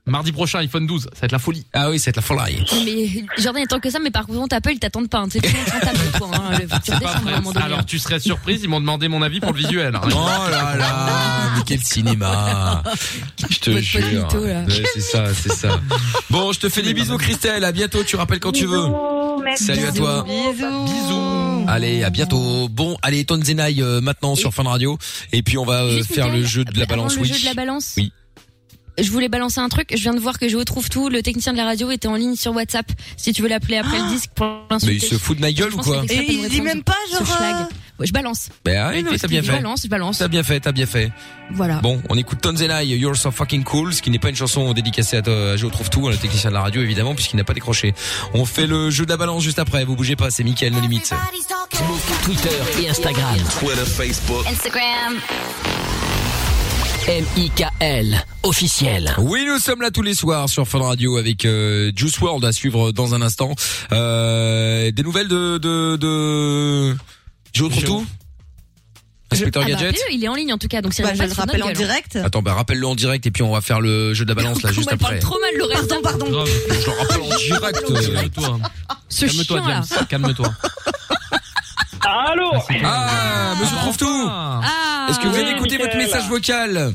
D: Mardi prochain, iPhone 12, ça va être la folie.
B: Ah oui, ça va être la folie.
C: Mais Jordan est tant que ça, mais par contre, Apple, ils t'attendent pas. hein. Tu sais, tout le monde s'en tape de toi, hein, le futur décembre, à un moment donné.
D: Alors tu serais surprise, ils m'ont demandé mon avis pour le visuel. hein.
B: Oh là là, mais quel cinéma Je te jure.
C: poquito, là.
B: Ouais, c'est ça, c'est ça. Bon, je te fais des bisous Christelle, à bientôt, tu rappelles quand tu veux.
I: merci.
B: Salut à toi.
F: Bisous.
B: Allez, à bientôt. Bon, allez, Tonzenai euh, maintenant sur Fun Radio et puis on va euh,
C: Juste,
B: faire
C: Mickaël,
B: le jeu de la
C: avant
B: balance
C: le
B: oui.
C: jeu de la balance
B: Oui.
C: Je voulais balancer un truc. Je viens de voir que je retrouve tout. Le technicien de la radio était en ligne sur WhatsApp. Si tu veux l'appeler après le disque pour l'insulter.
B: Ah Mais il se fout de ma gueule ou
C: Je pense
B: quoi
C: qu'il
F: Et
C: s'appelle
F: il dit
C: WhatsApp,
F: même pas,
C: ce
F: genre,
C: schlag.
F: euh,
C: Ouais, je balance.
B: Ben, allez, non, mais t'as bien
C: Je
B: fait.
C: balance, Ah. je balance.
B: T'as bien fait, t'as bien fait.
C: Voilà.
B: Bon, on écoute Tonzenai, You're So Fucking Cool, ce qui n'est pas une chanson dédicacée à, toi, à Géo Trouve Tout, hein, le technicien de la radio évidemment, puisqu'il n'a pas décroché. On fait le jeu de la balance juste après, vous bougez pas, c'est Mickaël No Limite.
A: Twitter et Instagram.
K: Twitter, Facebook.
G: Instagram.
A: M.I.K.L. officiel.
B: Oui, nous sommes là tous les soirs sur Fun Radio avec euh, Juice World à suivre dans un instant. Euh, des nouvelles de de de Géo Trouve Tout Inspecteur
C: Ah bah,
B: Gadget
C: appelez-le, il est en ligne en tout cas, donc si
F: Bah, je le rappelle en direct.
B: Attends, bah rappelle-le en direct et puis on va faire le jeu de la balance là juste
C: Elle parle
B: après.
C: trop mal, Lorenzo.
F: Pardon, pardon.
D: Grave.
B: Je le rappelle en direct. euh.
D: Calme-toi.
C: Ce
D: Calme-toi,
C: chien là.
D: James. Calme-toi.
E: Allô
B: Ah, Monsieur Trouve Tout
D: Ah.
C: Ah.
B: Est-ce que vous
E: Oui,
B: avez écouté votre
E: Mickaël.
B: message vocal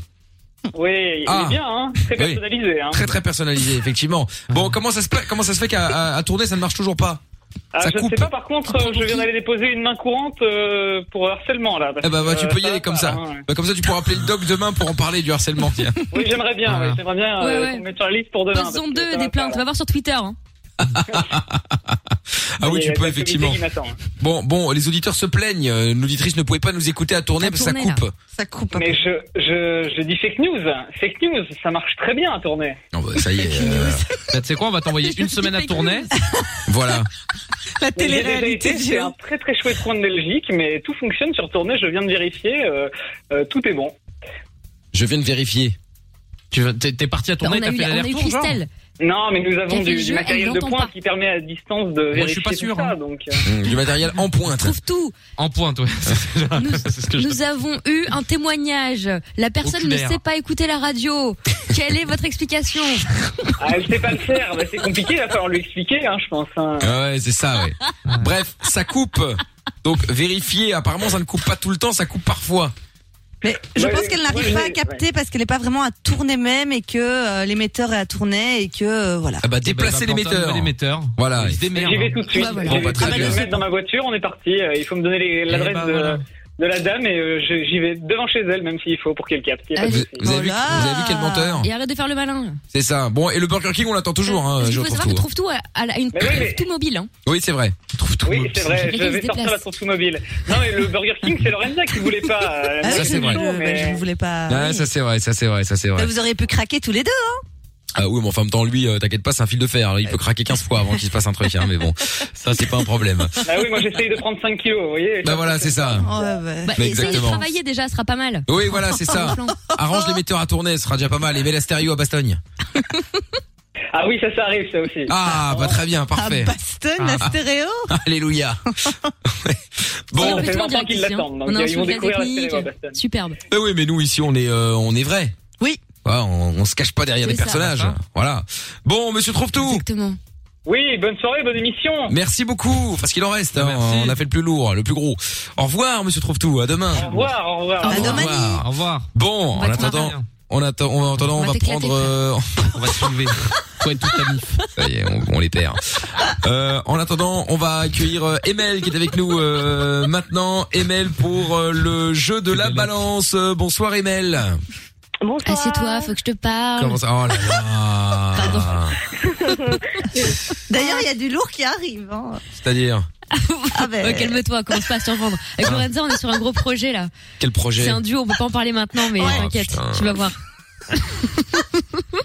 E: Oui, il
B: Ah.
E: est bien, hein Très
B: Oui.
E: personnalisé, hein
B: Très très personnalisé, effectivement. Bon, comment ça se pa- comment ça se fait qu'à à- à tourner ça ne marche toujours pas
E: Ah,
B: ça
E: je
B: coupe. hein
E: sais pas, par contre, euh, je viens d'aller déposer une main courante euh, pour harcèlement, là. parce
B: Eh bah, bah,
E: que,
B: tu
E: euh,
B: peux y
E: va
B: aller comme
E: pas,
B: ça.
E: hein, ouais.
B: Bah, comme ça tu pourras appeler le doc demain pour en parler du harcèlement. Tiens.
E: Oui, j'aimerais bien,
D: Ah.
E: ouais, j'aimerais bien
C: Ouais,
E: euh,
C: ouais.
E: qu'on mette sur la liste pour demain. parce
C: Saison
E: que ça
C: 2
E: va
C: des
E: pas,
C: plaintes,
E: là.
C: on va voir sur Twitter. hein.
B: Ah oui,
E: Il y a
B: tu
E: la
B: peux
E: communauté
B: effectivement.
E: qui m'attend, hein.
B: Bon, bon, les auditeurs se plaignent. Euh, L'auditrice ne pouvait pas nous écouter à tourner
C: À
B: parce que ça
C: tourner, là.
B: coupe.
F: Ça coupe.
E: Mais je, je, je dis fake news. Fake news, ça marche très bien à tourner.
B: Non, bah, ça y est. euh,
D: Bah, tu sais quoi, on va t'envoyer une semaine à tourner.
B: voilà.
E: Mais
F: La
E: j'ai déjà
F: télé-réalité
E: été, C'est un très très chouette coin de Belgique, mais tout fonctionne sur tournée. Je viens de vérifier, euh, euh, tout est bon.
B: Je viens de vérifier.
D: Tu vas- t'es t'es parti à
C: Bah, On
D: tourner,
C: a
D: t'as
C: eu
D: fait
C: la- on a eu
D: l'aller-retour. genre
C: Christelle.
E: Non, mais nous avons
C: Café
E: du,
C: le
E: du
C: jeu,
E: matériel
C: elle
E: de
C: l'entend
E: points
C: pas.
E: qui permet à distance de
D: je
E: vérifier
D: suis pas
E: tout
D: sûr,
E: ça.
D: hein.
E: Donc, euh,
B: Hum, Du matériel en pointe.
C: Trouve tout.
D: En pointe, ouais. C'est déjà-
C: Nous-
D: c'est ce que je.
C: Nous avons eu un témoignage. La personne ne
D: Oculaire.
C: sait pas écouter la radio. Quelle est votre explication
D: Mm.
E: ah, elle sait pas le faire. Bah, c'est compliqué. Il va falloir lui expliquer, hein, je pense. hein.
B: Ah ouais, c'est ça. Ouais. Bref, ça coupe. Donc vérifier. Apparemment, ça ne coupe pas tout le temps. Ça coupe parfois.
F: Mais je
E: Ouais,
F: pense qu'elle n'arrive
E: ouais,
F: pas à
E: ouais.
F: capter parce qu'elle n'est pas vraiment à tourner même et que euh, l'émetteur est à tourner et que euh, voilà.
B: Ah bah
D: Eh ben,
B: déplacer
D: va
B: les
D: planter un
B: metteurs.
D: nouvel émetteur.
B: Voilà.
D: Il se démerde,
E: J'y
D: hein.
E: vais tout de suite.
C: Bah, voilà.
E: Je
B: Bon, bah, très
E: vais
B: bien. bah,
E: me mettre dans ma voiture. On est parti. Euh, Il faut me donner les-
D: Eh
E: l'adresse
D: ben,
E: de,
D: voilà.
E: de la dame et euh, je- j'y vais devant chez elle, même s'il faut pour qu'elle capte. Il y a pas de
B: Vous,
E: souci.
B: vous avez vu,
F: Voilà.
B: vous avez vu
C: Ah.
B: quel menteur
C: Et arrête de faire le malin.
B: C'est ça. Bon, et le Burger King, on l'attend toujours, hein,
C: Parce qu'il
B: Euh, je
C: faut
B: trouve
C: savoir que
B: tout.
C: trouve tout à, à la- une
E: Mais oui, mais-
C: tout mobile. hein.
B: Oui, c'est vrai. Trouve tout.
E: Oui, c'est vrai,
C: Quelqu'un
E: je
C: qui
E: vais
C: se
E: sortir la
C: déplace.
E: source mobile. Non, mais le Burger King, c'est Lorenza qui voulait pas. euh,
F: Ah
B: ça,
F: oui,
B: c'est
F: je
B: vrai.
F: le sais, mais
E: Mais-
F: je ne voulais pas.
B: Ah,
F: oui.
B: ça c'est vrai, ça c'est vrai, ça c'est
F: Mais
B: vrai.
F: vous auriez pu craquer tous les deux. hein.
B: Ah oui, mais enfin, en même temps, lui, euh, t'inquiète pas, c'est un fil de fer. Il peut craquer 15 fois avant qu'il se passe un truc, hein, mais bon, ça c'est pas un problème.
E: Bah oui, moi j'essaye de prendre 5 kilos, vous voyez.
B: Bah voilà, c'est
F: hein.
B: ça.
F: Ouais, ouais.
C: Bah,
B: Mais
C: essaye de
B: exactement.
C: travailler déjà, ce sera pas mal.
B: Oui, voilà, c'est ça.
C: Plan.
B: Arrange les metteurs à tourner, ce sera déjà pas mal. Et mets la stéréo à Bastogne.
E: Ah oui, ça, ça arrive, ça aussi.
B: Ah, bah très bien,
F: Ah,
B: parfait.
F: Baston, la stéréo.
B: Alléluia.
C: Et
B: Bon,
C: on
E: ça
C: fait
E: fait
C: tout en
E: longtemps
C: direct
E: qu'ils
C: ici, hein.
E: l'attendent, donc
C: On a un
E: ils vont
C: suivi de la
E: découvrir la télé,
C: technique.
E: Bastien.
C: Superbe.
B: bah oui, mais nous ici, on est, euh, on est vrai.
F: Oui.
B: Voilà, on, on se cache pas derrière
C: C'est
B: des
C: ça.
B: personnages. Voilà. Bon, Monsieur trouve tout.
C: Exactement.
E: Oui, bonne soirée, bonne émission.
B: Merci beaucoup, parce qu'il en reste. hein.
D: Merci.
B: On a fait le plus lourd, le plus gros. Au revoir, Monsieur trouve tout. À demain.
E: Au revoir, au revoir.
F: Ah,
B: Au
F: dommage.
B: revoir.
D: Au revoir.
B: Bon,
C: On
B: en
C: va te
B: attendant,
D: marrer.
B: on attend, on, en attendant, on,
C: On va
B: va
C: t'éclater,
B: prendre, euh,
D: On va te soulever. Toi et toute ta mif.
B: ça y est, on, on les perd. Euh, en attendant, on va accueillir euh, Emel qui est avec nous euh, maintenant. Emel pour euh, le jeu de la balance. Euh, bonsoir Emel.
I: Bonsoir.
C: Assieds-toi, faut que je te parle.
B: Comment ça Oh là là.
F: D'ailleurs, il y a du lourd qui arrive. hein.
B: C'est-à-dire
F: Ah, ben,
C: Ouais, Euh, Calme-toi, commence pas à surprendre.
B: Ah.
C: Avec Lorenza, on est sur un gros projet là.
B: quel projet
C: C'est un duo, on peut pas en parler maintenant, mais
B: Ouais.
C: t'inquiète,
B: Ah, putain.
C: tu vas voir.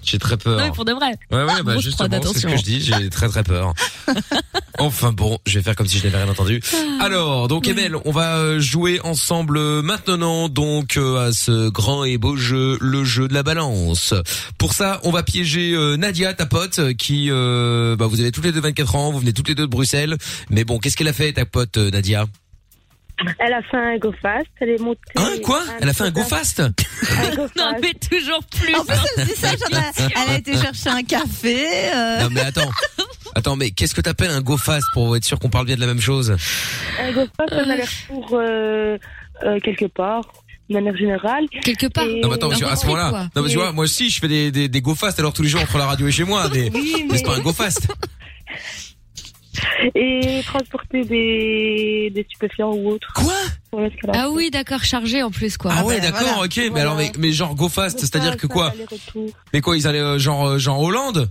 B: J'ai très
C: Non, mais
B: peur.
C: pour de vrai.
B: Ouais, ouais, bah
C: Grosse
B: justement,
C: prod,
B: c'est ce que je
C: attention.
B: dis, j'ai très très peur. enfin bon, je vais faire comme si je n'avais rien entendu. Alors, donc Emel, on va euh, jouer ensemble euh, maintenant donc euh, à ce grand et beau jeu, le jeu de la balance. Pour ça, on va piéger euh, Nadia, ta pote, euh, qui, euh, bah, vous avez toutes les deux 24 ans, vous venez toutes les deux de Bruxelles. Mais bon, qu'est-ce qu'elle a fait, ta pote euh, Nadia
I: Elle a fait un go fast, elle est montée.
B: Hein, quoi Elle a fait un go fast
C: Non, mais toujours plus.
F: En plus, elle dit ça, genre, elle- elle a été chercher un café. euh,
B: Non mais attends. Attends, mais qu'est-ce que t'appelles un go fast pour être sûr qu'on parle bien de la même chose
I: Un go fast, on a l'air pour euh, euh, quelque part, de manière générale.
C: Quelque part
B: Non mais attends, parce que à ce moment-là, non mais tu vois, moi aussi je fais des, des, des go fast alors tous les jours entre la radio et chez moi, mais,
I: Oui,
B: mais c'est
I: mais-
B: pas un go fast.
I: Et transporter des, des stupéfiants ou autre.
B: Quoi
C: Ah oui, d'accord, chargé en plus quoi.
B: Ah ouais, d'accord, ok, mais alors mais, mais genre go fast, c'est-à-dire que quoi
I: Aller-retour.
B: Mais quoi, ils allaient euh, genre euh, genre Hollande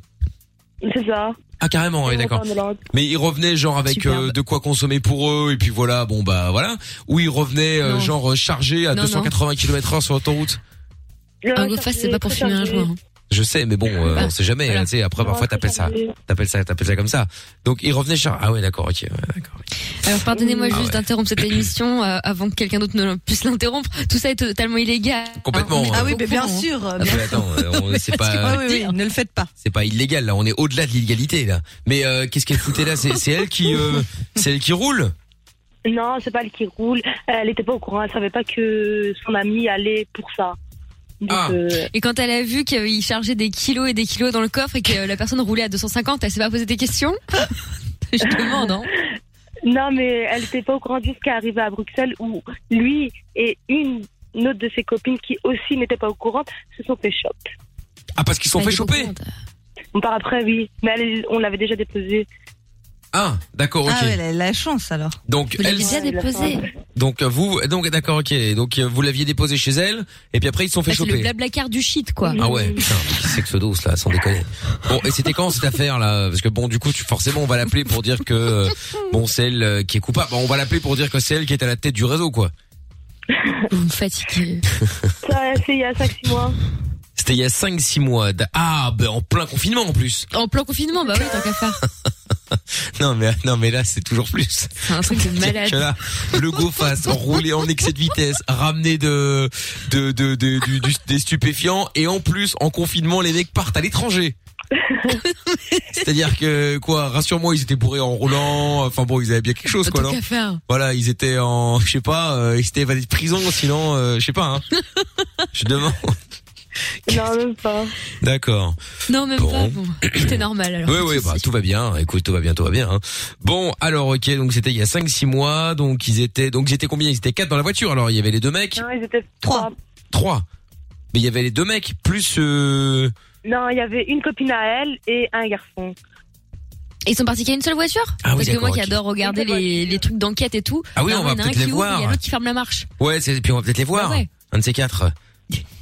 I: C'est ça.
B: Ah carrément, oui, d'accord.
I: On va en Hollande.
B: Mais ils revenaient genre avec euh, de quoi consommer pour eux et puis voilà, bon bah voilà, ou ils revenaient euh,
C: Non.
B: genre euh, chargés à
C: Non, non.
B: 280 km/h sur l'autoroute.
C: Un Ah, go fast, c'est pas pour fumer un joint. hein.
B: Je sais, mais bon, euh, on sait jamais. Tu sais, après, parfois, t'appelles ça, t'appelles ça, t'appelles ça comme ça. Donc, il revenait char. Ah ouais, d'accord, ok. ouais, d'accord.
C: Alors pardonnez-moi
B: Ah
C: juste
B: ouais.
C: d'interrompre cette émission euh, avant que quelqu'un d'autre ne puisse l'interrompre. Tout ça est totalement illégal.
B: Complètement,
C: hein.
B: Ah
C: On
B: oui,
C: est
F: mais
C: au
F: bien
C: courant,
F: sûr, Ah
C: hein.
B: Ah, mais attends, euh, on- c'est pas,
F: oui, oui, ne le faites pas.
B: c'est pas illégal là. On est au-delà de l'illégalité là. Mais euh, qu'est-ce qu'elle foutait là C'est c'est elle qui, euh, c'est elle qui roule.
I: Non, c'est pas elle qui roule. Elle était pas au courant. Elle savait pas que son ami allait pour ça. Donc,
B: Ah.
I: euh,
C: Et quand elle a vu qu'il chargeait des kilos et des kilos dans le coffre et que euh, la personne roulait à 250, elle s'est pas posé des questions Je demande, hein.
I: non, mais elle était pas au courant jusqu'à arriver à Bruxelles où lui et une, une autre de ses copines qui aussi n'était pas au courant se sont fait choper.
B: Ah parce qu'ils se sont fait choper.
I: On part après, oui. Mais elle- on l'avait déjà déposée.
B: Ah, d'accord, ok.
F: Ah ouais, elle a la chance alors.
B: Donc elle,
C: déposée.
B: donc euh, vous, donc d'accord, ok. Donc euh, vous l'aviez déposé chez elle, et puis après ils se sont fait
C: Bah, c'est le
B: choper.
C: blablacar du shit, quoi.
B: Ah ouais, putain, mais qui c'est que ce dos là, sans déconner. Bon, et c'était quand cette affaire là Parce que bon, du coup, tu, forcément, on va l'appeler pour dire que euh, bon, c'est elle euh, qui est coupable. Bon, on va l'appeler pour dire que c'est elle qui est à la tête du réseau, quoi.
C: Vous me fatiguez.
I: Ça, c'est il y a 5-6 mois.
B: C'était il y a 5-6 mois. d- Ah, ben en plein confinement en plus.
C: En plein confinement, bah oui, tant qu'à faire.
B: Non mais non mais là, c'est toujours plus.
C: C'est un truc de
B: C'est-à-dire
C: malade.
B: Que là, le go fast, rouler en excès de vitesse, ramener de, de, de, de- du- du- des stupéfiants et en plus en confinement les mecs partent à l'étranger. C'est-à-dire que quoi, rassure-moi, ils étaient bourrés en roulant. Enfin bon, ils avaient bien quelque chose quoi,
C: Tant
B: non
C: qu'à faire.
B: Voilà, ils étaient en, je sais pas, euh, ils étaient évadés de prison, sinon, euh, je sais pas. Hein. Je demande.
I: Non, même pas.
B: D'accord.
C: Non, même
B: Bon.
C: pas. Bon. C'était normal, alors.
B: Oui, oui, bah, tout va bien. Écoute, tout va bien, tout va bien. hein. Bon, alors, ok, donc c'était il y a 5-6 mois, donc ils étaient, donc ils étaient combien Ils étaient 4 dans la voiture, alors il y avait les deux mecs,
I: Non, ils étaient trois.
B: 3. Mais il y avait les deux mecs, plus... Euh...
I: Non, il y avait une copine à elle et un garçon.
C: Ils sont partis qu'à une seule voiture
B: Ah oui,
C: Parce que
B: d'accord,
C: moi qui
B: ok.
C: adore regarder les, les trucs d'enquête et tout.
B: Ah oui,
C: bah,
B: on va
C: il y en a un
B: peut-être
C: qui
B: les
C: ouvre, Il y a
B: voir.
C: l'autre qui ferme la marche.
B: Ouais, c'est- puis on va peut-être les voir.
C: ouais.
B: Un de ces quatre.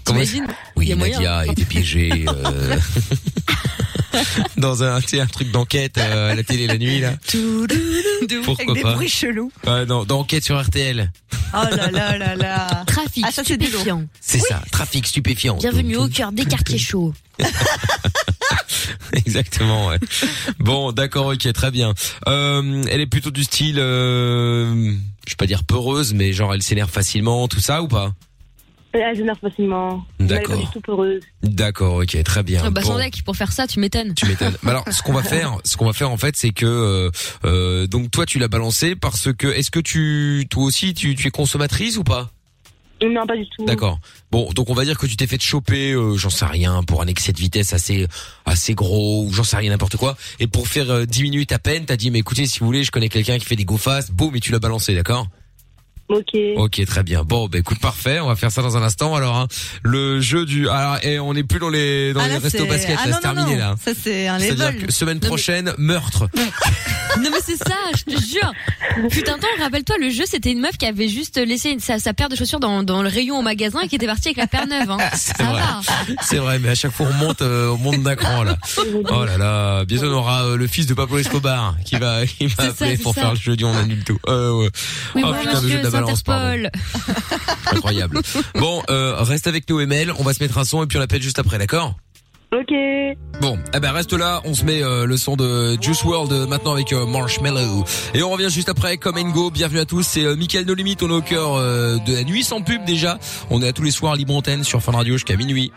B: Comment-
C: T'imagines
B: Oui,
C: Il y a moyen. hein.
B: Nadia, il était piégé. euh, Dans un, tu sais, un truc d'enquête euh, à la télé la nuit, là. Pourquoi
F: Avec des
B: pas
F: bruits chelous.
B: Ouais, non, d'enquête sur RTL.
F: Oh là là là là.
C: Trafic,
F: Ah, ça, c'est du lourd.
C: stupéfiant.
B: C'est ça, trafic stupéfiant.
C: Bienvenue au cœur des quartiers chauds.
B: Exactement, ouais. Bon, d'accord, ok, très bien. Euh, elle est plutôt du style, euh, je vais pas dire peureuse, mais genre elle s'énerve facilement, tout ça ou pas
I: Elle s'énerve facilement.
B: D'accord.
I: Elle est pas du tout heureuse.
B: D'accord, ok, très bien.
C: Ah bah
B: Bon.
C: sans deck, pour faire ça, tu m'étonnes.
B: Tu m'étonnes. Mais alors, ce qu'on va faire, ce qu'on va faire en fait, c'est que euh, euh, donc toi tu l'as balancé parce que est-ce que tu toi aussi tu, tu es consommatrice ou pas
I: Non, pas du tout.
B: D'accord. Bon, donc on va dire que tu t'es fait choper, euh, j'en sais rien, pour un excès de vitesse assez assez gros, ou j'en sais rien, n'importe quoi. Et pour faire euh, 10 minutes à peine, t'as dit, mais écoutez, si vous voulez, je connais quelqu'un qui fait des go fast, boum, et tu l'as balancé, d'accord
I: Ok.
B: Ok, très bien. Bon, bah écoute, parfait, on va faire ça dans un instant. Alors, hein, le jeu du... Alors, et on n'est plus dans les dans
F: Ah,
B: les
F: là,
B: restos
F: c'est-
B: basket,
F: Ah
B: là,
F: non,
B: c'est
F: non,
B: terminé,
F: non.
B: là.
F: Ça, c'est un
B: C'est-à-dire
F: level.
B: que semaine prochaine, meurtre.
C: Non mais c'est ça, je te jure. Putain, temps, rappelle-toi, le jeu c'était une meuf qui avait juste laissé une- sa, sa paire de chaussures dans, dans le rayon au magasin et qui était partie avec la paire neuve. Hein.
B: C'est
C: Ça
B: vrai. Oh,
C: va.
B: C'est vrai, mais à chaque fois on monte, euh, on monte d'un cran là. Oh là là, bientôt on aura euh, le fils de Pablo Escobar hein, qui va,
C: C'est
B: il va
C: ça,
B: appeler
C: c'est
B: pour
C: ça.
B: faire le jeu du on annule tout. Euh, ouais.
C: Oui,
B: oh
C: voilà,
B: putain, le jeu de la
C: monsieur
B: balance, pardon.
C: Interpol.
B: Incroyable. Bon, euh, reste avec nous Emel, on va se mettre un son et puis on l'appelle juste après, d'accord
I: Ok.
B: Bon, eh ben reste là, on se met euh, le son de Juice World maintenant avec euh, Marshmallow. Et on revient juste après, comme and go, bienvenue à tous, c'est euh, Mickaël No Limite, on est au cœur euh, de la nuit sans pub déjà. On est à tous les soirs libre antenne sur Fun Radio jusqu'à minuit.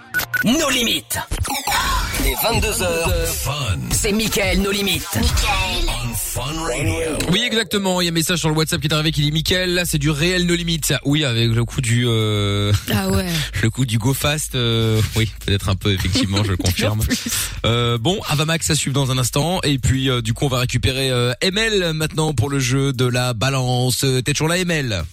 A: Nos limites. Les 22h,
B: Fun.
A: c'est Michael, nos limites.
G: Michael,
B: Oui, exactement. Il y a un message sur le WhatsApp qui est arrivé qui dit Michael, là c'est du réel no limite ça. Oui, avec le coup du euh,
C: Ah ouais.
B: le coup du go fast. euh, oui, peut-être un peu effectivement, je le confirme. Euh, bon, Avamax à suivre dans un instant et puis euh, du coup on va récupérer euh, ML maintenant pour le jeu de la balance. Euh, T'es toujours là ML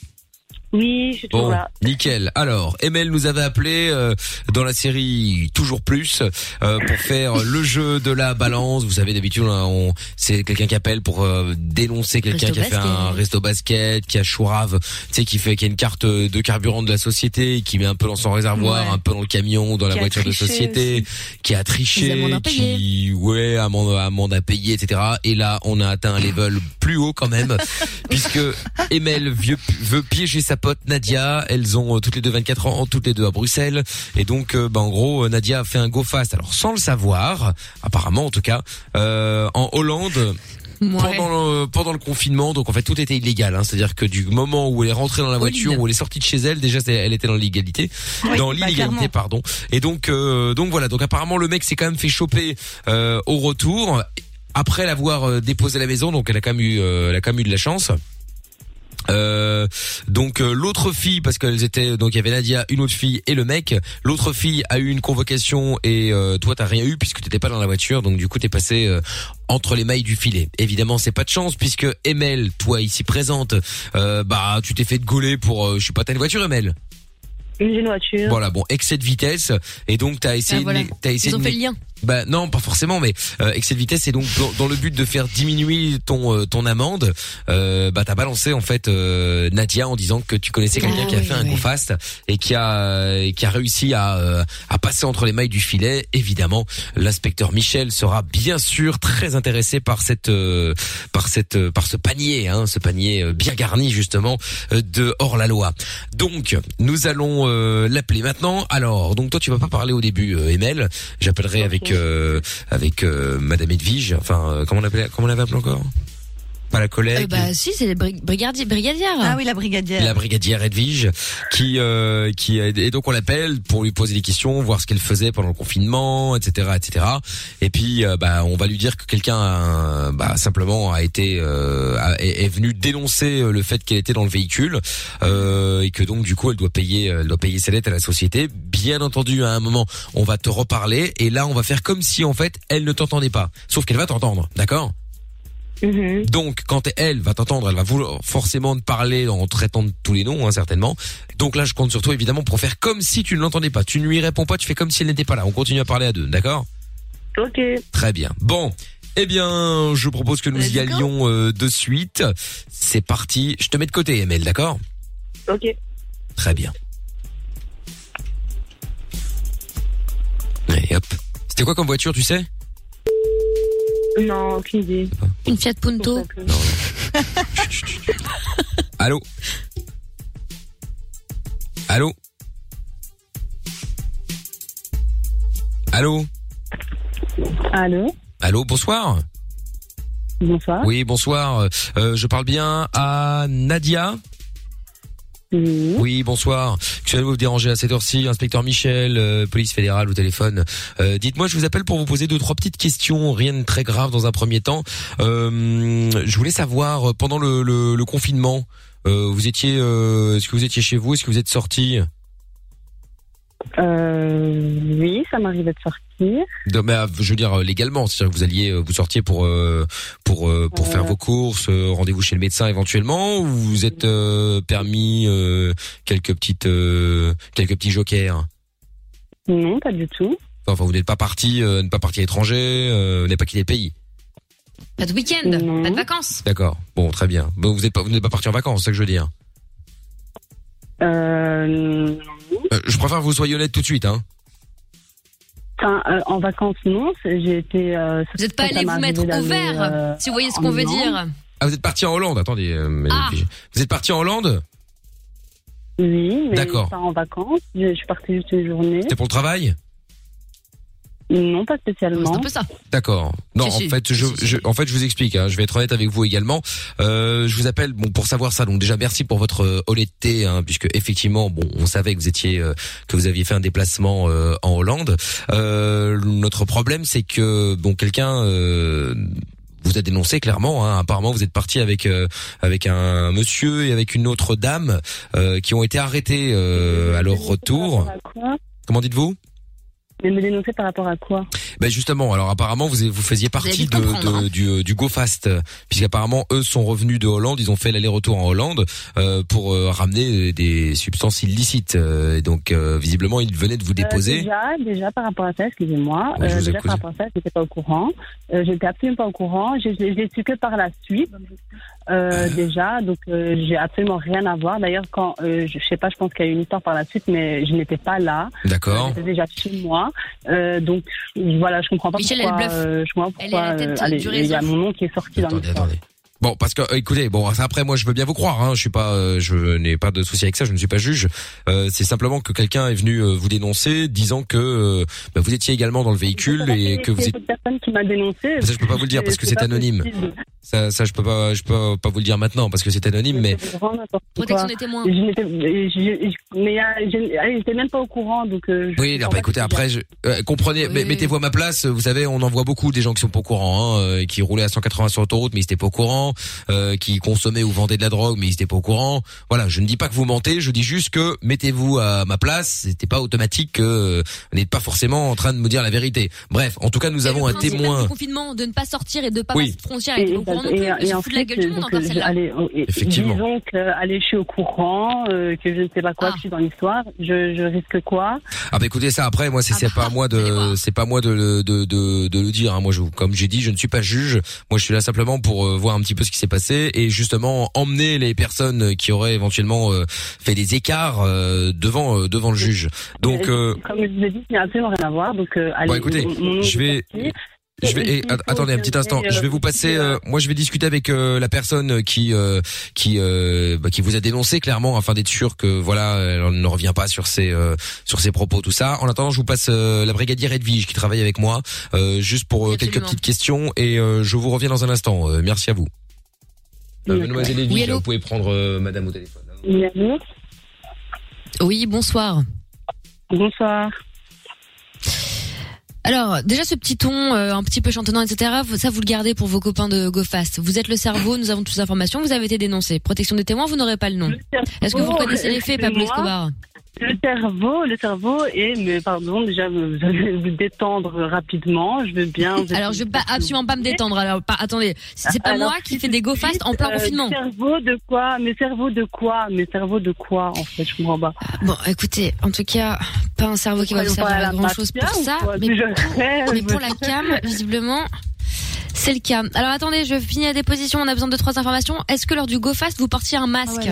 I: Oui, je suis toujours
B: Bon,
I: là.
B: nickel. Alors, ML nous avait appelé euh, dans la série Toujours Plus euh, pour faire le jeu de la balance. Vous savez, d'habitude, on, on- c'est quelqu'un qui appelle pour euh, dénoncer quelqu'un
K: Resto
B: qui a fait un
K: basket.
B: resto basket, qui a chourave, tu sais, qui fait qui a une carte de carburant de la société, qui met un peu dans son réservoir,
K: Ouais.
B: un peu dans le camion, dans la
K: Qui a
B: voiture de
K: triché
B: société, qui a
K: Des
B: triché,
K: amendes impayées.
B: qui ouais, amende, amende à payer, etc. Et là, on a atteint un level plus haut quand même, puisque Emel vieux- veut piéger sa pote Nadia. Elles ont euh, toutes les deux 24 ans, toutes les deux à Bruxelles. Et donc, euh, bah, en gros, euh, Nadia a fait un go fast. Alors, sans le savoir, apparemment en tout cas, euh, en Hollande. Pendant le, pendant le confinement, donc en fait tout était illégal. Hein, C'est-à-dire que du moment où elle est rentrée dans la voiture, où elle est sortie de chez elle, déjà c'est- elle était dans l'illégalité,
K: Oui,
B: dans
K: bah,
B: l'illégalité
K: clairement.
B: pardon. Et donc euh, donc voilà. Donc apparemment le mec s'est quand même fait choper euh, au retour après l'avoir euh, déposé à la maison. Donc elle a quand même eu euh, elle a quand même eu de la chance. Euh, donc euh, l'autre fille parce qu'elles étaient donc il y avait Nadia une autre fille et le mec l'autre fille a eu une convocation et euh, toi t'as rien eu puisque t'étais pas dans la voiture donc du coup t'es passé euh, entre les mailles du filet évidemment c'est pas de chance puisque Emel toi ici présente euh, bah tu t'es fait gauler pour euh, je suis pas t'as une voiture Emel
I: J'ai une voiture.
B: voilà, bon, excès de vitesse. Et donc, t'as essayé,
I: Ah, voilà.
B: de, né- t'as essayé
I: Ils ont
B: de
I: fait
B: né-
I: le lien.
B: Bah non, pas forcément, mais euh, excès de vitesse. Et donc, dans, dans le but de faire diminuer ton euh, ton amende, euh, bah t'as balancé en fait euh, Nadia en disant que tu connaissais
I: Ah
B: quelqu'un qui a fait un coup fast et qui a euh, qui a réussi à euh, à passer entre les mailles du filet. Évidemment, l'inspecteur Michel sera bien sûr très intéressé par cette euh, par cette euh, par ce panier, hein, ce panier euh, bien garni justement euh, de hors la loi. Donc, nous allons euh, l'appeler maintenant. Alors, donc toi, tu vas pas parler au début, euh, Emel. J'appellerai avec euh, avec euh, Madame Edwige. Enfin, euh, comment on l'appelait Comment on l'avait appelée encore Pas la collègue.
C: Euh, bah si, c'est les bri- brigadi- brigadières.
F: Ah oui, la brigadière.
B: La brigadière Edwige, qui euh, qui a- et donc on l'appelle pour lui poser des questions, voir ce qu'elle faisait pendant le confinement, etc., etc. Et puis euh, bah on va lui dire que quelqu'un a, bah, simplement a été euh, a- est, est venu dénoncer euh, le fait qu'elle était dans le véhicule euh, et que donc du coup elle doit payer elle doit payer ses lettres à la société. Bien entendu, à un moment on va te reparler et là on va faire comme si en fait elle ne t'entendait pas, sauf qu'elle va t'entendre, d'accord donc, quand elle va t'entendre, elle va vouloir forcément te parler en traitant de tous les noms, hein, certainement. Donc là, je compte sur toi, évidemment, pour faire comme si tu ne l'entendais pas. Tu ne lui réponds pas, tu fais comme si elle n'était pas là. On continue à parler à deux, d'accord
I: Ok.
B: Très bien. Bon, eh bien, je propose que nous y allions euh, de suite. C'est parti. Je te mets de côté, Emel, d'accord
I: Ok.
B: Très bien. Et hop. C'était quoi comme voiture, tu sais
I: Non, aucune idée.
C: Une Fiat Punto.
B: Allô Allô Allô
I: Allô
B: Allô, bonsoir
I: Bonsoir.
B: Oui, bonsoir. Euh, je parle bien à Nadia
I: Oui.
B: bonsoir. Je vais vous déranger à cette heure-ci, inspecteur Michel, euh, police fédérale au téléphone. Euh, Dites-moi, je vous appelle pour vous poser deux, trois petites questions, rien de très grave dans un premier temps. Euh, je voulais savoir, euh, pendant le, le- le confinement, euh, vous étiez, euh, est-ce que vous étiez chez vous, est-ce que vous êtes sorti
I: Euh, oui, ça m'arrivait de sortir.
B: Non, mais, ah, je veux dire euh, légalement, c'est-à-dire que vous alliez, euh, vous sortiez pour euh, pour euh, pour faire vos courses, euh, rendez-vous chez le médecin éventuellement, ou vous vous êtes euh, permis euh, quelques petites euh, quelques petits jokers.
I: Non, pas du tout.
B: Enfin, vous n'êtes pas parti, euh, ne pas parti à l'étranger, euh, vous n'êtes pas quitté le pays.
C: Pas de week-end, pas de vacances.
B: D'accord. Bon, très bien. Bon, vous n'êtes pas, vous n'êtes pas parti en vacances, c'est ça que je veux dire.
I: Euh,
B: Euh, je préfère que vous soyez honnête tout de suite, hein.
I: enfin, euh, en vacances, non. c'est- J'ai été. euh,
C: Vous n'êtes pas
I: ça
C: allé vous
I: m'est
C: mettre
I: arrivé
C: au
I: d'aller,
C: vert,
I: euh,
C: si vous voyez ce
I: en
C: qu'on veut
I: Hollande.
C: dire.
B: Ah, vous êtes parti en Hollande. Attendez. euh, mais-
C: Ah.
B: Vous êtes parti en Hollande.
I: Oui, mais
B: D'accord.
I: pas en vacances. Je, je suis partie juste une journée.
B: C'était pour le travail.
I: Non, pas spécialement. C'est un
C: peu ça.
B: D'accord. Non,
I: Si,
B: en
I: si.
B: fait, je, je- en fait, je vous explique. hein. je vais être honnête avec vous également. Euh, je vous appelle bon pour savoir ça. Donc déjà, merci pour votre euh, honnêteté, hein, puisque effectivement, bon, on savait que vous étiez, euh, que vous aviez fait un déplacement euh, en Hollande. Euh, notre problème, c'est que bon, quelqu'un. euh, vous a dénoncé clairement. hein. Apparemment, vous êtes parti avec euh, avec un monsieur et avec une autre dame euh, qui ont été arrêtés euh, à leur retour.
I: Quoi
B: Comment dites-vous
I: Mais me dénoncer par rapport à quoi
B: Ben justement, alors apparemment vous vous faisiez partie
I: vite
B: de,
I: comprendre,
B: de- du, du Go Fast, euh, puisqu'apparemment eux sont revenus de Hollande, ils ont fait l'aller-retour en Hollande euh, pour euh, ramener des substances illicites. euh, et donc euh, visiblement ils venaient de vous
I: Euh,
B: déposer.
I: déjà, déjà, par rapport à ça, excusez-moi.
B: Oui, je
I: euh,
B: vous
I: déjà,
B: écoute.
I: par rapport à ça, j'étais pas au courant. Euh, j'étais absolument pas au courant. Je, je, je l'ai su que par la suite. Euh, déjà, donc euh, j'ai absolument rien à voir. D'ailleurs, quand euh, je, je sais pas, je pense qu'il y a eu une histoire par la suite, mais je n'étais pas là.
B: D'accord.
I: J'étais déjà chez moi. Euh, donc je- voilà, je comprends pas
C: Michel,
I: pourquoi. euh,
C: elle bluffe.
I: je comprends pas
C: Elle est
I: pourquoi.
C: à la tête
I: euh, allez,
C: du
I: il y a
C: réseau.
I: mon nom qui est sorti dans l'histoire.
B: Bon, parce que euh, écoutez, bon après moi je veux bien vous croire, hein, je suis pas, euh, je n'ai pas de souci avec ça, je ne suis pas juge. Euh, c'est simplement que quelqu'un est venu euh, vous dénoncer, disant que euh, bah, vous étiez également dans le véhicule et que vous
I: C'est
B: étiez
I: cette personne qui m'a dénoncé.
B: Ça, je peux pas vous le dire parce que c'est
I: pas
B: anonyme.
I: possible.
B: Ça, ça, je peux pas, je peux pas vous le dire maintenant parce que c'est anonyme, mais
I: Grand n'importe
C: Protection
I: quoi.
C: des témoins.
I: Je n'étais- je- je- mais euh, je- allez, j'étais même pas au courant, donc. euh, je-
B: oui, non, bah, écoutez, après, je, euh, comprenez, mais mettez-vous à ma place. Vous savez, on en voit beaucoup des gens qui sont pas au courant, hein, euh, et qui roulaient à 180 sur l'autoroute, mais ils étaient pas au courant, euh, qui consommaient ou vendaient de la drogue, mais ils étaient pas au courant. Voilà, je ne dis pas que vous mentez, je dis juste que mettez-vous à ma place. C'était pas automatique que euh, vous n'êtes pas forcément en train de me dire la vérité. Bref, en tout cas, nous avons un
C: principe même
B: témoin.
C: du confinement, de ne pas sortir et de pas
B: Oui.
C: passer de frontières. Elle était au courant non plus.
I: et-
C: Elle
I: et
C: se
I: en
C: fout de la
I: fait,
C: gueule du monde
I: donc,
C: encore
I: je-
C: celle-là.
I: allez, oh, et-
B: Effectivement.
I: Disons que, euh, allez, je suis au courant, euh, que je ne sais pas
C: Ah.
I: quoi, que je suis dans l'histoire, je, je risque quoi
B: Ah bah écoutez ça après moi c'est c'est pas à moi de c'est pas à moi de de de, de le dire hein. moi je comme j'ai dit je ne suis pas juge moi je suis là simplement pour euh, voir un petit peu ce qui s'est passé et justement emmener les personnes qui auraient éventuellement euh, fait des écarts euh, devant euh, devant le juge donc euh,
I: Comme je vous ai dit, il n'y a absolument rien à voir, donc, euh, allez.
B: bon écoutez
I: mon- mon nom
B: je vais
I: est sorti.
B: je vais eh, att- attendez un petit instant. Je vais vous passer. euh, moi, je vais discuter avec euh, la personne qui euh, qui euh, bah, qui vous a dénoncé clairement afin d'être sûr que voilà, elle ne revient pas sur ses euh, sur ses propos tout ça. En attendant, je vous passe euh, la brigadière Edwige qui travaille avec moi euh, juste pour euh, quelques petites questions et euh, je vous reviens dans un instant. Euh, merci à vous. Euh, mademoiselle Edwige,
C: Oui, allô
B: vous pouvez prendre euh, Madame au téléphone.
C: Oui, bonsoir.
I: Bonsoir.
C: Alors, déjà ce petit ton euh, un petit peu chantonnant, etc., vous- ça vous le gardez pour vos copains de GoFast. Vous êtes le cerveau, nous avons toutes les informations, vous avez été dénoncé. Protection des témoins, vous n'aurez pas le nom. Est-ce que vous
I: cerveau,
C: connaissez les faits, Pablo Escobar
I: excusez-moi. Le cerveau, le cerveau est, mais pardon, déjà, vous vous allez vous détendre rapidement, je veux bien. vous-
C: Alors, je vais pas, absolument pas me détendre. Alors, pas, attendez, c'est pas
I: Alors,
C: moi qui fais des GoFast en plein
I: Euh,
C: confinement.
I: cerveau de quoi Mais cerveau de quoi Mais cerveau de quoi En fait, je comprends pas.
C: Bon, écoutez, en tout cas, pas un cerveau qui va vous
I: Croyons pas
C: servir
I: à
C: à
I: la
C: grand chose
I: mafia
C: pour
I: ou
C: ça,
I: quoi
C: mais
I: Je
C: pour,
I: rêve.
C: mais pour la cam, visiblement, c'est le cas. Alors attendez, je finis la déposition, on a besoin de trois informations. Est-ce que lors du GoFast, vous portiez un masque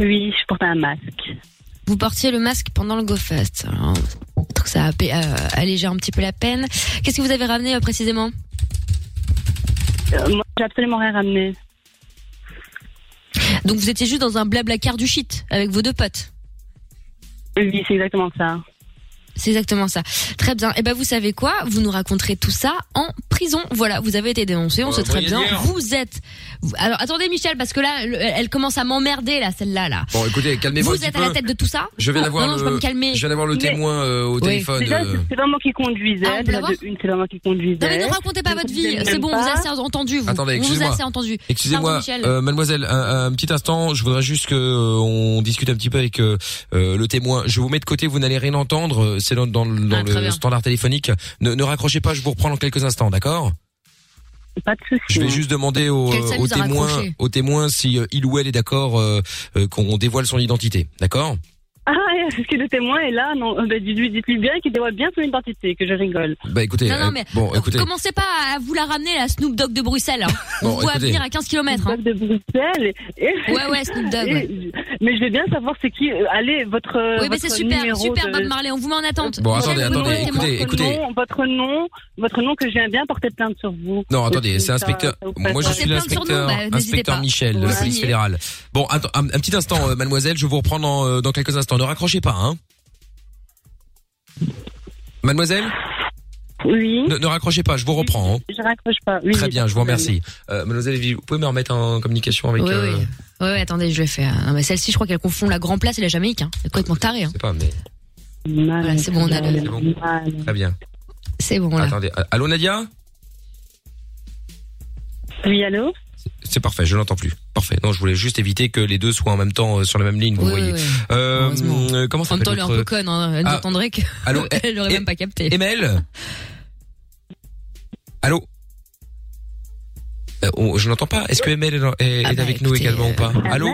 I: Oui, je portais un masque.
C: Vous portiez le masque pendant le GoFast. Alors, peut-être que ça a pa- euh, allégé un petit peu la peine. Qu'est-ce que vous avez ramené euh, précisément
I: Euh, moi, j'ai absolument rien ramené.
C: Donc vous étiez juste dans un blabla car du shit avec vos deux potes.
I: Oui, c'est exactement ça.
C: C'est exactement ça. Très bien. Et ben vous savez quoi Vous nous raconterez tout ça en prison. Voilà, vous avez été dénoncé, on
K: Euh,
C: sait très bien.
K: brigadier.
C: Vous êtes. vous- Alors attendez Michel parce que là, le- elle commence à m'emmerder là, celle-là là.
B: Bon, écoutez, calmez-vous un
C: Vous
B: petit
C: êtes
B: peu.
C: à la tête de tout ça
B: Je viens d'avoir
C: Non, non, je vais
B: le-
C: me calmer.
B: je viens d'avoir le témoin euh, au téléphone.
I: Déjà,
B: euh.
I: c'est pas moi qui conduisais.
C: Ah, on peut
I: déjà,
C: l'avoir
I: de une, c'est pas moi qui conduisais.
C: Non mais ne racontez pas votre vie. C'est bon, on vous a assez entendu. Vous.
B: Attendez,
C: on vous a
B: excusez-moi.
C: assez entendu. Pardon,
B: Excusez-moi,
C: Michel.
B: euh, mademoiselle, un, un petit instant. Je voudrais juste que euh, on discute un petit peu avec euh, euh, le témoin. Je vous mets de côté, vous n'allez rien entendre. euh, C'est dans, dans, le- dans
I: Ah, très
B: le
I: bien.
B: standard téléphonique. Ne, ne raccrochez pas, je vous reprends dans quelques instants, d'accord
I: Pas de souci. hein.
B: Je vais juste demander au,
I: Quelle salle
B: au
I: nous a
B: témoin,
I: raccroché
B: au témoin si euh, il ou elle est d'accord euh, euh, qu'on dévoile son identité, d'accord
I: Ah, est-ce que le témoin est là Non, euh, bah, dites-lui dites-lui bien qu'il dévoile bien son identité, que je rigole.
B: Bah écoutez,
C: Non, non,
B: euh,
C: mais-
B: bon, écoutez.
C: Commencez pas à vous la ramener la Snoop Dogg de Bruxelles. hein. On
B: Bon,
C: vous voit
B: écoutez.
C: venir à 15 km.
I: Snoop Dogg de Bruxelles. Et...
C: Ouais, ouais, Snoop Dogg,
I: et-
C: ouais.
I: Mais je vais bien savoir c'est qui. euh, Allez, votre. euh,
C: Oui, mais c'est
I: votre
C: super,
I: numéro
C: super,
I: de-
C: Bob Marley. On vous met en attente.
B: Bon, attendez,
I: Votre
B: attendez,
I: nom,
B: écoutez,
I: votre
B: écoutez.
I: nom, votre nom, votre nom que je viens bien porter plainte sur vous.
B: Non, attendez,
I: Aussi,
B: c'est
I: ça-
B: inspecteur.
I: ça vous passe
B: Moi, je
I: pas.
B: suis
C: bah,
B: l'inspecteur, inspecteur Michel de la
I: Ouais.
B: police fédérale. Bon, attends, un, un petit instant, euh, mademoiselle, je vous reprends dans, euh, dans quelques instants. Ne raccrochez pas, hein. Mademoiselle.
I: Oui.
B: Ne, ne raccrochez pas, je vous reprends. hein.
I: Je raccroche pas. Oui,
B: Très
I: oui,
B: bien,
I: pas
B: je vous
I: de problème.
B: remercie. Euh, mademoiselle, vous pouvez me remettre en communication avec.
C: Oui,
B: euh,
C: oui. Ouais, ouais, attendez, je l'ai fait. Non, mais celle-ci, je crois qu'elle confond la Grand Place et la Jamaïque. Hein. C'est complètement taré. Hein.
B: je sais pas, mais
C: Voilà, c'est bon, on a le.
B: C'est bon. très bien.
C: C'est bon, là.
B: Attendez, a- allô Nadia.
I: Oui, allô
B: C'est parfait, je l'entends plus. Parfait. Non, je voulais juste éviter que les deux soient en même temps euh, sur la même ligne, vous
C: Oui,
B: voyez.
C: oui, oui.
B: Euh, euh, comment
C: En même temps, elle est
B: s'appelle
C: un peu
B: notre-
C: conne, hein. elle nous
B: Ah.
C: entendrait que.
B: Allô, eh,
C: elle l'aurait même pas capté.
B: Emel Allô Euh, on- Je n'entends pas. Est-ce que Emel est, dans- est-
I: Ah bah
B: est avec nous également ou pas Allô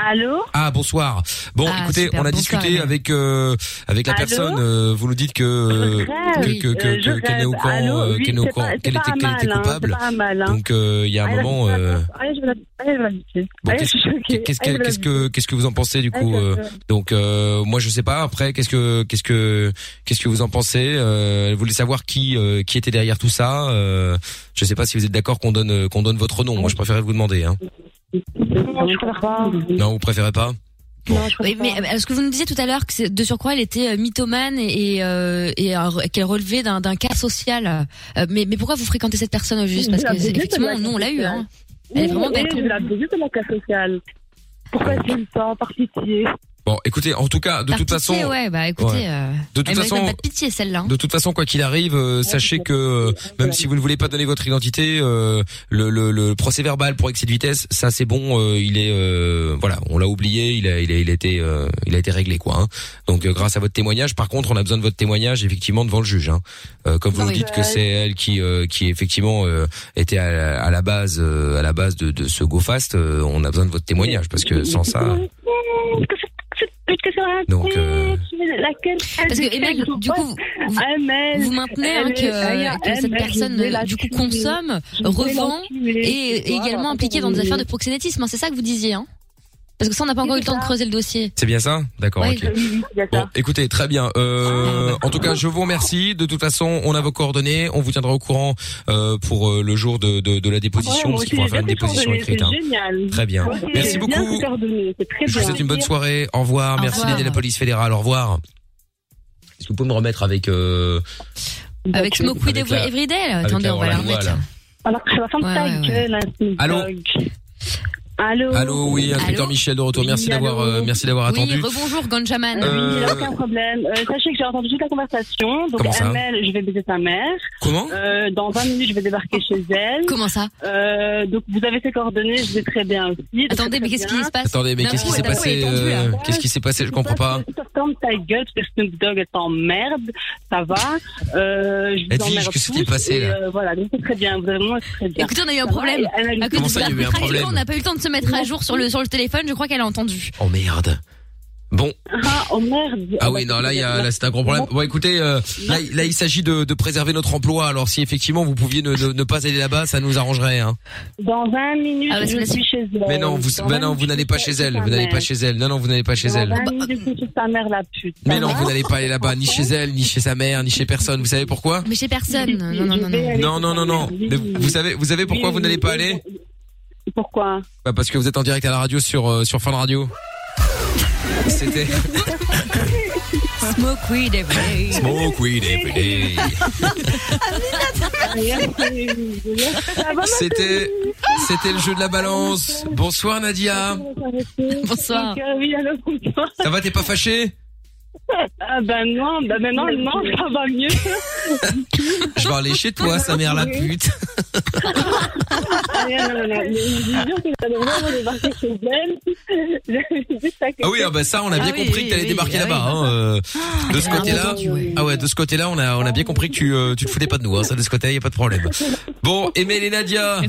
I: Allô
B: Ah bonsoir. Bon,
I: euh, Ah,
B: écoutez,
I: super,
B: on a
I: bonsoir,
B: discuté
I: Emel.
B: avec euh, avec la
I: Allô
B: personne. euh, vous nous dites que
I: rêve.
B: que- que- que-
I: Euh, je
B: que- qu'elle est au
I: rêve.
B: camp,
I: Allô,
B: euh,
I: oui,
B: qu'elle est au
I: c'est
B: camp,
I: pas- c'est
B: qu'elle
I: pas
B: était
I: un
B: qu'elle était
I: mal, hein,
B: coupable.
I: c'est pas un mal, hein.
B: Donc euh, il y a un
I: Allez,
B: moment.
I: attends,
B: euh,
I: attends, allez, je vais la- allez, je vais la biffer.
B: Bon,
I: Allez,
B: qu'est-ce
I: je suis choquée.
B: qu'est-ce
I: Allez,
B: que
I: je vais la
B: qu'est-ce que qu'est-ce que vous en pensez du coup euh, Donc euh, moi je sais pas. Après qu'est-ce que qu'est-ce que qu'est-ce que vous en pensez euh, Vous voulez savoir qui euh, qui était derrière tout ça euh, Je sais pas si vous êtes d'accord qu'on donne euh, qu'on donne votre nom. Moi je préférais vous demander. Hein.
I: Non, je préfère pas.
B: Non vous préférez pas
C: Oui, mais euh, ce que vous nous disiez tout à l'heure, que c'est- de surcroît, elle était euh, mythomane et, et, euh, et un- qu'elle relevait d'un d'un cas social. Euh, mais, mais pourquoi vous fréquentez cette personne au juste Parce
I: Je la
C: que
I: baiser,
C: effectivement,
I: c'est de la
C: nous on l'a eu.
I: sociale.
C: Hein. Elle est
I: Oui,
C: vraiment belle.
I: oui, Je vais la baiser de mon cas social. Pourquoi j'ai le temps, par pitié
B: Bon écoutez en tout cas de
C: Par
B: toute
C: pitié,
B: façon.
C: ouais, bah écoutez,
B: Ouais.
C: euh,
B: De toute
C: elle mérite
B: façon-
C: même pas de pitié celle-là. hein.
B: De toute façon, quoi qu'il arrive, euh, sachez que euh, même si vous ne voulez pas donner votre identité, euh, le, le- le procès verbal pour excès de vitesse, ça c'est bon, euh, il est euh, voilà, on l'a oublié, il a il a il a été euh, il a été réglé quoi. hein. Donc euh, grâce à votre témoignage, par contre, on a besoin de votre témoignage effectivement devant le juge. Hein. Euh, comme vous
K: Oui.
B: nous dites que c'est elle qui euh, qui effectivement euh, était à, la- à la base euh, à la base de, de ce go fast, euh, on a besoin de votre témoignage parce que sans ça. Donc, euh,
I: Parce
C: que, Emel, du coup, vous, vous maintenez hein, que, que cette personne, euh, du coup, consomme, revend et est également impliquée dans des affaires de proxénétisme. hein, C'est ça que vous disiez, hein Parce que ça, on n'a pas encore eu le temps de creuser le dossier.
B: c'est bien ça, d'accord.
C: Ouais,
B: ok. Bon, écoutez, très bien. Euh, en tout cas, je vous remercie. De toute façon, on a vos coordonnées. On vous tiendra au courant euh, pour euh, le jour de, de, de la déposition, parce qu'il faudra faire une déposition écrite. hein. Très bien. Merci beaucoup. Je vous souhaite une bonne soirée. Au revoir. Merci
C: revoir.
B: d'aider la police fédérale. Au revoir. Est-ce que vous pouvez me remettre avec euh,
C: Avec Smoke Weed
B: Avec la-
C: Everyday, là.
B: avec
C: Attendez,
B: la-
C: on va la
B: la loi,
C: remettre.
B: là.
I: Alors que ça va faire
C: Ouais,
I: ta
C: ouais,
I: gueule, hein, Snoop
B: Allô
I: Dogg. Allô
B: Allô, oui, inspecteur Michel de retour. Merci
I: Oui,
B: d'avoir,
I: allô.
B: euh, merci d'avoir
C: Oui,
B: attendu.
C: rebonjour, Ganjaman.
I: Oui,
B: Euh,
I: aucun problème. Euh, sachez que j'ai entendu toute la conversation. Donc,
B: Comment ça
I: Amel, je vais baiser sa mère.
B: Comment
I: euh, Dans 20 minutes, je vais débarquer chez elle.
C: Comment ça
I: euh, Donc, vous avez ses coordonnées, je vais très bien aussi.
C: Attendez, mais qu'est-ce qui se passe
B: Attendez, mais qu'est-ce qui s'est passé euh, Qu'est-ce qui s'est passé Je comprends pas.
I: Ferme ta gueule, parce que Snoop Dogg elle t'emmerde, ça va. Euh, je vous
B: Elle dit,
I: emmerde
B: qu'est-ce qui
I: tous,
B: s'est passé,
I: et,
B: là
I: euh, Voilà, donc c'est très bien, vous avez vraiment c'est très bien.
C: Écoutez, on a eu un
I: Ça va,
C: problème.
I: et elle a une-
C: À cause
B: Comment
C: de
B: ça,
C: la
B: il y a eu un
C: traduction,
B: problème
C: On n'a pas eu le temps de se mettre à jour sur le, sur le téléphone. Je crois qu'elle a entendu.
B: Oh merde. Bon,
I: Ah, oh merde.
B: Ah oui, non, là, il y a, là, c'est un gros problème. Bon, écoutez, euh, là, là, il s'agit de, de préserver notre emploi. Alors, si effectivement vous pouviez ne, ne, ne pas aller là-bas, ça nous arrangerait. Hein.
I: Dans 20 minutes,
C: Ah, parce que
I: je
C: la-
I: suis chez elle.
B: Mais non, vous,
I: Dans 20
B: bah non, vous n'allez pas chez elle. Vous n'allez pas chez elle. Non, non, vous n'allez pas chez elle.
I: Dans 20 minutes, je suis chez sa mère, la pute.
B: Mais
C: Ah,
B: non, vous n'allez pas aller là-bas, ni chez elle, ni chez sa mère, ni chez personne. Vous savez pourquoi
C: Mais chez personne. Non, non, non, non.
B: Non, non, non, non. Mais vous vous savez, vous savez pourquoi vous n'allez pas aller
I: Pourquoi
B: Bah parce que vous êtes en direct à la radio sur euh, sur Fun Radio. C'était
C: Smoke weed every day.
B: Smoke Weed Every Day.
C: Ah,
B: C'était c'était le jeu de la balance. Bonsoir Nadia.
I: Bonsoir. euh, oui, alors, bonsoir.
B: Ça va, t'es pas fâché
I: Ah ben non, ben maintenant, non, ça va mieux.
B: Je vais aller chez toi, sa mère la pute.
I: Ah, non, non, non, non, mais je vous jure que j'allais vraiment débarquer chez Ben. elle. J'avais juste à côté.
B: Ah oui, ah bah ça, on a bien
I: Ah oui,
B: compris
I: oui,
B: que t'allais
I: oui,
B: débarquer
I: ah
B: là-bas. hein, euh, de ce côté-là, ah ouais, de ce côté-là, on a, on a bien compris que tu, euh, tu te foutais pas de nous. Hein, ça, de ce côté-là, y a pas de problème. Bon, Emel et Nadia.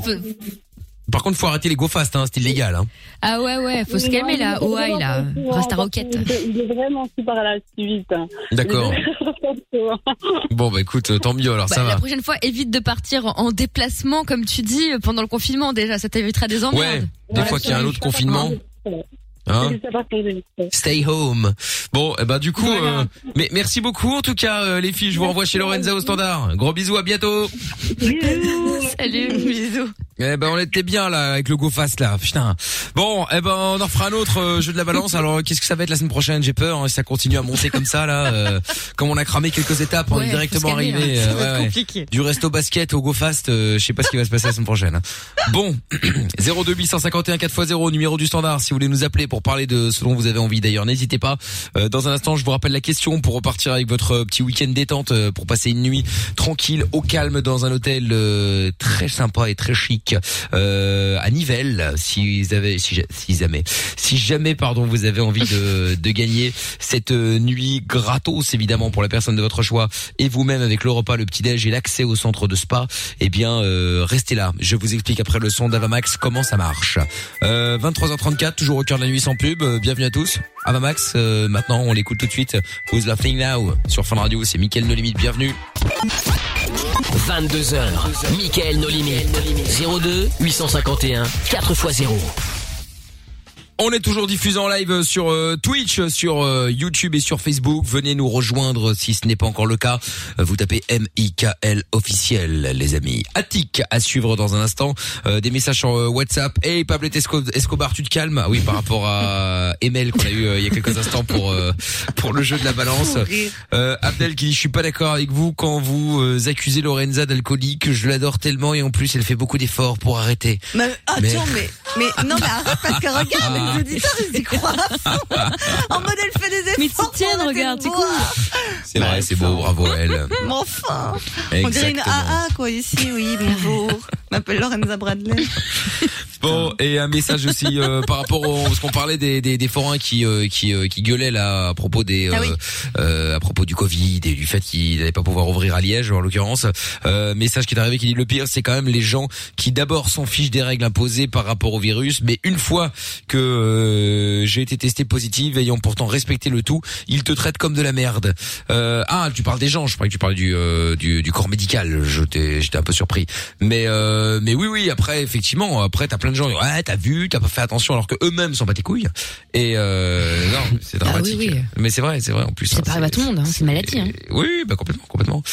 B: Par contre, faut arrêter les go fast, hein, c'est illégal. Hein.
C: Ah ouais, ouais, faut se
I: Non,
C: calmer
I: il est
C: là.
I: vraiment
C: Ohai là.
I: pas souvent,
C: Rasta
I: parce
C: Rocket.
I: qu'il est- Il est vraiment super à la suite.
B: D'accord.
I: Il est vraiment souvent.
B: Bon, bah écoute, euh, tant mieux. Alors
C: Bah,
B: ça
C: la
B: va.
C: prochaine fois, évite de partir en déplacement, comme tu dis, pendant le confinement déjà. Ça t'évitera des
B: Ouais.
C: emmerdes.
B: Des fois qu'il y a un autre confinement. Hein
I: C'est pas ce que j'ai fait.
B: Stay home. Bon, eh ben du coup, euh, mais merci beaucoup en tout cas euh, les filles. Je vous renvoie chez Lorenza au standard. Gros bisous, à bientôt.
C: Salut, bisous.
B: Eh ben on était bien là avec le go fast là, putain. Bon, eh ben on en fera un autre euh, jeu de la balance. Alors qu'est-ce que ça va être la semaine prochaine J'ai peur hein, si ça continue à monter comme ça là, euh, comme on a cramé quelques étapes, on
K: Ouais,
B: est
K: faut
B: directement
K: se calmer,
B: arrivé
K: hein. Ça
B: euh,
K: va être
B: ouais, ouais.
K: compliqué.
B: du resto basket au go fast, euh, je sais pas ce qui va se passer la semaine prochaine. hein. Bon, 02851 4x0 numéro du standard si vous voulez nous appeler pour parler de ce dont vous avez envie d'ailleurs, n'hésitez pas. Euh, Euh, dans un instant, je vous rappelle la question pour repartir avec votre euh, petit week-end détente, euh, pour passer une nuit tranquille, au calme, dans un hôtel euh, très sympa et très chic euh, à Nivelles. Si vous avez, si, ja- si jamais, si jamais, pardon, vous avez envie de, de gagner cette euh, nuit gratos, évidemment, pour la personne de votre choix et vous-même avec le repas, le petit déj et l'accès au centre de spa, eh bien, euh, restez là. Je vous explique après le son d'Avamax comment ça marche. Euh, 23h34, toujours au cœur de la nuit sans pub. Euh, bienvenue à tous. Avamax, euh, maintenant, on l'écoute tout de suite. Who's Laughing Now Sur Fun Radio, c'est Mickaël No Limite. Bienvenue.
A: 22h, Michael No Limit. 02 851 4x0.
B: On est toujours diffusé en live sur euh, Twitch, sur euh, YouTube et sur Facebook. Venez nous rejoindre si ce n'est pas encore le cas. Euh, Vous tapez M-I-K-L officiel, les amis. Attic à suivre dans un instant. Euh, des messages sur euh, WhatsApp. Hey Pablo Esco- Escobar, tu te calmes Ah Oui, par rapport à Emel qu'on a eu euh, il y a quelques instants pour euh, pour le jeu de la balance.
K: Fou rire.
B: Euh, Abdel qui dit je suis pas d'accord avec vous quand vous euh, accusez Lorenza d'alcoolique. Je l'adore tellement et en plus elle fait beaucoup d'efforts pour arrêter.
F: Mais attends,
B: Merde.
F: mais, Ah, mais non, mais arrête parce que regarde,
B: Ah.
F: les auditeurs ils y croient. à fond. En mode elle fait des efforts. Mais tu tiennes, regarde, c'est cool.
B: C'est vrai, c'est beau, bravo à elle.
F: Mais enfin, on dirait une
B: Exactement.
F: AA quoi ici, oui, bonjour. Je m'appelle Lorenza Bradley.
B: Bon et un message aussi euh, par rapport au parce qu'on parlait des, des, des forains qui euh, qui euh, qui gueulaient là à propos des
F: Ah oui.
B: euh, à propos du Covid et du fait qu'ils n'allaient pas pouvoir ouvrir à Liège en l'occurrence. Euh, message qui est arrivé qui dit le pire c'est quand même les gens qui d'abord s'en fichent des règles imposées par rapport au virus mais une fois que euh, j'ai été testé positive ayant pourtant respecté le tout ils te traitent comme de la merde. Euh, ah tu parles des gens je croyais que tu parlais du euh, du, du corps médical je t'ai- j'étais un peu surpris mais euh, mais oui oui après effectivement après t'as plein de gens ouais t'as vu t'as pas fait attention alors que eux-mêmes sont pas tes couilles et euh, non c'est
C: Ah oui,
B: dramatique
C: oui.
B: mais c'est vrai c'est vrai en plus hein,
C: Ça arrive à tout le monde, hein, c'est une maladie. Hein.
B: oui, oui, bah complètement, complètement.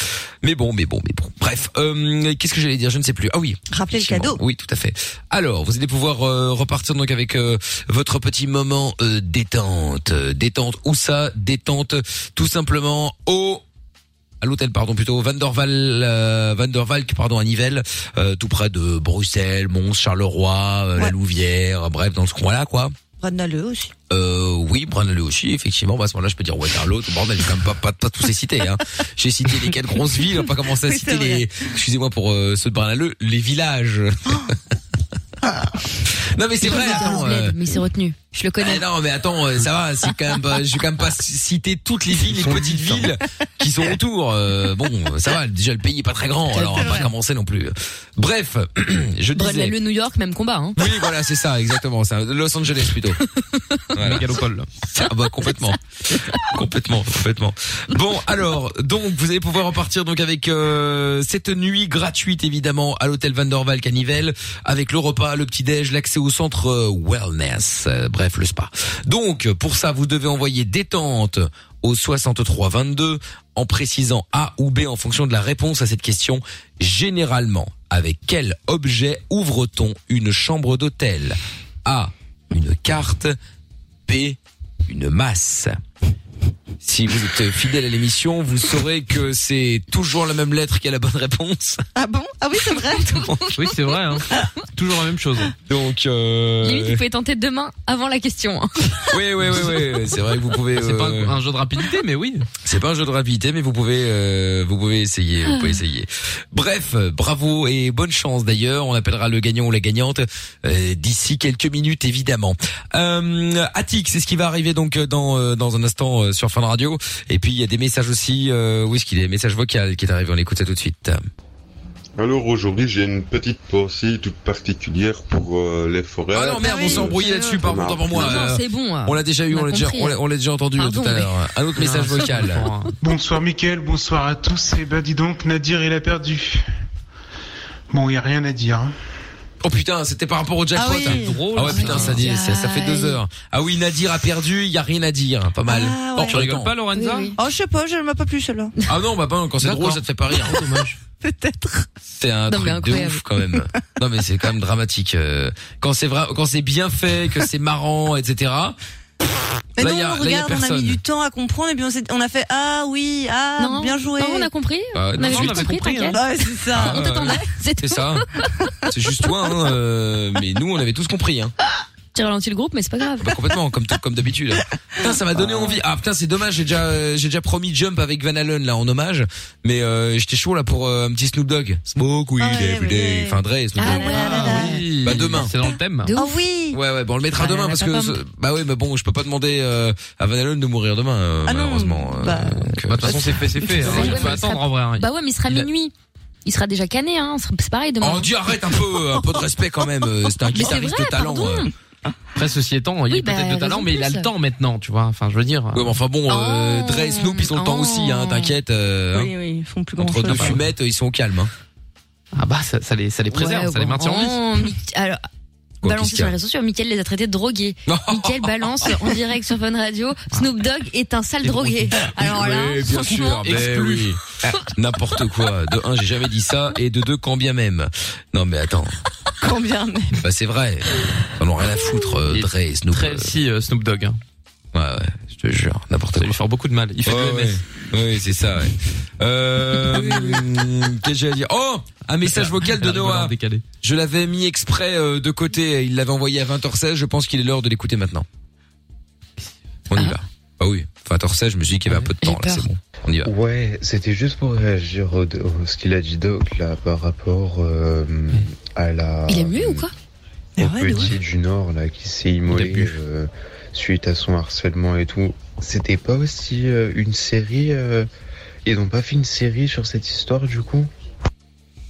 B: Mais bon, mais bon, mais bon. Bref, euh, qu'est-ce que j'allais dire Je ne sais plus. Ah oui.
F: Rappelez le
B: effectivement. Oui, tout à fait. Alors, vous allez pouvoir euh, repartir donc avec euh, votre petit moment euh, détente, Euh, détente. Où ça Détente, tout simplement au à l'hôtel pardon plutôt Vanderval euh, Vandervalk pardon à Nivelles euh, tout près de Bruxelles Mons Charleroi euh, la Louvière euh, bref dans ce coin là quoi
F: Brandaleux aussi.
B: euh, oui, Brunello aussi, effectivement. Bah, à ce moment-là, je peux dire Waterloo, tout bordel. J'ai quand même pas, pas, pas tous les cités, hein. J'ai cité les quatre grosses villes, on va pas commencer à
F: Oui, c'est
B: citer les, excusez-moi pour euh, ceux de Brunello, les villages. non, mais c'est vrai, attends. euh,
C: Mais c'est retenu. Je le connais.
B: eh non, mais attends, euh, ça va, c'est quand même pas, j'ai quand même pas cité toutes les villes, les petites villes qui sont autour. Euh, bon, ça va, déjà le pays est pas très grand, alors on va pas commencer non plus. Bref, je disais.
C: le New York, même combat. Hein.
B: Oui, voilà, c'est ça, exactement. C'est un- Los Angeles plutôt. Voilà. Ça, bah, complètement. complètement, complètement. Bon, alors, donc, vous allez pouvoir repartir donc avec euh, cette nuit gratuite, évidemment, à l'hôtel Van der Valk à Nivelles, avec le repas, le petit-déj, l'accès au centre euh, wellness, euh, bref, le spa. Donc, pour ça, vous devez envoyer détente au 6322 en précisant A ou B en fonction de la réponse à cette question. Généralement, avec quel objet ouvre-t-on une chambre d'hôtel A. Une carte. B. Une masse. Si vous êtes fidèle à l'émission, vous saurez que c'est toujours la même lettre qui a la bonne réponse.
F: Ah bon Ah oui, c'est vrai.
B: oui, c'est vrai. hein. Toujours la même chose. Donc, euh...
C: Limite, vous pouvez tenter demain avant la question. hein.
B: Oui, oui, oui, oui. C'est vrai que vous pouvez. C'est pas un, jeu de rapidité, mais oui. C'est pas un jeu de rapidité, mais vous pouvez, euh, vous pouvez essayer, vous pouvez essayer. Bref, euh, bravo et bonne chance d'ailleurs. On appellera le gagnant ou la gagnante euh, d'ici quelques minutes, évidemment. Euh, Attic, c'est ce qui va arriver donc euh, dans euh, dans un instant euh, sur Fun Radio. Et puis il y a des messages aussi. Euh, où est-ce qu'il est Message vocal qui est arrivé. On écoute ça tout de suite.
H: Alors aujourd'hui, j'ai une petite pensée toute particulière pour euh, les forêts.
B: Ah non merde, on s'est embrouillé là-dessus. Par contre, pour moi.
H: Non, non,
B: Euh,
C: C'est bon. hein.
B: On l'a déjà eu, on l'a déjà,
C: compris.
B: on l'a- on l'a déjà entendu euh,
C: Pardon,
B: tout à
C: mais-
B: l'heure. Un autre message
L: Non, ça,
B: vocal.
C: hein.
L: Bonsoir Mickaël, bonsoir à tous. Et ben dis donc, Nadir il a perdu. Bon, il n'y a rien à dire. hein.
B: Oh putain, c'était par rapport au jackpot.
L: Ah oui.
B: hein.
L: Drôle,
B: ah ouais,
L: ça.
B: putain, ça, dit- ça, ça fait deux heures. Ah oui, Nadir a perdu, il y a rien à dire. Pas mal.
L: Ah
F: Ah, ouais.
B: Oh,
F: Tu rigoles
B: pas, Lorenza
F: Oh, je sais pas, je ne m'appelle plus celui-là.
B: Ah non, bah, bah, quand c'est drôle, ça te fait pas rire.
F: Peut-être.
B: C'est un
F: Non, mais
B: truc de
F: incroyable.
B: ouf quand même. non mais c'est quand même dramatique. euh, Quand c'est vrai, quand c'est bien fait, que c'est marrant, etc.
F: Mais
B: là,
F: non,
B: y a-
F: on
B: là, y a
F: regarde, on a mis
B: personne.
F: du temps à comprendre et puis on, s'est- on a fait ah oui, ah
C: Non,
F: bien joué.
C: non, on a compris.
B: Ah, non,
C: avait
B: non,
C: juste
B: on avait
C: compris,
B: compris,
C: t'inquiète.
B: hein.
F: Ouais, c'est ça.
C: On
B: Ah,
C: t'attendait.
B: C'est ça. C'est juste toi, hein, euh, mais nous on avait tous compris. Hein.
C: qui ralentit le groupe, mais c'est pas grave.
B: Bah, complètement, comme, t- comme d'habitude. Putain, ça m'a donné envie. Ah putain, c'est dommage, j'ai déjà, euh, j'ai déjà promis Jump avec Van Allen là en hommage, mais euh, j'étais chaud là pour euh, un petit Snoop Dogg. Smoke
C: Ah
B: weed every day. Enfin Dre, Snoop Dogg. Bah demain. C'est dans le thème.
C: De ouf.
F: oui.
B: Ouais ouais, bon on le mettra
C: Ah,
B: demain
C: la
B: parce
C: papa
B: que
C: me-
B: ce- bah oui, mais bon, je peux pas demander euh, à Van Allen de mourir demain euh,
C: Ah non,
B: malheureusement. euh, donc, euh, de toute façon, c'est fait, c'est fait.
C: hein, il faut
B: attendre en vrai.
C: Bah ouais, mais il sera minuit. Il sera déjà cané, hein. C'est pareil demain.
B: Oh, On dit arrête un peu, un peu de respect quand même. euh, C'est un
C: Mais c'est
B: guitariste
C: vrai,
B: de talent.
C: pardon.
B: euh.
D: Après, ceci étant, il
C: Oui,
D: est peut-être
C: bah,
D: de talent,
C: raison
D: mais il a
C: plus.
D: le temps maintenant, tu vois. Enfin, je veux dire.
B: Ouais, mais enfin bon, euh, Dre et Snoop, ils ont le temps aussi, hein, t'inquiète. euh, hein.
D: Oui,
F: oui, ils font plus
B: Entre deux fumettes, ils sont au calme. Hein.
D: Ah bah, ça, ça les, ça les préserve,
C: Ouais, oh.
D: ça les maintient en vie.
C: bon, Mi- Alors,
D: Quoi, qu'est-ce
C: balancez sur
D: qu'il y a
C: les réseaux sociaux, Mickaël les a traités de drogués. Mickaël balance en direct sur Fun Radio, Snoop Dogg est un sale drogué. Alors là,
B: Oui, bien sûr,
C: franchement,
B: mais oui. Ah, N'importe quoi. De un, j'ai jamais dit ça, et de deux, quand bien même. Non, mais attends.
F: Combien mais
B: Bah, c'est vrai. On a rien à foutre, euh, Dre et Snoop.
D: Très si euh, Snoop Dogg. hein.
B: Ouais, ouais, je te jure, n'importe quoi. Ça lui
D: fera beaucoup de mal. Il fait
B: Ouais,
D: de l'EMS.
B: ouais. Oui, c'est ça, ouais. Euh, hum, qu'est-ce que j'allais dire? Oh! Un message vocal de
D: Elle rigole en
B: Noah.
D: décalé.
B: Je l'avais mis exprès euh, de côté. Il l'avait envoyé à 20h16. Je pense qu'il est l'heure de l'écouter maintenant. On y va. Ah oui. 20h16, je me suis dit qu'il y avait un peu de temps, là, c'est bon. On y va.
K: Ouais, c'était juste pour réagir au, au- ce qu'il a dit Doc là par rapport euh, à
B: Ah.
K: la
C: Il est muet ou quoi
K: au petit du Nord là qui s'est immolé euh, suite à son harcèlement et tout. C'était pas aussi euh, une série euh, ils n'ont pas fait une série sur cette histoire du coup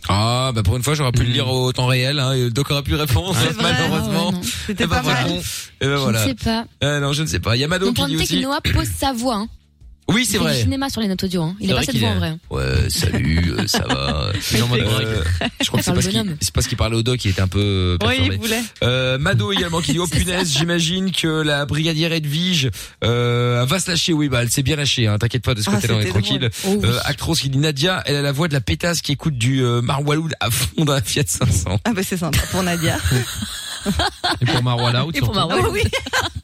B: Ah, bah pour une fois, j'aurais
K: Mm.
B: pu le lire au temps réel. Hein, et Doc aurait pu répondre,
C: Ah
B: malheureusement. C'était pas mal. Et ben
C: Je
B: voilà.
C: ne sais pas.
B: Euh, non, je ne sais pas. Il y a Mado
C: On
B: qui
C: peut
B: dit
C: noter que
B: aussi.
C: Noah pose sa voix. hein.
B: Oui,
C: Il fait
B: c'est
C: du
B: vrai.
C: cinéma sur les notes audio. hein. Il
B: C'est
C: a pas
B: vrai
C: cette
B: qu'il
C: voix en
B: est-
C: vrai. hein.
B: Ouais, salut, euh, ça va.
C: Il fait-
B: Euh, je crois que c'est
C: Parle
B: parce
C: bonhomme.
B: qu'il c'est parce qu'il parlait au doc, il était un peu euh,
C: Oui, il
B: perturbé.
C: voulait.
B: Euh, Mado également qui dit oh punaise, j'imagine que la brigadière Edwige euh, va se lâcher. Oui, bah elle s'est bien lâchée. Hein, T'inquiète pas de ce
D: Ah,
B: côté-là, on est
D: c'était
B: tranquille.
D: drôle. Oh, oui.
B: Euh, Actros qui dit Nadia, elle a la voix de la pétasse qui écoute du euh, Marwaloud à fond dans la Fiat 500.
F: Ah bah c'est sympa pour Nadia.
B: Et pour Marwaloud.
F: Et pour Marwa. oui.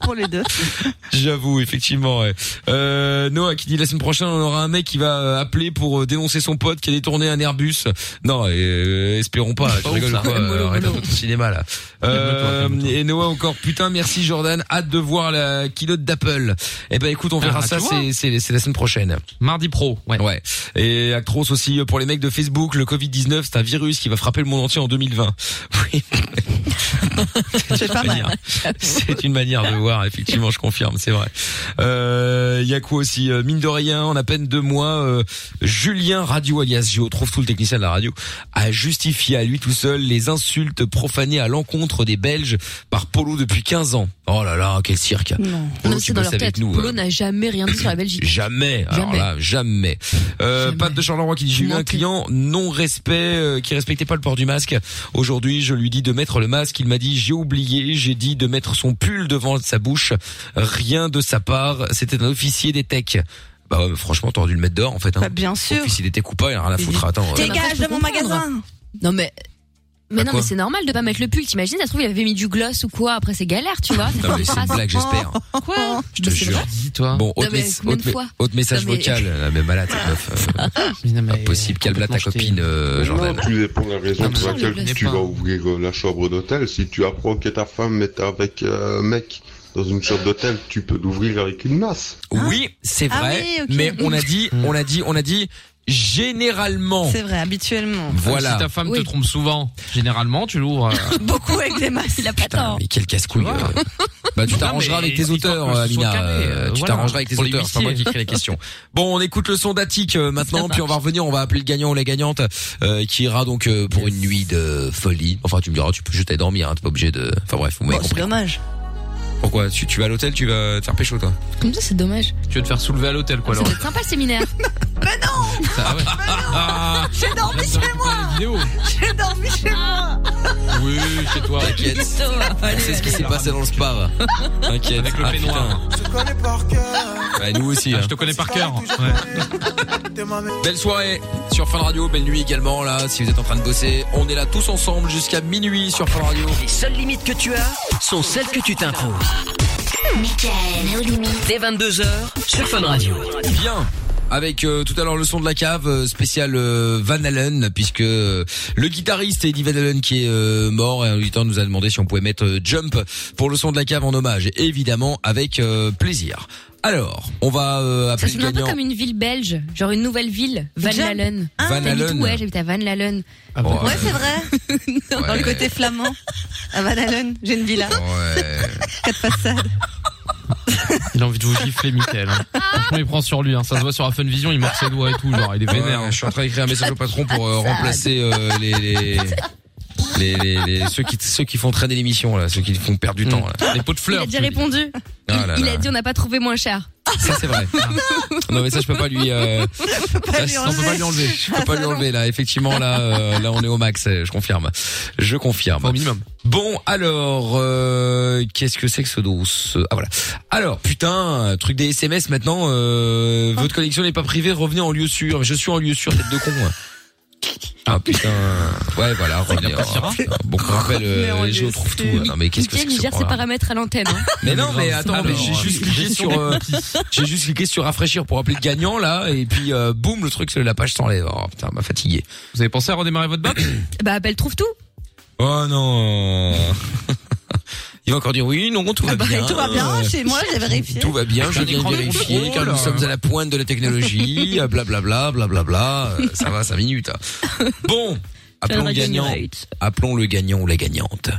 F: pour les deux.
B: J'avoue, effectivement. ouais. Euh, Noah qui dit la semaine prochaine on aura un mec qui va euh, appeler pour euh, dénoncer son pote qui a détourné un Airbus. Non, euh, espérons pas.
D: C'est
B: Tu
D: pas ouf,
B: rigoles
D: ça.
B: ou quoi
D: Mollo,
B: euh, Arrête un
D: mollo.
B: peu ton cinéma là. Euh, et Noah encore putain merci Jordan. Hâte de voir la keynote d'Apple. Eh ben écoute on verra
D: Ah,
B: ça.
D: tu vois.
B: C'est c'est c'est la semaine prochaine.
D: Mardi pro, ouais.
B: Ouais. Et Actros aussi euh, pour les mecs de Facebook, le Covid-19, c'est un virus qui va frapper le monde entier en 2020. Oui.
F: C'est pas mal.
B: C'est une manière de voir, effectivement, je confirme, c'est vrai. Euh, Il y a quoi aussi euh, Mine de rien, en à peine deux mois, euh, Julien Radio alias Gio, trouve tout le technicien de la radio, a justifié à lui tout seul les insultes profanées à l'encontre des Belges par Polo depuis 15 ans. Oh là là, quel cirque
C: Non,
B: Polo,
C: Non,
B: tu
C: c'est dans
B: bosses
C: leur
B: avec
C: tête.
B: nous,
C: Polo
B: hein.
C: n'a jamais rien dit sur la Belgique.
B: Jamais. Alors
C: Jamais.
B: là, jamais. Euh, Pat de Charleroi qui dit j'ai eu un client non respect euh, qui respectait pas le port du masque. Aujourd'hui, je lui dis de mettre le masque. Il m'a dit j'ai oublié. J'ai dit de mettre son pull devant sa bouche. Rien de sa part. C'était un officier des techs. Bah ouais, mais franchement, t'aurais dû le mettre dehors en fait. Hein.
F: Bah, bien sûr.
B: Officier des techs ou pas, il a rien à foutre. Attends. euh,
F: Dégage de mon magasin.
C: Non mais. Mais
B: Bah
C: non,
B: quoi
C: mais c'est normal de pas mettre le pull. T'imagines, ça se trouve, il avait mis du gloss ou quoi. Après, c'est galère, tu vois.
B: Non mais c'est une blague, j'espère.
C: Quoi
B: Je te jure.
D: toi.
B: Bon,
C: Non,
B: autre,
C: mais
B: mes-
C: combien de
B: autre, mes-
C: fois
B: autre message
C: Non, mais-
B: vocal. La même malade, cette meuf.
D: euh,
B: Impossible. Calme-la ta copine, euh, Jordan.
H: Non, tout dépend de la raison
B: Non, Ah, mais
H: pour
B: ça,
H: laquelle
B: je
H: tu
B: le
H: vas
B: sais.
H: ouvrir euh, la chambre d'hôtel. Si tu apprends que ta femme est avec euh, un mec dans une chambre d'hôtel, tu peux l'ouvrir avec une masse.
B: Oui, c'est
F: Ah
B: vrai,
F: oui, ok.
B: mais on a dit, on a dit, on a dit généralement.
F: C'est vrai, habituellement.
D: Si
B: Voilà.
D: ta femme
B: Oui.
D: te trompe souvent, généralement, tu l'ouvres. euh,
F: Beaucoup avec des masses. Il a pas tort.
B: Mais quel casse-couille. euh. Bah tu
D: Non,
B: t'arrangeras
D: mais
B: avec tes
D: histoire que
B: auteurs,
D: ce soit
B: Alina.
D: carré,
B: euh,
D: euh,
B: tu
D: voilà.
B: t'arrangeras avec tes
D: Pour les
B: auteurs. C'est pas moi qui
D: huissiers.
B: crée la question. Bon, on écoute le son d'Atik euh, maintenant, puis on va revenir. On va appeler le gagnant ou la gagnante euh, qui ira donc euh, pour une nuit de folie. Enfin, tu me diras, tu peux juste aller dormir. Hein, T'es pas obligé de. Enfin bref, vous
D: Bah,
F: Bon, Oh,
B: m'avez
F: c'est
B: compris.
F: dommage.
B: Pourquoi tu, tu vas à l'hôtel, tu vas te faire pécho toi.
C: Comme ça, c'est dommage.
D: Tu veux te faire soulever à l'hôtel, quoi,
C: Ça
D: alors.
C: doit être sympa le séminaire.
D: Ah ouais.
F: bah
B: Ah.
F: J'ai dormi chez moi. J'ai dormi chez moi. hein.
B: Oui, chez toi. T'inquiète. C'est ce qui s'est passé dans le spa. va. T'inquiète.
D: Avec le
B: Ah,
D: peignoir.
B: putain.
M: te connais par cœur.
B: Bah, nous aussi.
D: Ah,
B: hein.
D: je te connais par cœur.
B: Belle soirée sur Fun Radio, belle nuit également là, si vous êtes en train de bosser. On est là tous ensemble jusqu'à minuit sur Fun Radio.
A: Les seules limites que tu as sont celles que tu t'imposes.
G: Michael, nos limites.
A: Dès 22h sur Fun Radio.
B: Bien. avec euh, tout à l'heure le son de la cave euh, spécial euh, Van Halen puisque euh, le guitariste Eddie Van Halen qui est euh, mort et un auditeur nous a demandé si on pouvait mettre euh, Jump pour le son de la cave en hommage évidemment avec euh, plaisir. Alors, on va euh,
C: Ça
B: appeler
C: sonne
B: le
C: un peu
B: gagnant.
C: comme une ville belge, genre une nouvelle ville, Van
B: Jam-
C: Lalen.
B: Ah, Van
C: J'habite
B: Lalen.
C: où, Ouais, j'habite à Van Lalen.
B: bon, euh,
F: C'est vrai Dans le côté flamand. À Van Allen, j'ai une villa. Quatre façades.
D: Il a envie de vous gifler, Mickaël. hein.
C: Ah.
D: Franchement, il prend sur lui. hein. Ça se voit sur la Fun Vision, il mord ses doigts et tout. Genre, il est vénère. hein.
B: Ouais, je suis en train d'écrire un message au patron pour euh, remplacer euh, les, les, les, les- les- ceux qui ceux qui font traîner l'émission là, ceux qui font perdre
D: Mm.
B: du temps là. les pots de
C: Il
B: fleurs.
C: a déjà
B: tu-
C: répondu.
B: Ah là
C: il
B: là.
C: a dit on n'a pas trouvé moins cher.
B: Ça c'est vrai. Non mais ça je peux pas lui. euh, ça,
C: lui
B: on peut pas
C: enlever.
B: lui enlever. Je peux pas lui enlever là. Effectivement là euh, là on est au max. euh, Je confirme. Je confirme. Au minimum. Bon alors euh, qu'est-ce que c'est que ce dos Ah voilà. Alors putain euh, truc des SMS maintenant. euh, votre connexion n'est pas privée. Revenez en lieu sûr. Je suis en lieu sûr tête de con. moi. Ah putain. Ouais voilà. Revenez. oh, putain. bon on rappelle euh, les géos trouvent tout. Non mais qu'est-ce que c'est
C: Mickaël,
B: que
C: il
B: ce
C: gère ses
B: programme
C: paramètres à l'antenne. hein.
B: mais non, mais attends, mais j'ai juste cliqué
D: gestion
B: sur,
D: des
B: euh, j'ai juste cliqué sur rafraîchir pour appeler le gagnant là, et puis euh, boum, le truc, la page s'enlève. Oh putain, m'a fatigué. Vous avez pensé à redémarrer votre box
C: Bah, appelle trouve tout.
B: Oh non. Il va encore dire oui, non, Ah tout va bien.
F: tout va bien,
B: Euh,
F: chez moi, j'ai vérifié.
B: Tout va bien, je
D: Un
B: viens
D: écran
B: de
D: de
B: vérifier
D: contrôle.
B: car nous sommes à la pointe de la technologie, blablabla, blablabla, euh, ça va, 5 minutes. Bon, appelons le
D: Radio
B: gagnant,
D: Night.
B: appelons le gagnant ou la gagnante.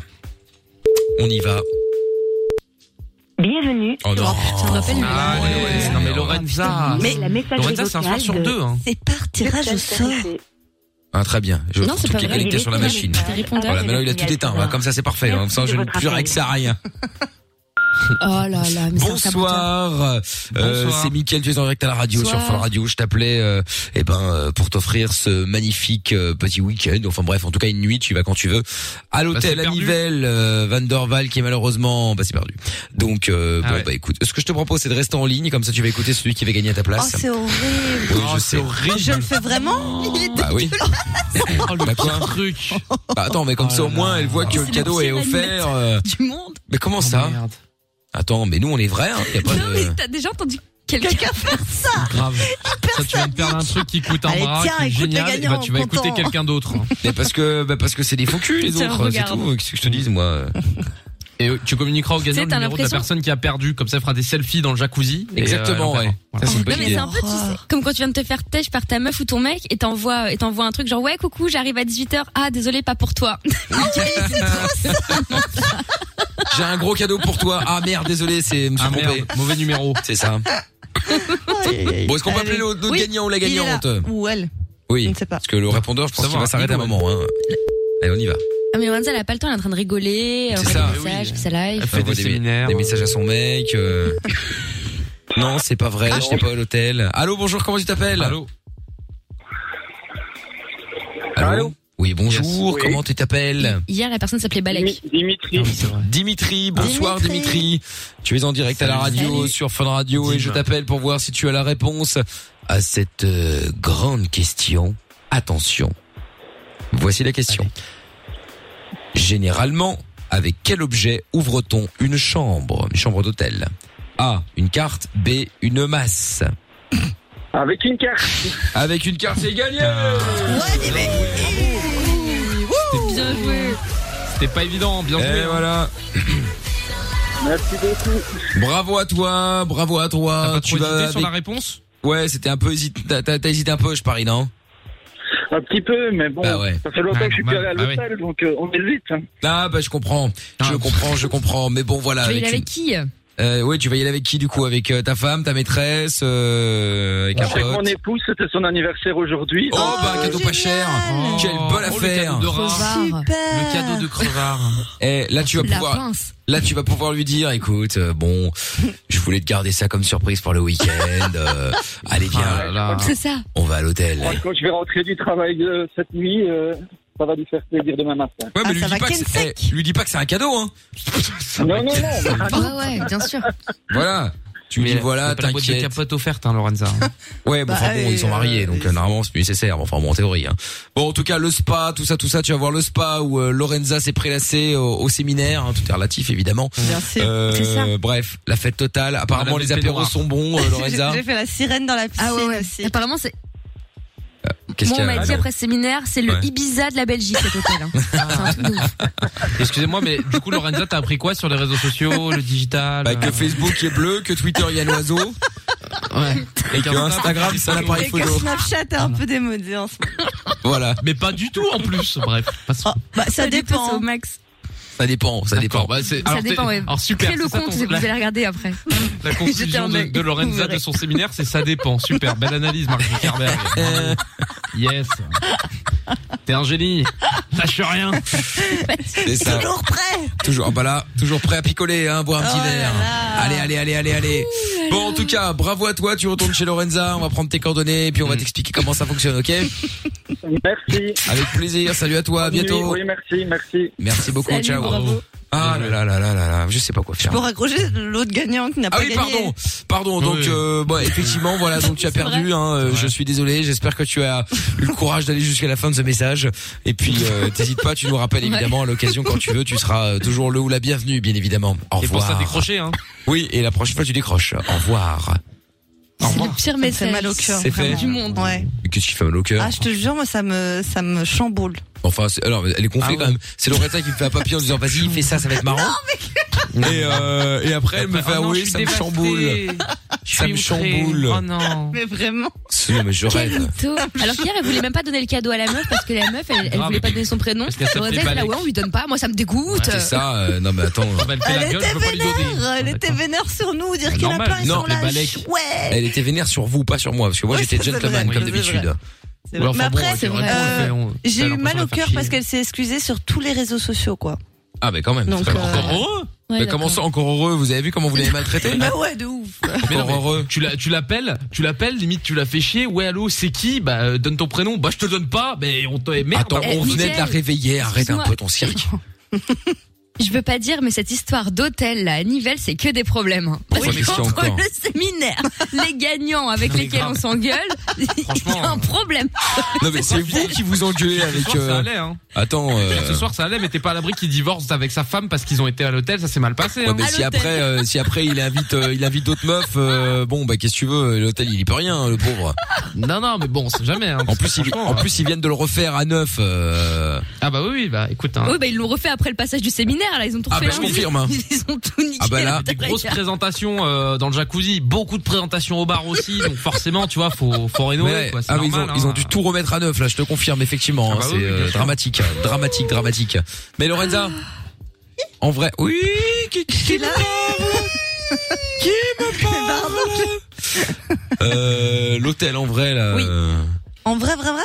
B: On y va.
M: Bienvenue.
B: Oh non. Ah,
D: Allez, non mais Lorenza.
M: Mais la messagerie
D: Lorenza, c'est un soir
M: vocale
D: sur
M: de-
D: deux. Hein.
F: C'est par tirage au sort.
B: Ah, très bien. Je
F: Non,
B: trouve
F: c'est
B: tout
F: pas
B: qui est
F: vrai.
B: connecté
F: Il est
B: sur la
F: connecté.
C: Ah,
B: machine.
F: Il est répondeur.
B: Voilà, maintenant il a tout
F: Merci
B: éteint. Voilà, comme ça, c'est parfait. hein. Comme ça,
F: de
B: je ne
F: votre
B: plus
F: appel.
B: que ça à rien.
C: Oh là là, mais c'est un saboteur.
B: Bonsoir. Euh,
C: Bonsoir.
B: c'est Mickaël, tu es en direct à la radio
C: Bonsoir.
B: sur Fun Radio. Je t'appelais euh, eh ben euh, pour t'offrir ce magnifique euh, petit week-end. Enfin bref, en tout cas une nuit, tu y vas quand tu veux. À l'hôtel
D: c'est
B: à
D: perdu.
B: Nivelles, euh, Van der Waal, qui est malheureusement bah, c'est perdu. Donc euh, bon bah écoute, ce que je te propose c'est de rester en ligne comme ça tu vas écouter celui qui va gagner à ta
F: Oh,
B: place.
F: c'est horrible.
B: Oui, je sais.
F: Je le fais vraiment Il est
B: Bah oui. bah quoi
D: truc.
B: Bah attends, mais comme ça au moins elle voit que le cadeau est offert. euh,
C: Du monde.
B: Mais comment ça Attends, mais nous on est vrai. Hein, y a pas
C: Non, mais
B: de...
C: t'as déjà entendu quelqu'un faire ça
B: Ah,
D: Grave. Ça, tu viens de perdre un truc qui coûte un
C: Ah, Allez,
D: bras,
C: tiens,
D: qui est
C: écoute les
D: génial. et bah,
C: gagnants,
D: tu vas écouter
C: content.
D: quelqu'un d'autre. hein.
B: Mais parce que bah parce que c'est des faux culs les
D: Tiens,
B: autres, c'est
D: regarde.
B: tout. Qu'est-ce que je te dise moi
D: Et euh, tu communiqueras au
C: Tu sais,
D: gagnant le
C: t'as
D: numéro de la
C: l'impression-
D: personne qui a perdu. Comme ça, elle fera des selfies dans le jacuzzi. et, euh,
B: Exactement,
D: elle en
B: ouais.
D: verra.
B: Ça, c'est une bonne
C: Non, mais c'est un peu, tu
F: Oh.
C: sais, comme quand tu viens de te faire têche par ta meuf ou ton mec et t'envoies, et t'envoies un truc genre, ouais, coucou, j'arrive à 18h. Ah, désolé, pas pour toi.
B: J'ai un gros cadeau pour toi. Ah merde, désolé, c'est je me suis
D: Ah, merde,
B: trompé. Mauvais numéro. C'est ça. Bon, est-ce qu'on peut appeler l'autre l'autre
F: Oui,
B: gagnant ou la
F: il est là.
B: gagnante
F: Ou elle.
B: Oui. Parce que le répondeur, je pense
D: Ça
B: qu'il
D: va,
B: va s'arrêter à un
D: il
B: moment. Hein. Allez, on y va.
C: Ah, mais Lorenza, elle a pas le temps, elle est en train de rigoler,
B: C'est
C: on fait
B: ça,
C: des
B: oui.
C: messages, fait sa live.
B: Elle fait des, séminaires. Des messages à son mec. euh. non, c'est pas vrai, je n'étais pas à l'hôtel. Allô, bonjour, comment tu t'appelles Allô. Allô Oui, bonjour, comment tu t'appelles
C: Hier, la personne s'appelait Balek.
B: Dimitri. Dimitri, bonsoir Dimitri. Tu es en direct à la
C: Salut.
B: radio
C: Salut.
B: sur Fun Radio et je t'appelle pour voir si tu as la réponse à cette euh, grande question. Attention. Voici la question. Généralement, avec quel objet ouvre-t-on une chambre, une chambre d'hôtel A, une carte, B, une masse. Avec une carte. Avec une carte, c'est gagné.
C: Bien joué.
D: C'était pas évident, bien
B: Et
D: joué.
B: Eh
D: hein.
B: voilà.
D: Merci beaucoup.
B: Bravo à toi, bravo à toi.
D: T'as pas trop
B: Tu vas
D: hésité sur
B: avec-
D: la réponse
B: Ouais, c'était un peu hésité. T'as, t'as- t'as hésité un peu, je parie, non
E: Un petit peu, mais bon,
B: Bah ouais.
E: ça fait longtemps
B: Ouais,
E: que je suis plus
B: normal.
E: allé à
B: Bah
E: l'hôtel, donc euh, on hésite. hein.
B: Ah bah je comprends, je comprends, je comprends. Mais bon voilà.
C: Tu veux y aller
B: avec
C: avec
B: une-
C: qui
B: Euh, ouais, tu vas y aller avec qui du coup Avec euh, ta femme, ta maîtresse, euh, avec un
E: Avec
B: pote.
E: mon épouse, c'était son anniversaire aujourd'hui.
B: Oh, bah cadeau pas cher. Quelle bonne
D: oh, le
B: affaire.
D: cadeau de rat.
C: Euh.
D: Le cadeau de crevard.
B: Et Eh, là tu vas
D: La
B: pouvoir.
D: pince.
B: Là tu vas pouvoir lui dire, écoute, euh, bon, je voulais te garder ça comme surprise pour le week-end. euh, allez
D: Ah
B: viens.
D: là là. C'est
C: ça.
B: On va à l'hôtel.
E: Moi, Quand je vais rentrer du travail euh, cette nuit, euh, ça va lui faire plaisir demain matin.
D: Ah,
B: Ouais, mais lui, dis pas que c'est- eh, lui dis pas que c'est un cadeau, hein.
E: Non, non, non.
C: Ouais, ouais, bien sûr.
B: Voilà. Tu
D: Mais
B: dis voilà,
D: t'as pas la boîte de
B: t'inquiète.
D: capote offerte, hein, Lorenza.
B: Ouais, bon,
D: Bah,
B: enfin, bon,
D: et,
B: ils sont mariés, donc euh, normalement c'est plus nécessaire. Bon, Enfin bon, en théorie. hein. Bon, en tout cas, le spa, tout ça, tout ça, tu vas voir le spa où euh, Lorenza s'est prélassée au, au séminaire. hein, tout est relatif, évidemment.
F: Bien sûr,
B: Euh,
F: c'est ça.
B: Bref, la fête totale. Apparemment,
D: Madame
B: les
D: Épée
B: apéros
D: Noire.
B: sont bons, euh, Lorenza.
F: J'ai fait la sirène dans la piscine. Ah ouais,
C: Apparemment, c'est.
B: Qu'est-ce
C: Moi,
B: qu'il
C: on
B: y a
C: m'a dit
B: Ah, non.
C: après ce séminaire, c'est le
D: Ouais.
C: Ibiza de la Belgique, cet hôtel. hein. C'est un truc de ouf.
D: Excusez-moi, mais du coup, Lorenza, t'as appris quoi sur les réseaux sociaux, le digital euh,
B: Bah, que Facebook est bleu, que Twitter il y a l'oiseau.
D: Ouais.
B: Et que Instagram, ça l'appareil
F: Et que
B: photo.
F: Snapchat est un peu démodé en ce moment.
B: Voilà.
D: Mais pas du tout en plus. Bref, passons.
C: Oh.
F: Bah, ça dépend.
C: au max.
B: Ça dépend, ça dépend.
C: Ça dépend, ouais.
D: Bah, Alors super.
C: Créez le
D: c'est ça
C: compte,
D: ton-
C: vous
D: la-
C: allez regarder après.
D: La
C: J'étais
D: conclusion
C: en
D: de,
C: mode-
D: de Lorenza de son séminaire, c'est ça dépend. Super, belle analyse, Marc Zuckerberg.
B: Euh.
D: Bravo. Yes. T'es un génie. Lâche rien.
B: C'est ça.
F: Toujours prêt.
B: Toujours, ah bah là, toujours prêt à picoler, hein, boire un petit verre. Allez, allez, allez, allez, allez. Bon, en tout cas, bravo à toi. Tu retournes chez Lorenza. On va prendre tes coordonnées et puis on va t'expliquer comment ça fonctionne, ok
E: Mm. Merci.
B: Avec plaisir. Salut à toi. Eh, À bientôt.
E: Oui, merci, merci.
B: Merci beaucoup.
E: Salut,
B: ciao.
E: bravo.
B: Ah là là là là là là. Je sais pas quoi faire.
F: Pour raccrocher l'autre gagnant qui n'a
B: Ah
F: pas
B: oui,
F: gagné.
B: pardon, pardon. Donc, euh, bon, effectivement, voilà, donc tu as perdu. Hein, euh, Je suis désolé. J'espère que tu as eu le courage d'aller jusqu'à la fin de ce message. Et puis, euh, t'hésites pas. Tu nous rappelles évidemment à l'occasion quand tu veux. Tu seras euh, toujours le ou la bienvenue, bien évidemment. Au
D: Et pour
B: revoir.
D: ça, décrocher, hein.
B: Oui, et la prochaine fois, tu décroches. Au revoir.
F: C'est le pire message mal au cœur,
B: C'est fait.
F: vraiment, du monde. Ouais.
B: Mais Qu'est-ce qui fait mal au cœur
F: Ah, je te jure, moi, ça me, ça me chamboule.
B: Enfin, c'est- alors, elle est gonflée
D: Ah
B: quand même. C'est Loretta qui me fait un papier en disant vas-y, fais ça, ça va être marrant. et, euh, et après, elle me fait
D: Oh
B: ah
D: non, je
B: oui,
D: suis
B: ça me
D: dévastée.
B: chamboule.
D: Je
B: Ça
D: suis
B: me
D: outrée.
B: chamboule.
D: Oh non.
F: Mais vraiment.
B: Si, mais je rêve.
C: Tôt. Alors qu'hier, elle voulait même pas donner le cadeau à la meuf parce que la meuf, elle, elle
B: Ah,
C: voulait
B: mais
C: pas donner son prénom.
B: parce qu'elle s'appelait
C: Lorenza, elle était là,
B: Balek.
C: ouais, on lui donne pas. Moi, ça me dégoûte.
B: C'est ça, euh, non mais attends.
D: Ah, bah,
F: Elle était vénère. Elle était vénère sur nous. Dire qu'il a
B: Normal,
F: plein, ils
B: non,
F: sont
B: les
F: là.
B: Eh, balais.
F: Ouais.
B: Elle était vénère sur vous, pas sur moi, parce que moi
F: Oui,
B: j'étais
F: ça, c'est
B: gentleman
F: vrai,
B: comme
F: c'est vrai.
B: d'habitude.
F: C'est vrai. Mais après, euh, j'ai eu mal au cœur parce qu'elle s'est excusée sur tous les réseaux sociaux, quoi.
B: Ah mais quand même.
F: Donc,
B: c'est quand
F: euh,
B: même encore heureux.
F: Ouais,
B: mais comment ça encore heureux Vous avez vu comment vous l'avez maltraité
F: Bah ouais, de ouf.
D: Mais non, mais tu la- tu l'appelles, tu l'appelles, limite tu l'as fait chier. Ouais, allô, c'est qui Bah, euh, donne ton prénom. Bah, je te donne pas. Mais on te. eh, Merde.
B: Attends,
F: Eh,
B: on venait de la réveiller. Arrête un
C: excuse-moi.
B: peu ton cirque.
C: Je veux pas dire, mais cette histoire d'hôtel là à Nivelles, c'est que des problèmes. hein. Parce
B: Oui, mais
C: que
B: qu'est-ce qu'il y a
C: entre
B: encore
C: le séminaire, les gagnants avec lesquels on s'engueule, il y a un problème.
B: Non mais c'est vous qui vous engueulez avec.
D: soir, ça
B: euh,
D: allait, hein.
B: Attends. euh,
D: Ce soir, ça allait, mais t'es pas à l'abri qu'ils divorcent avec sa femme parce qu'ils ont été à l'hôtel. Ça s'est mal passé.
B: Ouais,
D: hein.
B: mais si après, euh, si après il invite, euh, il invite d'autres meufs, euh, bon bah qu'est-ce que tu veux L'hôtel il y peut rien, hein, le pauvre.
D: Non, non, mais bon, on sait jamais. hein,
B: En
D: parce que
B: plus, ils,
D: franchement,
B: en
D: euh,
B: plus ils viennent de le refaire à neuf. euh,
D: Ah bah oui, oui, bah écoute. hein.
C: Oui, bah ils l'ont refait après le passage du séminaire. Là, ils ont tout
D: Ah,
C: fait.
D: bah, je
C: lundi.
D: confirme, hein.
C: Ils ont tout niqué.
D: Ah bah là, des
C: l'intérieur.
D: grosses présentations euh, dans le jacuzzi, beaucoup de présentations au bar aussi, donc forcément, tu vois, faut faut rénover
B: mais-
D: quoi, c'est
B: ah oui, ils ont,
D: normal,
B: ils ont
D: hein.
B: dû tout remettre à neuf là, je te confirme effectivement.
D: Ah
B: hein,
D: bah
B: c'est
D: oui,
B: euh,
D: bien sûr.
B: dramatique, hein, dramatique, dramatique. Mais Lorenza, en vrai, oui, qui, qui me parle Qui me parle Euh, L'hôtel en vrai là. euh,
F: En vrai, vrai, vrai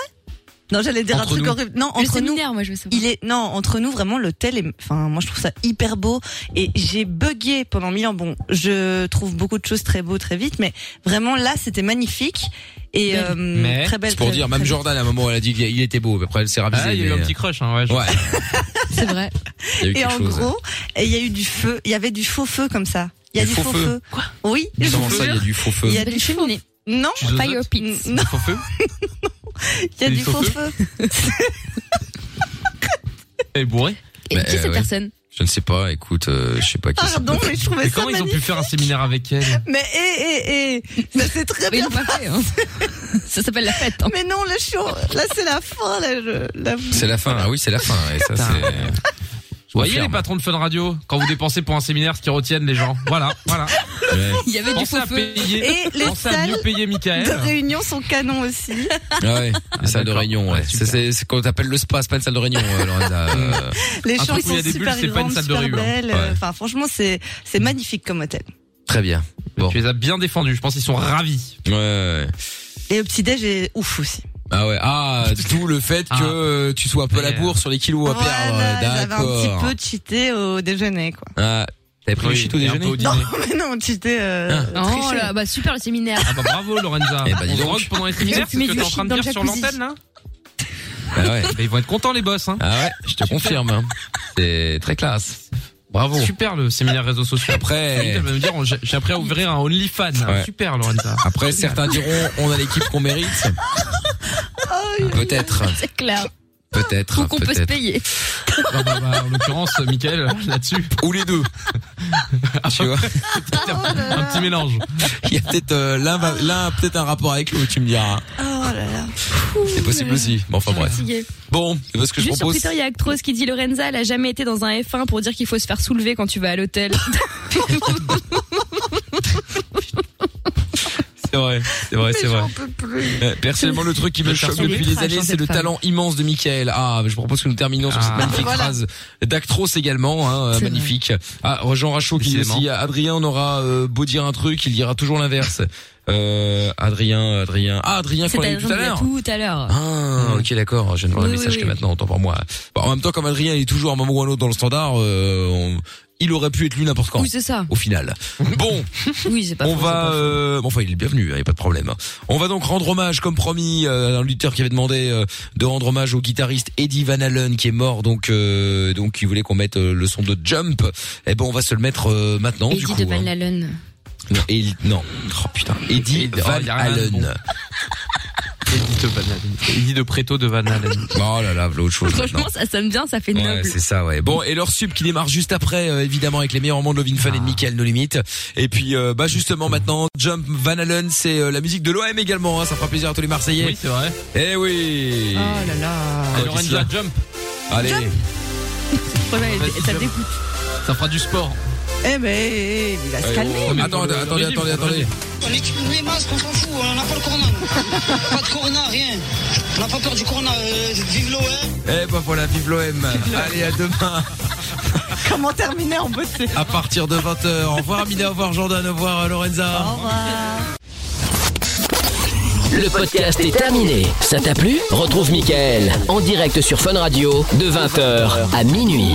F: Non, j'allais dire
B: Entre
F: un truc
B: nous.
F: horrible. Non,
C: Le
F: entre nous.
C: séminaire, moi, je veux savoir.
F: Il est non entre nous vraiment l'hôtel est enfin moi je trouve ça hyper beau et j'ai bugué pendant mille ans bon je trouve beaucoup de choses très beaux très vite mais vraiment là c'était magnifique et euh,
B: Mais
F: très belle
B: C'est pour
F: très-
B: dire,
F: très
B: même
F: belle.
B: Jordan à un moment elle a dit qu'il était beau, mais après elle s'est ravisée.
D: Ah, il y a eu
B: mais-
D: un petit crush, hein, ouais. je-
B: Ouais.
C: C'est vrai.
B: Il y a eu
F: et
B: quelque
F: en
B: chose.
F: gros il y a eu du feu il y avait du faux feu comme ça il y a
B: Du
F: du,
B: faux
F: faux,
B: feu
F: feu, oui
B: Comment ça, il y a du faux feu
F: il y a du faux non
B: Tu dois-
C: Fire pits.
F: non
D: Faux feu
F: il y a
D: du
F: du
D: faux
F: faux feu
D: Elle est bourrée.
C: Et
B: Bah,
C: qui
B: euh,
C: cette
B: ouais.
C: personne
B: Je ne sais pas, écoute, euh, je sais pas qui c'est.
F: pardon mais je trouvais
D: Mais
F: ça
D: comment ils ont
F: magnifique
D: pu faire un séminaire avec elle
F: mais hé hé hé ça c'est très
C: Mais ils
F: bien
C: l'ont pas fait. hein. Ça s'appelle la fête. hein.
F: Mais non, là, je suis en- là c'est la fin. Là, je... la...
B: C'est la fin, ah oui, c'est la fin. Et ça, c'est...
D: Vous voyez les
B: confirme.
D: patrons de Fun Radio, quand vous dépensez pour un séminaire, ce qu'ils retiennent les gens. Voilà, voilà.
B: Ouais.
C: Il y avait du
D: Pensez
C: faux
D: à
C: feu.
D: payer,
F: Et les
D: pensez à mieux
F: salles
D: payer Michael.
F: De réunion sont canons aussi.
B: Ah ouais, les salles de
D: d'accord.
B: réunion, ouais.
D: Ouais,
B: c'est, c'est, c'est qu'on t'appelle le spa, c'est pas une salle de réunion, euh, Lorenza. Euh,
F: Les
D: Ah, Un
F: chambres
D: truc où il y
F: sont
D: a des bulles,
F: super
D: c'est pas une
F: grandes,
D: salle de hein.
F: super
D: réunion.
F: belles.
B: Ouais.
F: Enfin, franchement, c'est c'est magnifique comme hôtel.
B: très bien. Bon.
D: Tu les as bien défendus, je pense qu'ils sont ravis.
B: Ouais, ouais. ouais.
F: Et le petit déj est ouf aussi.
B: Ah ouais. Ah, d'où le fait que
D: Ah.
B: euh, tu sois un peu à la
D: Ouais.
B: bourre sur les kilos à perdre.
F: Voilà, j'avais un
B: D'accord.
F: petit peu cheaté au déjeuner, quoi.
B: Ah, t'avais pris
D: Oui, Ah.
B: le shit au
D: et un peu
B: déjeuner
D: au dîner.
F: Mais non, cheaté. Euh,
C: Oh
F: triché.
C: là, bah super le séminaire.
D: Ah bah bravo Lorenza.
B: Eh bah, dis
D: On
B: donc.
D: drogue pendant les séminaires, c'est
C: Mais
D: ce que
C: du
D: t'es en
C: shit
D: train de
C: dans le
D: dire sur
C: jacuzzi.
D: l'antenne là
B: Ah ouais.
D: Bah, Ils vont être contents les boss. Hein.
B: Ah ouais, je te confirme. hein. C'est très classe. Bravo.
D: Super le séminaire réseaux sociaux.
B: Après-
D: elle va me dire, j'ai j'ai appris à ouvrir un OnlyFans.
B: Ouais.
D: Super, Lorenza.
B: Après, certains diront, on a l'équipe qu'on mérite. Peut-être.
C: C'est clair.
B: Peut-être.
C: Ou qu'on peut se
B: Ah, peut-être.
C: payer.
D: Bah, bah, bah, en l'occurrence, Michael, là-dessus.
B: Ou les deux.
D: tu
B: vois.
D: un petit mélange.
B: Il y a peut-être euh, l'un, va- l'un a peut-être un rapport avec l'autre, tu me diras. C'est possible aussi. Bon, enfin bref.
C: Oh Fatigué.
B: Bon, et parce que je
C: Juste sur
B: propose.
C: Twitter, il y a Actros qui dit Lorenza, elle a jamais été dans un F1 pour dire qu'il faut se faire soulever quand tu vas à l'hôtel.
B: C'est vrai, c'est vrai, c'est vrai. Euh, Personnellement, le truc qui me
D: Le
B: choque
D: charme.
B: depuis
D: Elle est
B: des
D: trash,
B: années,
D: hein,
B: c'est
D: cette
B: le
D: femme.
B: talent immense de Michael. Ah, je propose que nous terminions sur cette
D: Ah.
B: magnifique
D: Voilà.
B: phrase d'Actros également, hein, euh, magnifique. Ah, Jean Rachaud qui dit
D: Décidément.
B: aussi, Adrien, on aura euh, beau dire un truc, il dira toujours l'inverse. Euh, Adrien, Adrien. Ah, Adrien qu'on a eu tout à l'heure.
C: Tout à l'heure.
B: Ah, ok, d'accord. Je ne vois un
C: Mm. Oui,
B: message
C: oui,
B: que
C: oui.
B: maintenant, autant pour moi. Bon, en même temps, comme Adrien, il est toujours à un moment ou à un autre dans le standard, euh, on- il aurait pu être lui n'importe quand.
C: Oui, c'est ça.
B: Au final. Bon.
C: Oui, c'est pas
B: On
C: faux,
B: va, euh, bon, enfin, il est le bienvenu, il n'y a pas de problème. hein. On va donc rendre hommage, comme promis, euh, à un lutteur qui avait demandé euh, de rendre hommage au guitariste Eddie Van Halen qui est mort, donc, euh, donc, il voulait qu'on mette euh, le son de Jump. Eh ben, on va se le mettre euh, maintenant,
C: Eddie
B: du coup.
C: de Van
B: hein.
C: Lalen.
B: Non, Eddie- non. Oh, putain, Eddie
D: Oh,
B: Van
D: y a rien de
B: Halen.
D: bon. Eddie de Van Halen. Eddie de Préto de Van Halen.
B: Oh là là, voilà autre chose maintenant.
C: Franchement, ça sonne bien, ça fait
B: Ouais,
C: noble.
B: c'est ça, ouais. Bon, et leur sub qui démarre juste après, euh, évidemment, avec les meilleurs moments de Lovin Fun et
D: Ah.
B: de Michael No Limit. Et puis, euh, bah, justement, maintenant, Jump Van Halen, c'est euh, la musique de l'OM également, hein. Ça fera plaisir à tous les Marseillais.
D: Oui, c'est vrai.
B: Eh oui.
D: Oh là là.
B: Ah, qu'est-ce qu'il y
D: Lorenza
B: a
D: Jump.
B: Allez.
C: Ouais,
D: Vas-y,
C: ça
D: Jump.
C: dégoûte.
D: Ça fera du sport. Oh,
F: Eh ben, il va se
B: Allez,
F: calmer.
B: bon, Attendez, attendez, attendez, attendez.
M: On est les masques, on s'en fout, hein. on n'a pas le corona. nous. pas de corona, rien. On n'a pas peur du corona, euh, vive l'OM.
B: Eh bah voilà, vive l'OM. Allez, à demain.
F: Comment terminer en beauté
B: À partir de 20h. Au revoir, Amina. Au revoir, Jordan. Au revoir, euh, Lorenza.
A: Le podcast est terminé. Ça t'a plu Retrouve Mickaël en direct sur Fun Radio de 20h à minuit.